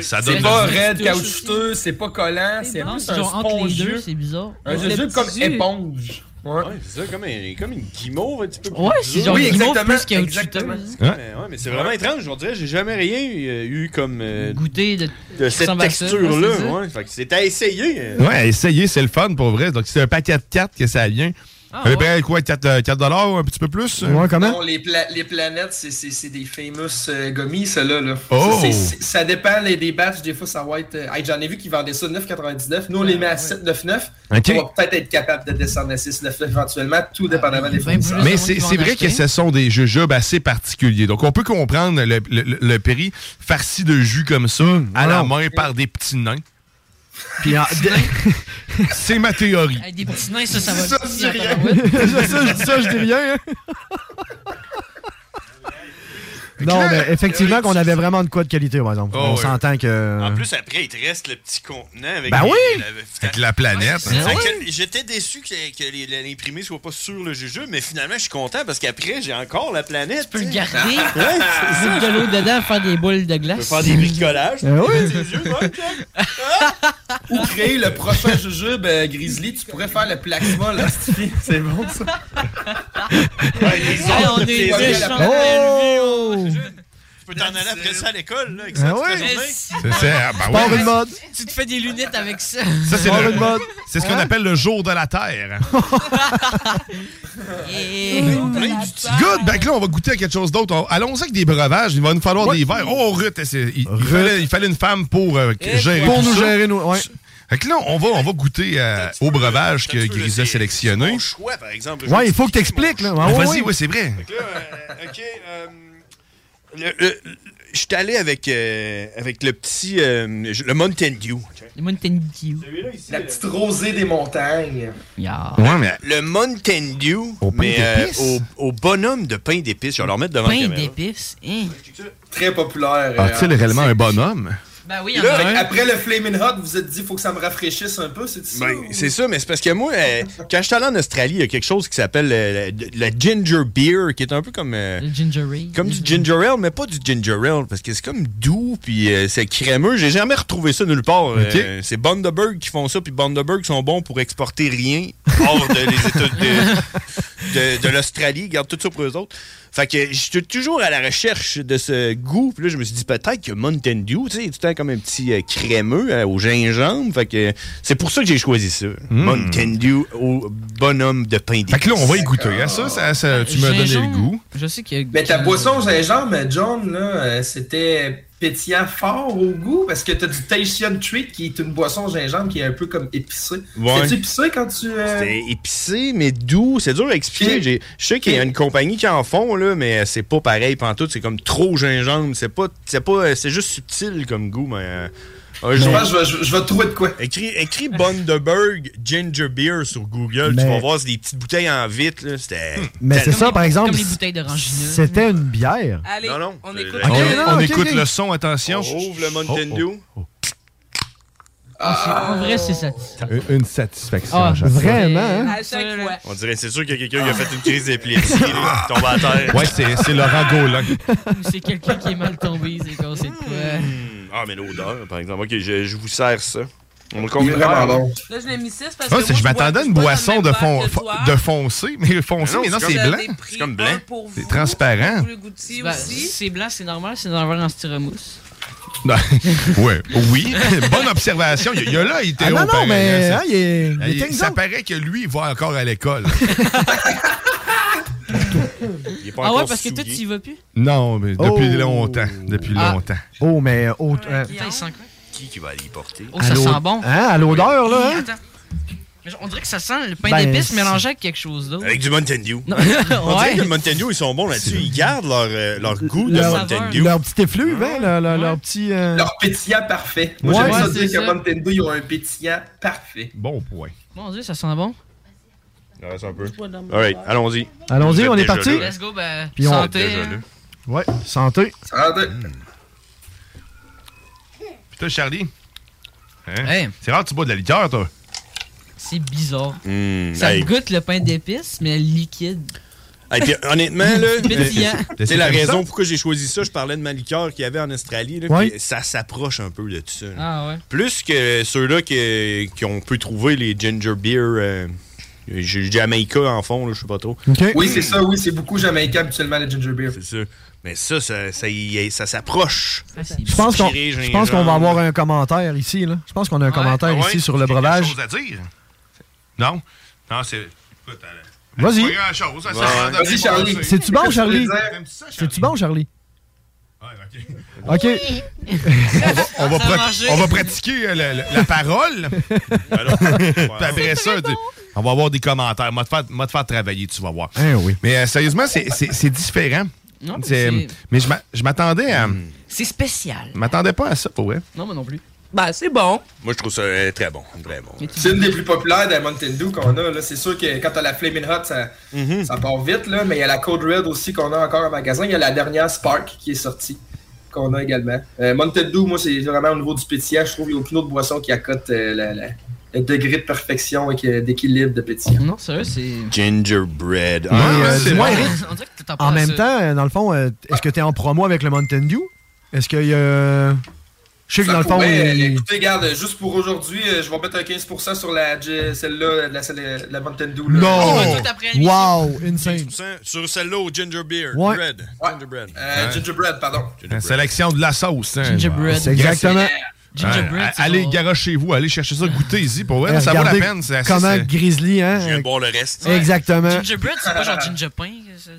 Ça donne
C'est
le-
pas raide, caoutchouteux, c'est pas collant, c'est
bon,
plus
c'est
un
genre entre les
spongieux.
deux, c'est bizarre.
Un
Ouais. Le
jeu
petit
comme
jus.
éponge. Ouais,
c'est ça, comme, un- comme une guimauve un petit peu. plus
Ouais, c'est
dure.
genre
Oui,
du mauve
exactement,
plus caoutchouteux.
exactement.
Ouais, mais, ouais, mais c'est vraiment étrange. On dirait que j'ai jamais rien euh, eu comme.
Goûté de,
de cette
ressemble à ça,
texture-là.
ouais, c'est ça.
Ouais, Fait que c'est à essayer. euh.
Ouais, essayez, c'est le fun pour vrai. Donc, c'est un paquet de 4 que ça vient.
Ah,
à peu
ouais.
près quoi, 4, euh, 4 dollars ou un petit peu plus?
Non, les, pla- les planètes, c'est- c'est c'est des famous euh, gummies, ceux-là. Là.
Oh!
Ça, c'est- c'est- ça dépend les- des batchs. Des fois, ça va être. euh, hey, J'en ai vu qui vendaient ça 9,99.
Ben
Nous, on les met à 7,99.
Ok.
On va peut-être être capable de descendre à 6,99 éventuellement, tout
Ah, ben,
dépendamment des fournisseurs.
Mais c'est c'est vrai que ce sont des jujubes assez particuliers. Donc, on peut comprendre le, le, le- le péri farci de jus comme ça, à la main par des petits nains.
Hum, Puis en-
c'est ma théorie.
Avec des petits nains, ça, ça va.
Ça,
bien,
je dis
la
rien.
tabarouette.
Ça, je dis ça, je dis rien, hein. non, mais effectivement qu'on avait vraiment de quoi de qualité, par exemple.
Oh,
On
ouais.
s'entend
euh.
que...
En plus, après, il te reste le petit contenant avec.
Ben
les-
oui!
la-
Avec la planète.
Fait
hein.
que J'étais déçu que, que les- l'imprimé soit pas sur le jujube, mais finalement, je suis content parce qu'après, j'ai encore la planète. Tu peux le
Regardez, mettre de l'eau dedans, faire des boules de glace.
faire des bricolages.
Ben
Ah oui.
Ou créer le prochain jujube euh, grizzly, tu pourrais faire le plasma, là, Stevie. C'est bon, ça.
Ouais, on est riches, on a
Oh!
Tu peux t'en aller après ça à l'école, là, avec
Ah
ça, toute
ouais.
la journée.
C'est ça, ah, ben
Sport
ouais.
une mode.
Tu te fais des lunettes avec ça.
Ça, c'est
Sport
le-
une mode.
c'est ce qu'on
Hein?
appelle le jour de la Terre.
Et-
Good! Ben que là, on va goûter à quelque chose d'autre. On- Allons-y avec des breuvages. Il va nous falloir des verres. Oh, Ruth! c'est- Il, il fallait, il fallait une femme pour euh, que- gérer
Pour
tout
nous
ça.
gérer nos... ouais.
Fait que là, on va, on va goûter euh, au breuvage que Grise a sélectionné.
choix, par exemple.
Ouais, il faut que t'expliques, là.
Ah,
Ouais,
Vas-y,
ouais.
oui, c'est vrai.
Fait que là, euh, OK. euh, le- le- le- J'étais allé avec, euh, avec le petit. euh, je- le Mountain Dew.
Le Mountain Dew.
La petite rosée des montagnes.
Ouais, mais.
Le Mountain Dew, mais euh,
d'épices?
au, au bonhomme de pain d'épices. Je vais leur mettre devant la
Pain
caméra.
d'épices. hein.
Très populaire. euh,
Est-il
en-
réellement un bonhomme?
Ben oui,
Là, fait- après le Flaming Hot, vous vous êtes dit, faut que ça me rafraîchisse un peu, c'est ça?
Ben, c'est ça, mais c'est parce que moi, euh, quand je suis allé en Australie, il y a quelque chose qui s'appelle euh, la, la ginger beer, qui est un peu comme, euh,
Ginger ale.
comme du ginger ale, mais pas du ginger ale, parce que c'est comme doux, puis euh, c'est crémeux. J'ai jamais retrouvé ça nulle part. Euh, c'est Bundaberg qui font ça, puis Bundaberg sont bons pour exporter rien hors de, les États- de, de- de l'Australie. Ils gardent tout ça pour eux autres. Fait que j'étais toujours à la recherche de ce goût. Puis là, je me suis dit peut-être que Mountain Dew, tu sais, tout le temps comme un petit euh, crémeux euh, au gingembre. Fait que c'est pour ça que j'ai choisi ça. Mountain Dew au bonhomme de pain d'épices.
Hmm. Fait que là, on va y goûter. hein. Ça, ça, ça- tu m'as donné le goût.
Je sais qu'il y a.
Mais Ben, ta boisson gingembre, John, là, euh, c'était pétillant fort au goût parce que t'as du Tahitian Treat qui est une boisson gingembre qui est un peu comme épicée.
Ouais.
C'est-tu épicé quand tu. euh,
C'est épicé, mais doux. C'est dur à expliquer. J'ai- Je sais qu'il y a une compagnie qui en font, là, mais c'est pas pareil pantoute. C'est comme trop gingembre. C'est pas, c'est pas, c'est juste subtil comme goût, mais. euh, un
Je
jour-
pense que je vais- je- je vais trouver de quoi.
Écris, écris Bundaberg Ginger Beer sur Google.
Mais- Hmm.
Tu vas voir, c'est des petites bouteilles en vitre. là. C'était.
Mais c'est
tellement-
ça, par exemple,
comme les bouteilles d'orangina.
c'était une bière.
Allez,
non, non, on écoute.
Ok, non,
on
ok,
écoute
ok.
le son, attention.
On ouvre le Mountain
Oh,
Dew.
Ah, c'est- en vrai, c'est satisfaisant.
Euh,
Une- Une satisfaction.
Ah,
à chaque fois.
hein?
À chaque fois.
On dirait, c'est sûr que quelqu'un qui a fait une crise d'épilepsie. là, qui tombe à terre.
Ouais, c'est c'est Laurent Gaulin.
Ou c'est quelqu'un qui est mal tombé, c'est quoi, c'est de quoi.
Ah, mais l'odeur, par exemple. Ok, je, je vous sers ça. On me
Il est vraiment bon.
Là, je l'ai mis 6 parce
Ah,
Oh,
que.
c'est-
moi,
je m'attendais à une boisson de, fond,
verre que
fo-
toi.
de foncé, mais foncé,
Non,
mais non,
c'est
c'est
comme-
blanc.
C'est comme blanc.
C'est transparent.
Ben, C'est blanc, c'est normal, c'est dans un verre en styromousse.
Non. ouais, oui. Bonne observation. Il y a- il y a là, il était
Ah,
haut,
non, non,
pareil,
mais
hein,
hein, il est-
ça-
il
il-
est
Ça
exemple.
paraît que lui, il va encore à l'école.
Il est pas
Ah ouais,
encore
parce que toi, tu
souillé.
y vas plus?
Non, mais depuis
Oh.
longtemps. Depuis
Ah.
longtemps.
Oh, mais... au- euh,
Putain, il sent quoi?
Qui qui va aller y porter?
Oh, ça
à l'o-
sent bon.
Hein, à l'odeur, là, hein?
Attends. Mais On dirait que ça sent le pain
Ben,
d'épices
c'est-
mélangé avec quelque chose d'autre.
Avec du Mountain Dew. On dirait
ouais.
que le Mountain Dew, ils sont bons là-dessus. Ils gardent leur, euh, leur goût de
Leur-
Mountain Dew.
Leur petit effluve, hein, leur, leur- leur petit... euh,
Leur pétillant parfait. Moi,
Ouais,
j'aime ça
ouais,
dire
c'est
qu'à
ça.
Mountain Dew, ils ont un pétillant parfait.
Bon point.
Mon dieu, ça sent bon.
Il en reste un peu.
Pas dans mon
Alright, allons-y. Vous
Allons-y,
êtes
on est
déjà
parti.
là.
Let's go, ben,
Puis on-
santé,
Déjà
hein.
Ouais, santé.
Santé.
Putain, Charlie. Hein? C'est rare que tu bois de la liqueur, toi.
C'est bizarre.
Mmh,
Ça
hey.
goûte le pain d'épices, mais liquide.
Hey, puis, honnêtement, là,
Pétillant.
c'est- c'est la
T'aimes ça?
raison pourquoi j'ai choisi ça. Je parlais de ma liqueur qu'il y avait en Australie. là,
Ouais.
puis Ça s'approche un peu de tout ça. là.
Ah ouais.
Plus que ceux-là que- qu'on peut trouver, les ginger beer euh, J- Jamaica en fond, là, je sais pas trop.
Oui, c'est ça, oui, c'est beaucoup Jamaïcain habituellement le ginger beer.
C'est ça. Mais ça, ça, ça, y- ça s'approche.
Je pense qu'on je pense qu'on va avoir un commentaire ici. Là. Je pense qu'on a un commentaire
Ah ouais?
ici sur le
Est-ce qu'il y a
breuvage.
quelque chose à dire? Non? Non, c'est. Écoute, euh,
Vas-y.
c'est pas grand-chose, hein, ça,
Ouais.
ça-
Vas-y,
ça-
Charlie.
ça-
C'est-tu bon,
Qu'est-ce que tu
Charlie?
veux dire? T'aimes-tu ça,
C'est-tu bon, Charlie? OK.
on va, on va
Ça a
prat-
marché.
on va pratiquer euh, la, la- la parole.
Ben
Alors, puis après ça, tu- on va avoir des commentaires. Moi, te faire, moi, te faire travailler, tu vas voir.
Eh
Eh
Mais euh, sérieusement, c'est- c'est c'est différent.
Non, mais
C'est-
c'est-
mais je m'a- je m'attendais à.
C'est spécial.
Je m'attendais pas à ça, pour vrai.
Non, moi non plus. Ben, c'est bon.
Moi, je trouve ça euh, très bon. Très bon.
C'est une des plus populaires de Mountain Dew qu'on a. là. C'est sûr que quand t'as la Flamin' Hot, ça,
Mhm.
ça part vite, là. mais il y a la Code Red aussi qu'on a encore en magasin. Il y a la dernière Spark qui est sortie, qu'on a également. Euh, Mountain Dew, moi, c'est vraiment au niveau du pétillant. Je trouve qu'il n'y a aucune autre boisson qui accote euh, la- la- le degré de perfection et que- d'équilibre de pétillant.
Non, sérieux, c'est...
Gingerbread. Ah,
Ouais, euh, dis-moi,
bon.
Eric,
t'en
en
penses,
même
euh?
temps, euh, dans le fond, euh, est-ce que tu es en promo avec le Mountain Dew? Est-ce qu'il y a. Je sais que
Ça
dans le fond.
pourrait,
il-
euh, Écoutez, regarde, juste pour aujourd'hui, euh, je vais mettre un 15% sur la J- celle-là, de la, celle- de la Mountain Dew. là.
Non! Wow! Insane.
Sur celle-là au ginger beer.
Ouais.
Bread. Gingerbread.
Euh, Gingerbread, pardon.
La sélection de la sauce. hein,
Gingerbread.
genre.
C'est exactement.
Ouais,
Gingerbread, c'est
allez,
bon.
garochez vous, allez chercher ça, goûtez-y. Pour vrai,
Eh,
ça vaut la
regardez
peine. c'est assez-
Comment
c'est-
Grizzly, hein?
Je viens de boire le reste.
Exactement.
Gingerbread, c'est pas genre ginger pain.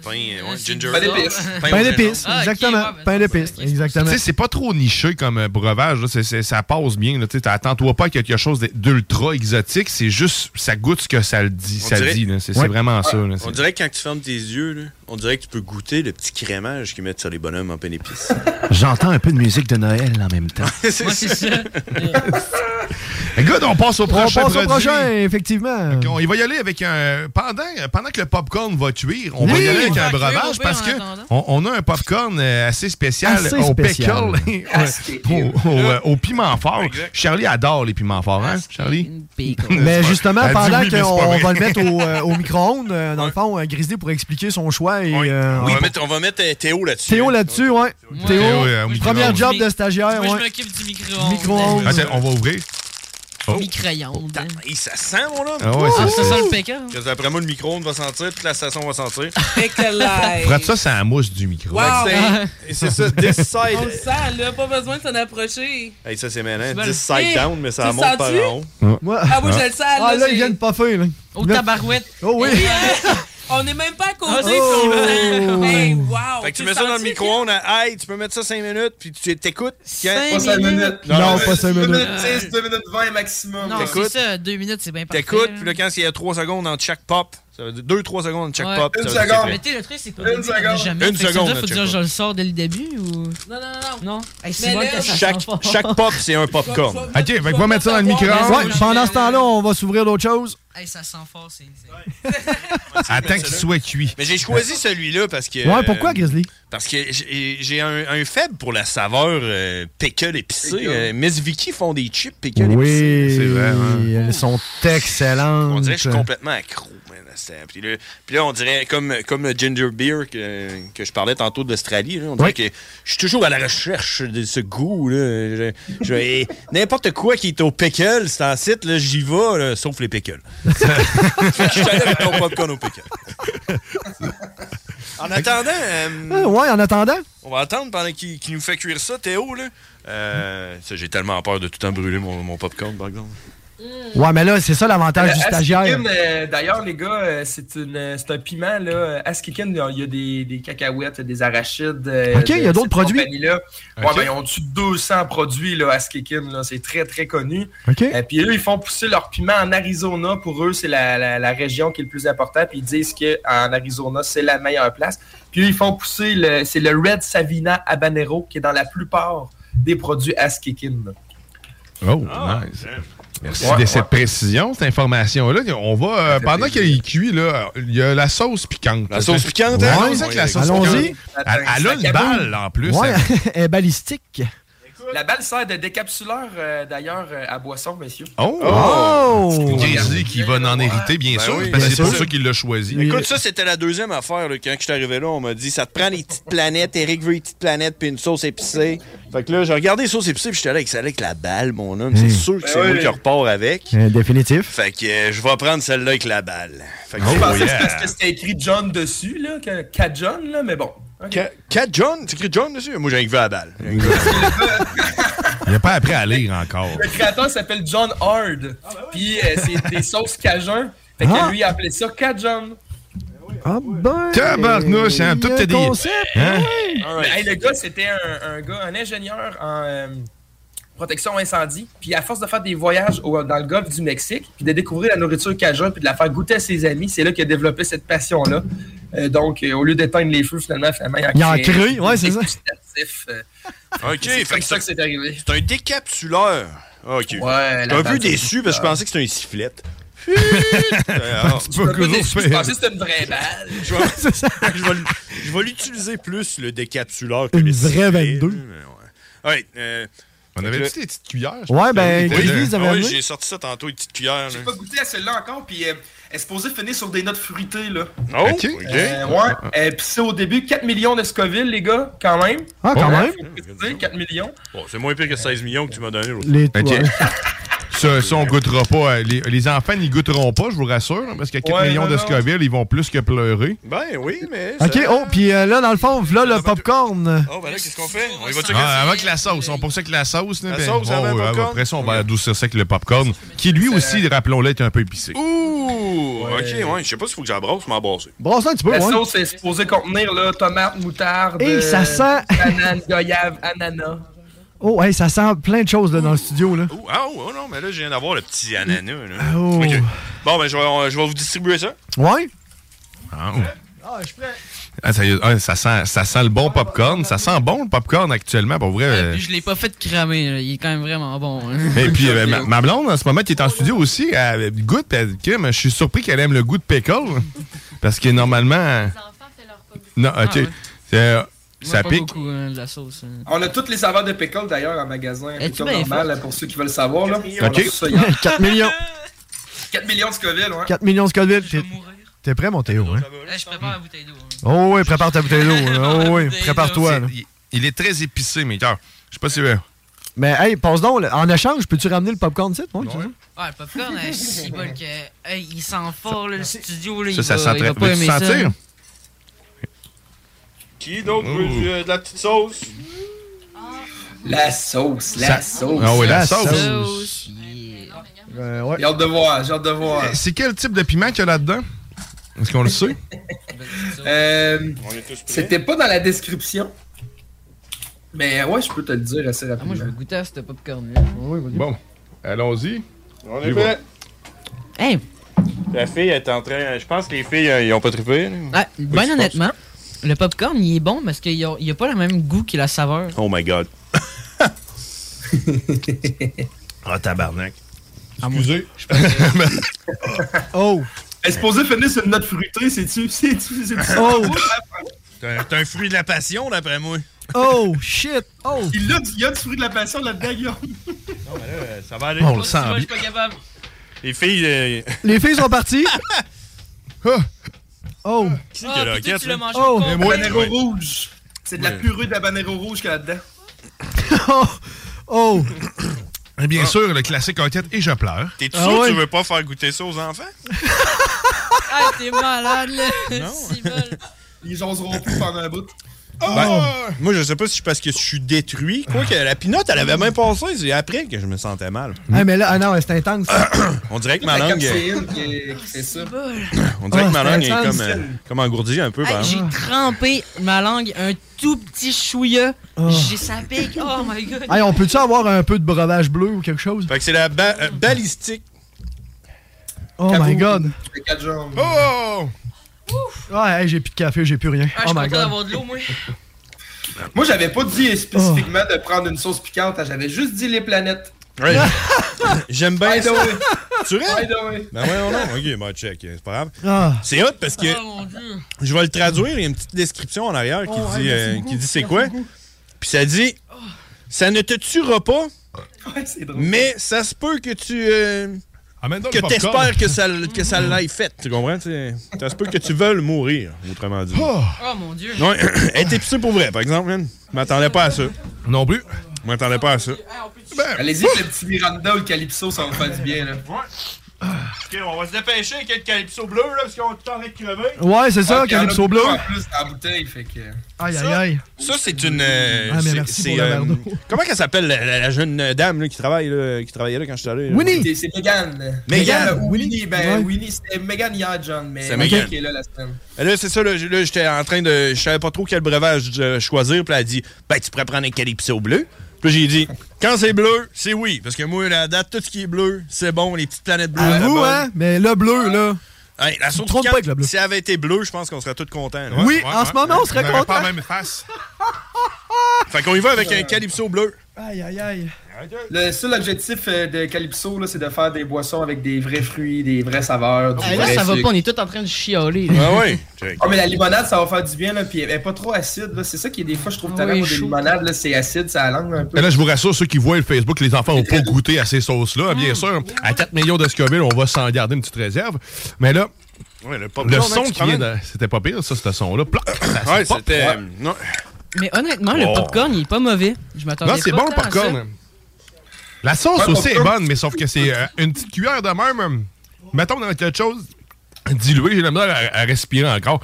Pain, euh, ouais, ginger
Pain
ale.
d'épices.
Pain d'épices,
Ah, ok,
exactement.
ouais, ben,
Pain d'épices, exactement.
Tu sais, c'est pas trop niché comme euh, breuvage. là. C'est- c'est- ça passe bien. là. Tu sais, Attends-toi pas à quelque chose d'ultra exotique. C'est juste, ça goûte ce que ça le dit.
On
Ça
dirait-
dit. là. C'est
Ouais.
c'est vraiment ça. là.
On
C'est-
dirait que quand tu fermes tes yeux, là, on dirait que tu peux goûter le petit crémage qu'ils mettent sur les bonhommes en pain d'épices.
J'entends un peu de musique de Noël en même temps.
Moi, c'est ça.
Eh, Good, on passe au
On
prochain.
passe au
produit.
prochain, effectivement.
Donc, on- il va y aller avec un. Pendant, pendant que le popcorn va tuer, on va
Oui,
y aller
on
avec
va
un
cuire au
breuvage
pire
parce
en
que
attendant.
on, on a un popcorn euh, assez spécial
Assez
au
spécial.
pickle, au, au, euh, au piment fort. Charlie adore les piments forts, hein, Charlie?
Mais justement,
Elle dit
pendant
oui, mais c'est
qu'on
pas
on
vrai.
va le mettre au, euh, au micro-ondes, euh, dans le fond, euh, Grizzly pourrait expliquer son choix. Et, euh,
on,
on-
va mettre, on va mettre, euh, Théo là-dessus.
Théo là-dessus, ouais. Théo,
Théo, euh, au micro-ondes.
premier job de stagiaire.
Moi, je
ouais.
m'occupe du micro-ondes.
Micro-ondes.
Attends, on va ouvrir. Oh.
Micro-ondes.
Il ça sent, mon homme.
Ah ouais, ça
Ouh!
sent. Ça sent le
pécan.
Parce que D'après moi, le micro-ondes va sentir, toute la station va sentir.
Frotte ça, c'est la mousse du micro.
Wow. C'est- C'est ça, this
On le
side.
sent, là, pas besoin de s'en approcher.
Hey, ça, c'est malin.
Tu vas
This
le
side
faire.
down, mais ça
Tu le
monte par
sens-tu?
en haut.
Ah, moi, je le sens, là,
Ah, là,
j'ai-
ils viennent pas faire. Là.
Au tabarouette. euh, hein?
Oh oui. Oh.
On n'est même pas à côté,
Ah,
puis on le sent. Hey, wow.
Fait que
Tu
tu mets ça
sens-tu
dans le micro-ondes, à- hey, tu peux mettre ça 5 minutes, puis tu t'écoutes.
Cinq Pas cinq minutes. minutes.
Non, pas cinq minutes.
10, 2 minutes 20 maximum.
Non, c'est
T'écoutes.
ça, deux minutes, c'est bien parfait.
T'écoutes, puis là, quand il y a 3 secondes entre chaque pop, ça veut dire 2-3 secondes entre chaque
Ouais.
pop.
Une
ça veut dire
seconde.
que
Mais
c'est
tu sais, le truc, c'est qu'au
Une
début, on l'a
seconde.
jamais.
Une
Fait que ça veut
seconde,
dire, faut
check
dire,
pas.
je le sors dès le début ou. Non, non, non. Non. Hey, c'est
Mais
bon
là-
que ça sent
Chaque,
fort.
chaque pop, c'est un popcorn.
OK, fait qu'on va mettre ça dans le micro-ondes. Ouais, pendant ce
hein.
temps-là, on va s'ouvrir d'autres choses.
Hey, ça sent fort, c'est
Attends qu'il soit cuit.
Mais j'ai choisi celui-là parce que.
Ouais, pourquoi,
euh,
Grizzly?
Parce que j'ai j'ai un, un faible pour la saveur euh, pickle épicée. Euh, Miss Vicky font des chips pickle
Oui,
épicés. C'est vrai, hein.
elles sont excellentes.
On dirait que je suis complètement accro. man, à ça. Puis là, puis là, on dirait, comme, comme le ginger beer que, que je parlais tantôt d'Australie, là, on dirait que je suis toujours à la recherche de ce goût. là. Je- je- et N'importe quoi qui est au pickle, c'est en site, là, j'y vais, là, sauf les pickles. Fait que je suis allé avec mon popcorn au pickle. En attendant, euh,
Ah, ouais, en attendant.
on va attendre pendant qu'il qu'il nous fait cuire ça, Théo. là. Euh, ça, J'ai tellement peur de tout le temps brûler mon, mon popcorn, par exemple.
Ouais, Ah, mais là, c'est ça l'avantage du
Euh,
stagiaire.
hein?
Askikin, euh, D'ailleurs, les gars, euh, c'est une, euh, c'est un piment. là. Euh, Askikin, il y a- il y a des, des cacahuètes, des arachides. euh,
Ok,
de
il y a d'autres
cette
produits?
compagnie-là. Ouais,
Ok.
ben, ils ont dessus de 200 produits, là, Askikin. là. C'est très, très connu.
Ok.
Euh, puis eux, ils font pousser leur piment en Arizona. Pour eux, c'est la, la- la région qui est le plus importante. Puis ils disent qu'en Arizona, c'est la meilleure place. Puis eux, ils font pousser, le, c'est le Red Savina Habanero qui est dans la plupart des produits Askikin. là.
Oh,
Ah.
nice. Merci de cette précision, cette information-là. On va, euh, pendant qu'il est cuit, là, il y a la sauce piquante.
La sauce piquante,
Ouais.
hein?
Allons-y avec la sauce
Allons-y.
piquante. Elle, elle a une balle, en plus.
Ouais,
Elle-
elle est balistique.
La balle sert de décapsuleur, euh, d'ailleurs, euh, à boisson, messieurs.
Oh!
Oh!
Jay-Z qui va en hériter, bien
Ben
sûr,
oui.
parce que
Bien
c'est pour
sûr.
ça qu'il l'a choisi.
Écoute, ça, c'était la deuxième affaire. là. Quand je suis arrivé là, on m'a dit ça te prend les petites planètes. Eric veut les petites planètes puis une sauce épicée. Fait que là, j'ai regardé les sauces épicées puis j'étais là avec ça avec la balle, mon homme.
Hmm.
C'est
Mm.
sûr que
Ben
c'est
oui.
moi qui repars avec.
Euh, définitif.
Fait que euh, je vais prendre celle-là avec la balle. Fait que
Je
oh,
pensais que
yeah.
c'est parce que c'était écrit John dessus, là, que- Cat John, là, mais bon. Ok.
Ca- Cat John, t'écris John dessus? Moi, j'ai écrit la balle.
Il n'a pas appris à lire encore.
Le créateur s'appelle John Hard. Puis euh, c'est des sauces cajun. Fait que
Ah.
lui, il appelait ça Cajun.
Ah ben!
Tabarnouche, hein, tout
Le
te dit.
concept,
eh
Hein?
Mais, hey, le gars, c'était un, un gars, un ingénieur en euh, protection incendie. Puis à force de faire des voyages au- dans le golfe du Mexique, puis de découvrir la nourriture cajun, puis de la faire goûter à ses amis, c'est là qu'il a développé cette passion-là. Euh, donc, euh, au lieu d'éteindre les feux, finalement, finalement, il
Il en crée, ouais, c'est ça.
Gustatif, euh,
OK,
c'est
fait
comme
que
ça que c'est arrivé.
C'est un décapsuleur. OK.
Ouais,
T'es un peu
balle,
déçu
c'est-
parce que je pensais que c'était un sifflet.
Je suis un peu déçu, je pensais que c'était une vraie balle.
Je vais- je vais l- je vais l'utiliser plus, le décapsuleur, que
Une
le
vraie
sifflet.
22.
Ouais, euh,
On
fait
avait-tu
que là-
des petites cuillères? je
Ouais,
pense,
ben,
Olivier?
Olivier, ils avaient
Ah oui,
amené.
j'ai sorti ça tantôt, une petite cuillère.
J'ai
là.
pas goûté à celle-là encore, puis euh, elle est supposée finir sur des notes fruitées, là.
Oh, OK.
Euh, ouais. Euh, puis c'est au début 4 millions de Scoville, les gars, quand même.
Ah, quand
Ouais,
même.
faut préciser, 4 millions.
Bon, c'est moins pire que 16 millions que tu m'as donné. l'autre.
Les
Ok.
toiles.
Ça, ça, on goûtera pas. euh, Les, les enfants n'y goûteront pas, je vous rassure, hein, parce qu'à 4
Ouais,
millions
non,
de
non.
Scoville, ils vont plus que pleurer.
Ben oui, mais.
Ok,
ça-
oh, puis euh, là, dans le fond, voilà le popcorn.
Oh, ben là, qu'est-ce qu'on fait? On y va-tu
Ah, avec la sauce, on pensait que la sauce. là,
La
ben,
sauce
oh,
avant le
ouais,
popcorn?
après ça, on va adoucir ça avec le popcorn, qui lui aussi, rappelons-le, est un peu épicé.
Ouh! Ok, ouais, je sais pas s'il faut que j'abrasse, mais brasser.
Brasse un petit peu,
La
ouais.
sauce est supposée contenir là, tomate, moutarde, euh,
Et ça sent-
banane, goyave, ananas.
Oh, hey, ça sent plein de choses là, dans le studio, là.
Ouh, ah, oh, oh, non, mais là, je viens d'avoir le petit ananas.
Ah,
Là.
Oh.
Ok. Bon, ben, je vais, on- je vais vous distribuer ça.
Ouais?
Ah, oh. Ah, sérieux, ah, ça, sent, ça sent le bon popcorn. Ça sent bon le popcorn actuellement, pour vrai. euh,
Puis je l'ai pas fait cramer, là. il est quand même vraiment bon. hein.
Et puis, euh, ma, ma blonde, en ce moment, qui est en studio aussi, elle goûte, puis elle crime. Je suis surpris qu'elle aime le goût de pickle. Parce que normalement. Non, ok.
Ah, ouais.
C'est-
Moi,
ça
pas
pique.
beaucoup, hein, de la sauce. hein.
On a toutes les saveurs de pickle d'ailleurs en magasin.
Es-tu
Pickle
bien
normal,
fort?
là, pour ceux qui veulent savoir. Là. On a
Ok.
reçu ça hier.
4 millions.
4 millions de Scoville, ouais.
4 millions de Scoville. T'es- T'es prêt, mon Théo, hein?
Eh,
Là, je prépare la bouteille d'eau.
Oh, oui, prépare ta bouteille d'eau. là. Oh, oui, prépare-toi. là.
C'est- il- Il est très épicé, mes cœurs. Je sais pas si. euh,
Mais, hey, pense donc, là, en échange, peux-tu ramener le popcorn, tu sais, moi? tu sais?
Ouais, le popcorn, euh, si bol que. Hey, il sent fort, là, le studio, là.
Ça,
il
ça
va,
sent
il va
très.
pas
Veux-tu
aimer ça.
sentir?
Qui d'autre veut euh, de la petite sauce?
La sauce, la
Ça-
sauce.
Ah oui, la
La
sauce.
sauce. J'ai hâte de voir, j'ai hâte de voir.
Euh, C'est quel type de piment qu'il y a là-dedans? Est-ce qu'on le sait?
Euh,
On est tous prêts.
C'était pas dans la description. Mais ouais, Ah, je peux te le dire assez rapidement.
Moi, je veux goûter à ce popcorn-là.
Bon, allons-y.
On
J'y
est prêts.
Hey,
La fille est en train. Je pense que les filles, euh, ils ont pas trippé. là.
ouais, ben
je
honnêtement, le popcorn, il est bon parce qu'il a, il a pas le même goût que la saveur.
Oh my god.
Ah, tabarnak.
Excusez.
Oh!
Elle est supposée finir sur une note fruitée, c'est-tu? C'est-tu? C'est-tu?
Oh!
T'es un- t'es un fruit de la passion, d'après moi.
Oh, shit! Oh!
Il a, du- il y a du fruit de la passion là-dedans, Guillaume.
Ah,
Non, mais là, ça va aller.
On le sent
Moi, je
bien.
suis pas capable.
Les filles. euh,
Les filles sont parties! Ah. Oh!
Hmm.
c'est que la
plutôt que
roquette,
tu l'as
là?
mangé
Oh,
au complet.
Habanero
Ouais.
rouge. C'est de la
Ouais.
purée d'habanero rouge qu'il y a là-dedans.
Oh! Oh!
Et bien sûr, le classique enquête et je pleure.
T'es-tu
Ah
sûr que
ouais.
tu veux pas faire goûter ça aux enfants?
Ah, t'es malade, là. Si bol.
Ils jaseront plus pendant un bout. Ah!
Oh
Ah,
Ben, moi, je sais pas si c'est parce que je suis détruit. Quoi que la pinotte, elle avait même passé. C'est après que je me sentais mal.
Ah, mais là, ah non, c'est intense.
On dirait que ma
La
langue, euh,
capséine qui, est- qui fait
Ah,
ça.
on dirait
Ah,
que ma
c'est
langue est
intense.
comme, euh, comme engourdie un peu.
Hey,
par
j'ai trempé ma langue un tout petit chouïa.
Oh.
J'ai ça pique. Oh my god.
hey, on peut-tu avoir un peu de breuvage bleu ou quelque chose?
Fait que c'est la ba- euh, balistique.
Oh
Cabo.
my god!
Les quatre jambes.
Oh!
Ouais, hey, j'ai plus de café, j'ai plus rien.
Ah, je
oh
suis content
my god! Oh.
d'avoir de l'eau, moi.
Moi, j'avais pas dit spécifiquement de prendre une sauce piquante. hein. J'avais juste dit les planètes.
Ouais. oh, J'aime bien
By the
ça.
way.
Tu
By the way.
rêves? Ben ouais, non, non. Ok, ben check. C'est pas grave.
Ah.
C'est hot parce que
Oh,
je vais le traduire. Il y a une petite description en arrière qui
Oh, ouais,
dit,
merci
euh,
beaucoup,
qui dit c'est
merci
quoi. Puis ça dit Ça ne te tuera pas, mais ça se peut que tu. euh,
donc
que
le popcorn.
t'espères que ça, l- que ça l'aille fait. Tu comprends? tu sais? Ça se peut que tu veuilles mourir, autrement dit.
Oh mon dieu.
Non, être épicé pour vrai, par exemple, man. Je m'attendais pas à ça. Non plus. Je m'attendais pas à ça.
Allez-y, avec le petit Miranda ou le Calypso, ça va vous faire du bien. Là.
Ok, on va se dépêcher avec le calypso bleu, là, parce qu'on est tout en train de crever.
Ouais, c'est ça,
Ah, puis il y en a
Calypso Bleu.
beaucoup En plus, dans la bouteille, fait que.
Aïe, aïe, aïe.
Ça, c'est une. euh,
Ah, mais
c'est-
merci
c'est,
pour le
euh,
verre d'eau.
Comment qu'elle s'appelle, la, la- la jeune euh, dame là, qui, travaille, là, qui travaillait là quand je suis allé? là?
C'est- C'est Megan.
Megan,
Megan ou
Winnie.
Winnie. Ben,
Ouais.
Winnie, c'était Megan hier, John, mais
C'est Megan.
qui est là la semaine.
Et Euh, Là, c'est ça, là, j- là, j'étais en train de. Je savais pas trop quel breuvage euh, choisir, puis elle a dit Ben, tu pourrais prendre un calypso bleu. Puis j'ai dit Quand c'est bleu, c'est oui. Parce que moi, la date, tout ce qui est bleu, c'est bon, les petites planètes bleues.
À
la
vous,
bonne.
hein? Mais le bleu, là.
Hey, la
Tu te
sauce
trompes
piquante,
pas avec le bleu.
Si elle avait été bleue, je pense qu'on serait tous contents. là.
Oui, en ce moment, on serait
On aurait pas
contents.
la même face.
Fait qu'on y va avec un calypso bleu.
Aïe, aïe, aïe.
Le seul objectif euh, de Calypso, là, c'est de faire des boissons avec des vrais fruits, des vraies saveurs. du
Ah, là,
vrai
ça va
sucre.
pas, on est tous en train de chialer.
ben, Ah, mais la limonade, ça va faire du bien, là, puis elle est pas trop acide. là. C'est ça qui est des fois, je trouve, talent
Oui,
moi, des
chaud.
limonades, là, c'est acide, ça langue un peu.
Et là, je vous rassure, ceux qui voient le Facebook, les enfants n'ont pas goûté à ces
Ah.
sauces-là. Bien sûr, à 4 millions de Scoville, on va s'en garder une petite réserve. Mais là,
Ouais, le,
le son qui vient de... C'était pas pire, ça, ce son-là. Ploc! Ça
hein, Ouais,
se pop.
c'était.
Ouais.
Non.
Mais honnêtement, le
Oh.
popcorn, il est pas mauvais. Je m'attendais
Non, c'est
pas
bon,
tant
le
à ça.
popcorn. La sauce
Ouais,
aussi est
popcorn.
bonne, mais sauf que c'est euh, une petite cuillère de même. euh, Mettons dans quelque chose dilué, j'ai la misère à, à respirer encore.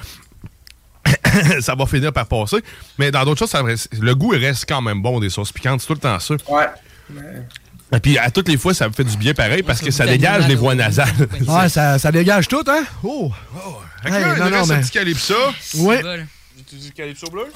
ça va finir par passer. Mais dans d'autres choses, ça reste- le goût il reste quand même bon des sauces piquantes, c'est tout le temps ça.
Ouais.
Et puis à toutes les fois, ça me fait du bien pareil parce que ça
goût
dégage
d'animal,
les voies nasales.
Ouais, ça, ça dégage tout, hein? Oh!
Fait que là,
Hey,
il
non,
reste
non,
un
mais-
petit calypso.
Oui.
Tu dis calypso bleu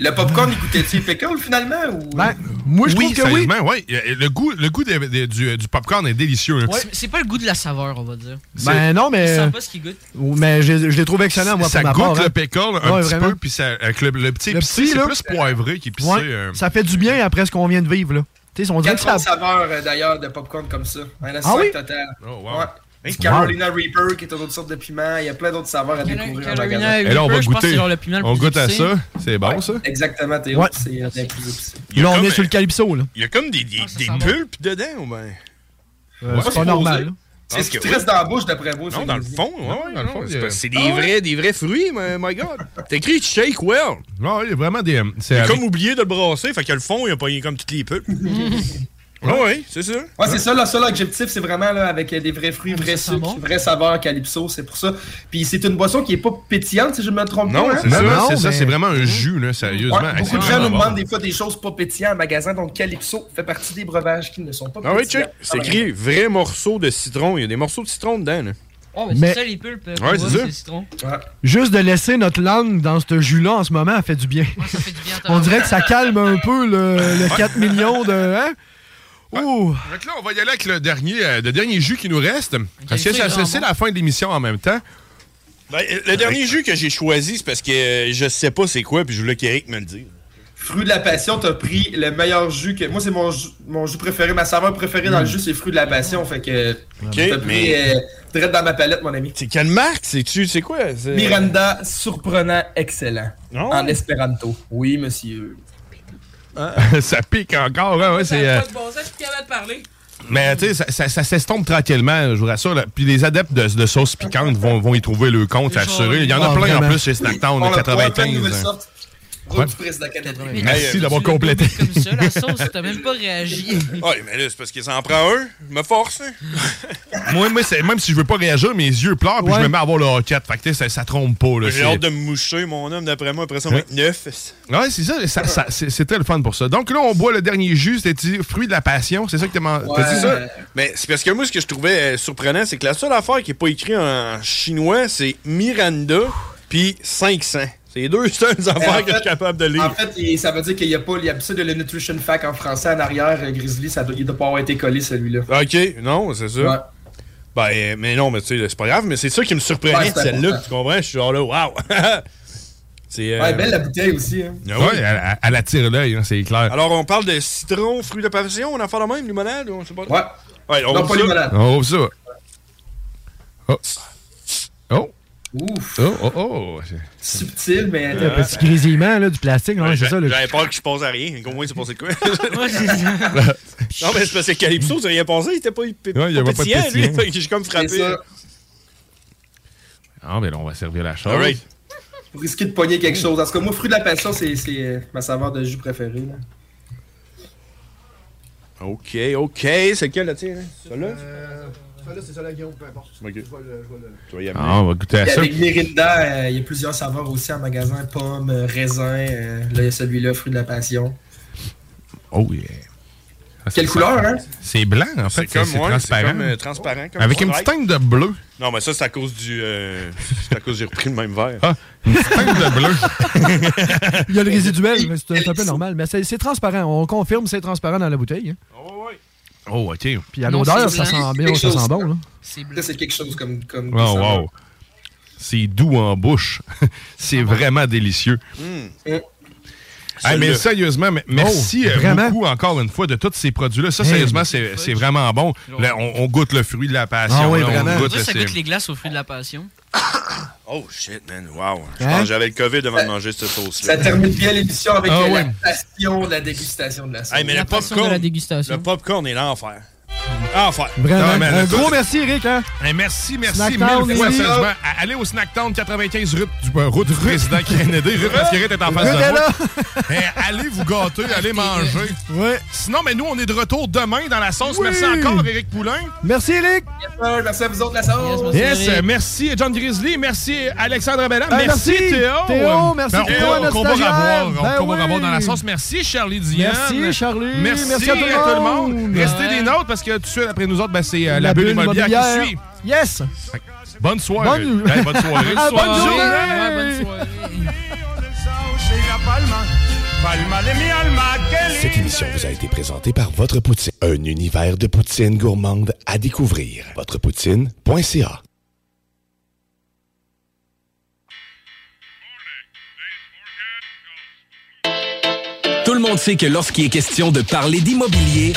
Le popcorn, il goûtait-il pickle, finalement? Ou... Ben,
Moi, je oui, trouve que oui. Ouais, euh, le goût, le goût des- des- du, euh, du popcorn est délicieux. hein.
Ouais, C'est pas le goût de la saveur, on va dire.
Ben non, mais.
Il sent pas ce qu'il goûte.
Ou- Mais je, je l'ai trouvé excellent, moi,
ça
pour ma
goûte
part.
le
hein.
pickle un
Ouais,
petit
vraiment.
peu, puis ça, avec le, le petit
Le
épicé,
petit,
c'est
là.
plus poivré qu'épicé.
Ouais,
euh.
Ça fait du bien après ce qu'on vient de vivre, là. Tu sais, on dirait que ça.
40 saveurs, euh, d'ailleurs, de popcorn comme ça. Hein, Un
Ah oui?
total.
wow.
Oh,
Ouais. Carolina Reaper, qui est une autre sorte de piment. Il y a plein d'autres saveurs à découvrir en magasin.
Et là, on va goûter. on goûte à ça. C'est bon, ça?
Exactement, Théo.
Ouais.
C'est euh, bien plus épicé.
Là, on est sur le calypso, là.
Il y a comme des,
Ah,
des, des pulpes dedans, ou ben.
Euh, c'est pas normal, là.
C'est ce qui te reste dans la bouche, d'après vous.
Non, dans le fond, ouais, dans le fond.
il y
C'est
a-
parce que c'est
Ah
des
ouais?
vrais, des vrais fruits, mais my god. T'as écrit shake well.
Ouais, il y a vraiment des.
J'ai
C'est avec-
comme oublié de le brasser, fait que le fond, il a pogné comme toutes les pulpes. Ah ouais, c'est ça.
Ouais, c'est ça, là, ça, l'objectif, c'est vraiment là, avec euh, des vrais fruits, vrais sucres, vrais saveurs calypso, c'est pour ça. Puis c'est une boisson qui est pas pétillante, si je me trompe
Non,
pas. hein?
c'est ça, c'est ça, c'est vraiment un jus, là,
Ouais,
sérieusement. Hey,
beaucoup de
c'est
gens
vraiment
nous
bon.
demandent des fois des choses pas pétillantes en magasin, donc Calypso fait partie des breuvages qui ne sont pas
Ah ouais,
pétillants.
check. C'est écrit vrai morceau de citron. Il y a des morceaux de citron dedans, là.
Oh, mais,
Mais-
c'est ça les pulpes. euh,
Ouais,
qu'on
c'est
voit,
ça.
le citron.
Juste de laisser notre langue dans ce jus-là en ce moment, fait du bien. on dirait que ça calme un peu le, le 4 millions de. Hein? Oh. Ouh!
Fait que là, on va y aller avec le dernier, euh, le dernier jus qui nous reste. Parce que
c'est
ça-
vraiment
c'est la fin de l'émission en même temps.
Ben, euh, le dernier jus que j'ai choisi, c'est parce que euh, je sais pas c'est quoi, puis je voulais qu'Eric me le dise.
Fruit de la passion, t'as pris le meilleur jus que. Moi, c'est mon, jus- mon jus préféré, ma saveur préférée dans le jus, c'est fruit de la passion. Fait que. t'as pris
mais-
euh, direct dans ma palette, mon ami.
C'est quelle marque C'est-tu C'est quoi c'est-
Miranda, surprenant, excellent.
Non.
En espéranto. Oui, monsieur.
Ah.
ça pique
Ah,
encore, hein, ouais, c'est. euh,
bon sens, je suis capable de parler.
Mais tu sais, ça, ça- ça s'estompe tranquillement, je vous rassure. là. Puis les adeptes de, de sauces piquantes vont, vont y trouver le compte, assuré. Il y en a
Ah,
plein en
vraiment.
plus chez Snacktown,
On
le
l'a pas à peine
95.
nouvelle
hein.
sorte.
Route
Ouais.
du président canadien.
Merci
Hey,
d'avoir
tu l'as
complété.
Ça, la sauce, t'as même pas réagi.
Ouais, Ah, mais là, c'est parce qu'il s'en prend un. Je me force. hein.
moi, moi, c'est- même si je veux pas réagir, mes yeux pleurent, puis je me mets à avoir le hoquette. Fait que tu sais, ça, ça trompe pas. Là,
J'ai
c'est-
hâte de me moucher, mon homme, d'après moi. Après ça, on va être neuf.
Ouais, c'est ça, ça- ça- c'est- c'était le fun pour ça. Donc là, on boit le dernier jus, c'était fruit de la passion, c'est ça que t'as man- t'as dit ça?
Mais c'est parce que moi, ce que je trouvais euh, surprenant, c'est que la seule affaire qui n'est pas écrite en chinois, c'est Miranda puis 500. C'est les deux seules
Mais en
affaires que je
fait-
suis capable de lire.
En fait, il- ça veut dire qu'il n'y a pas il y a ça de le Nutrition Fact en français en arrière. euh, Grizzly, ça doit, il doit pas avoir été collé celui-là.
OK, non, c'est ça.
Ouais.
Ben, euh, mais non, mais tu sais, c'est pas grave, mais c'est ça qui me surprenait
Ouais,
de
c'est
celle-là.
important.
Tu comprends? Je suis genre là, waouh!
C'est,
Ouais, belle la bouteille aussi. Hein.
Ouais, elle, elle- elle attire l'œil, hein, c'est clair.
Ah Alors, on parle de citron, fruits de passion, on en fait la même, limonade, on sait pas.
Ouais.
Ouais, on
Non,
ouvre
pas
ça.
limonade. On ouvre ça. Oh. Oh. Oh, oh, oh.
Subtil, mais.
Le petit grésillement là, du plastique, non, c'est ça. le-
J'avais peur que je pense à rien. Au moins, c'est passé de quoi? non, mais c'est parce que Calypso, ça rien passé. Il était pas, il,
Ouais, il y avait pas de
pétillant, lui.
pétillant.
Fait que J'ai comme
C'est
frappé.
ça.
Ah, ben là, on va servir la chose.
All right.
Vous risquez de pogner quelque chose. En tout cas, moi, fruit de la passion, c'est c'est, euh, ma saveur de jus préférée. là.
OK, OK. C'est lequel, là, tiens? hein? Celui-là?
Là, c'est Euh, ça la guillaume, peu importe.
Ok.
Je vois le- je vois le-
Tu vas y amener.
Ah, on va goûter à
Puis
ça.
avec Mirinda, euh, il y a plusieurs saveurs aussi en magasin pommes, euh, raisins. euh, là, il y a celui-là, fruit de la passion.
Oh, yeah. Ah,
Quelle
c'est-
couleur, hein?
C'est blanc, en fait.
C'est
C'est
comme, ouais,
transparent.
c'est comme, euh, transparent, comme
Avec
on
une
like.
petite teinte de bleu.
Non, mais ça, c'est à cause du. euh, c'est à cause que j'ai repris le même verre.
Ah, une petite teinte de bleu.
Il y a le résiduel, mais c'est un peu normal. Mais c'est c'est transparent. On confirme, c'est transparent dans la bouteille. hein.
Oh, OK.
Puis à l'odeur, ça sent bien, ça sent bon. là.
C'est blanc. Là, c'est quelque chose comme. comme
Oh, wow. C'est doux en bouche.
Ah
c'est vraiment délicieux.
Hmm.
Hum.
Hey, Ah, mais
Celui-là.
sérieusement, me- merci
Oh,
euh,
vraiment?
beaucoup encore une fois de tous ces produits-là. Ça,
Hey.
sérieusement, c'est c'est vraiment bon. Là, on, on goûte le fruit de la passion.
Ah oui,
là, on
vraiment.
goûte,
On dirait que ça
c'est-
goûte
Les glaces au fruit de la passion.
Oh, shit, man. Wow. Je
Hein?
pense que j'avais le COVID avant de manger cette sauce-là.
Ça termine bien l'émission avec
Ah
euh,
ouais.
la passion de la dégustation de la sauce.
Hey, mais le popcorn. Le popcorn est l'enfer. Enfer.
Vraiment.
mais
un
le-
gros merci, Eric. Hein?
merci, merci
Snacktown,
mille fois,
Lily.
sérieusement. À- Allez au Snacktown 95 rue du, euh, route du président Kennedy. Rue Masquerade est en face
Ruth
de
est
moi.
là.
Eh, allez vous gâter, allez manger. Sinon, mais nous, on est de retour demain dans la sauce. Merci encore, Eric Poulain.
Merci, Eric.
Yes, sir. Merci à vous autres, la sauce.
Yes, euh, merci John Grizzly, merci Alexandre Abella,
Ben,
merci,
merci,
Théo.
Euh, Théo, merci pour
Théo,
toi,
on
notre
qu'on va
stagiaire.
revoir, on
Ben
qu'on va
oui.
revoir dans la sauce. Merci Charlie Diane.
Merci, Charlie.
Merci,
Merci à tout le
monde.
monde.
Restez
Ouais.
des nôtres parce que tout de suite après nous autres, ben, c'est euh, la, bulle immobilière, qui suit.
Yes.
Bonne soirée.
Bonne-
Ouais, bonne soirée.
Ah, bonne
Soirée.
journée.
Journée.
Cette émission vous a été présentée par Votre Poutine, un univers de poutine gourmande à découvrir. Votrepoutine.ca Tout le monde sait que lorsqu'il est question de parler d'immobilier,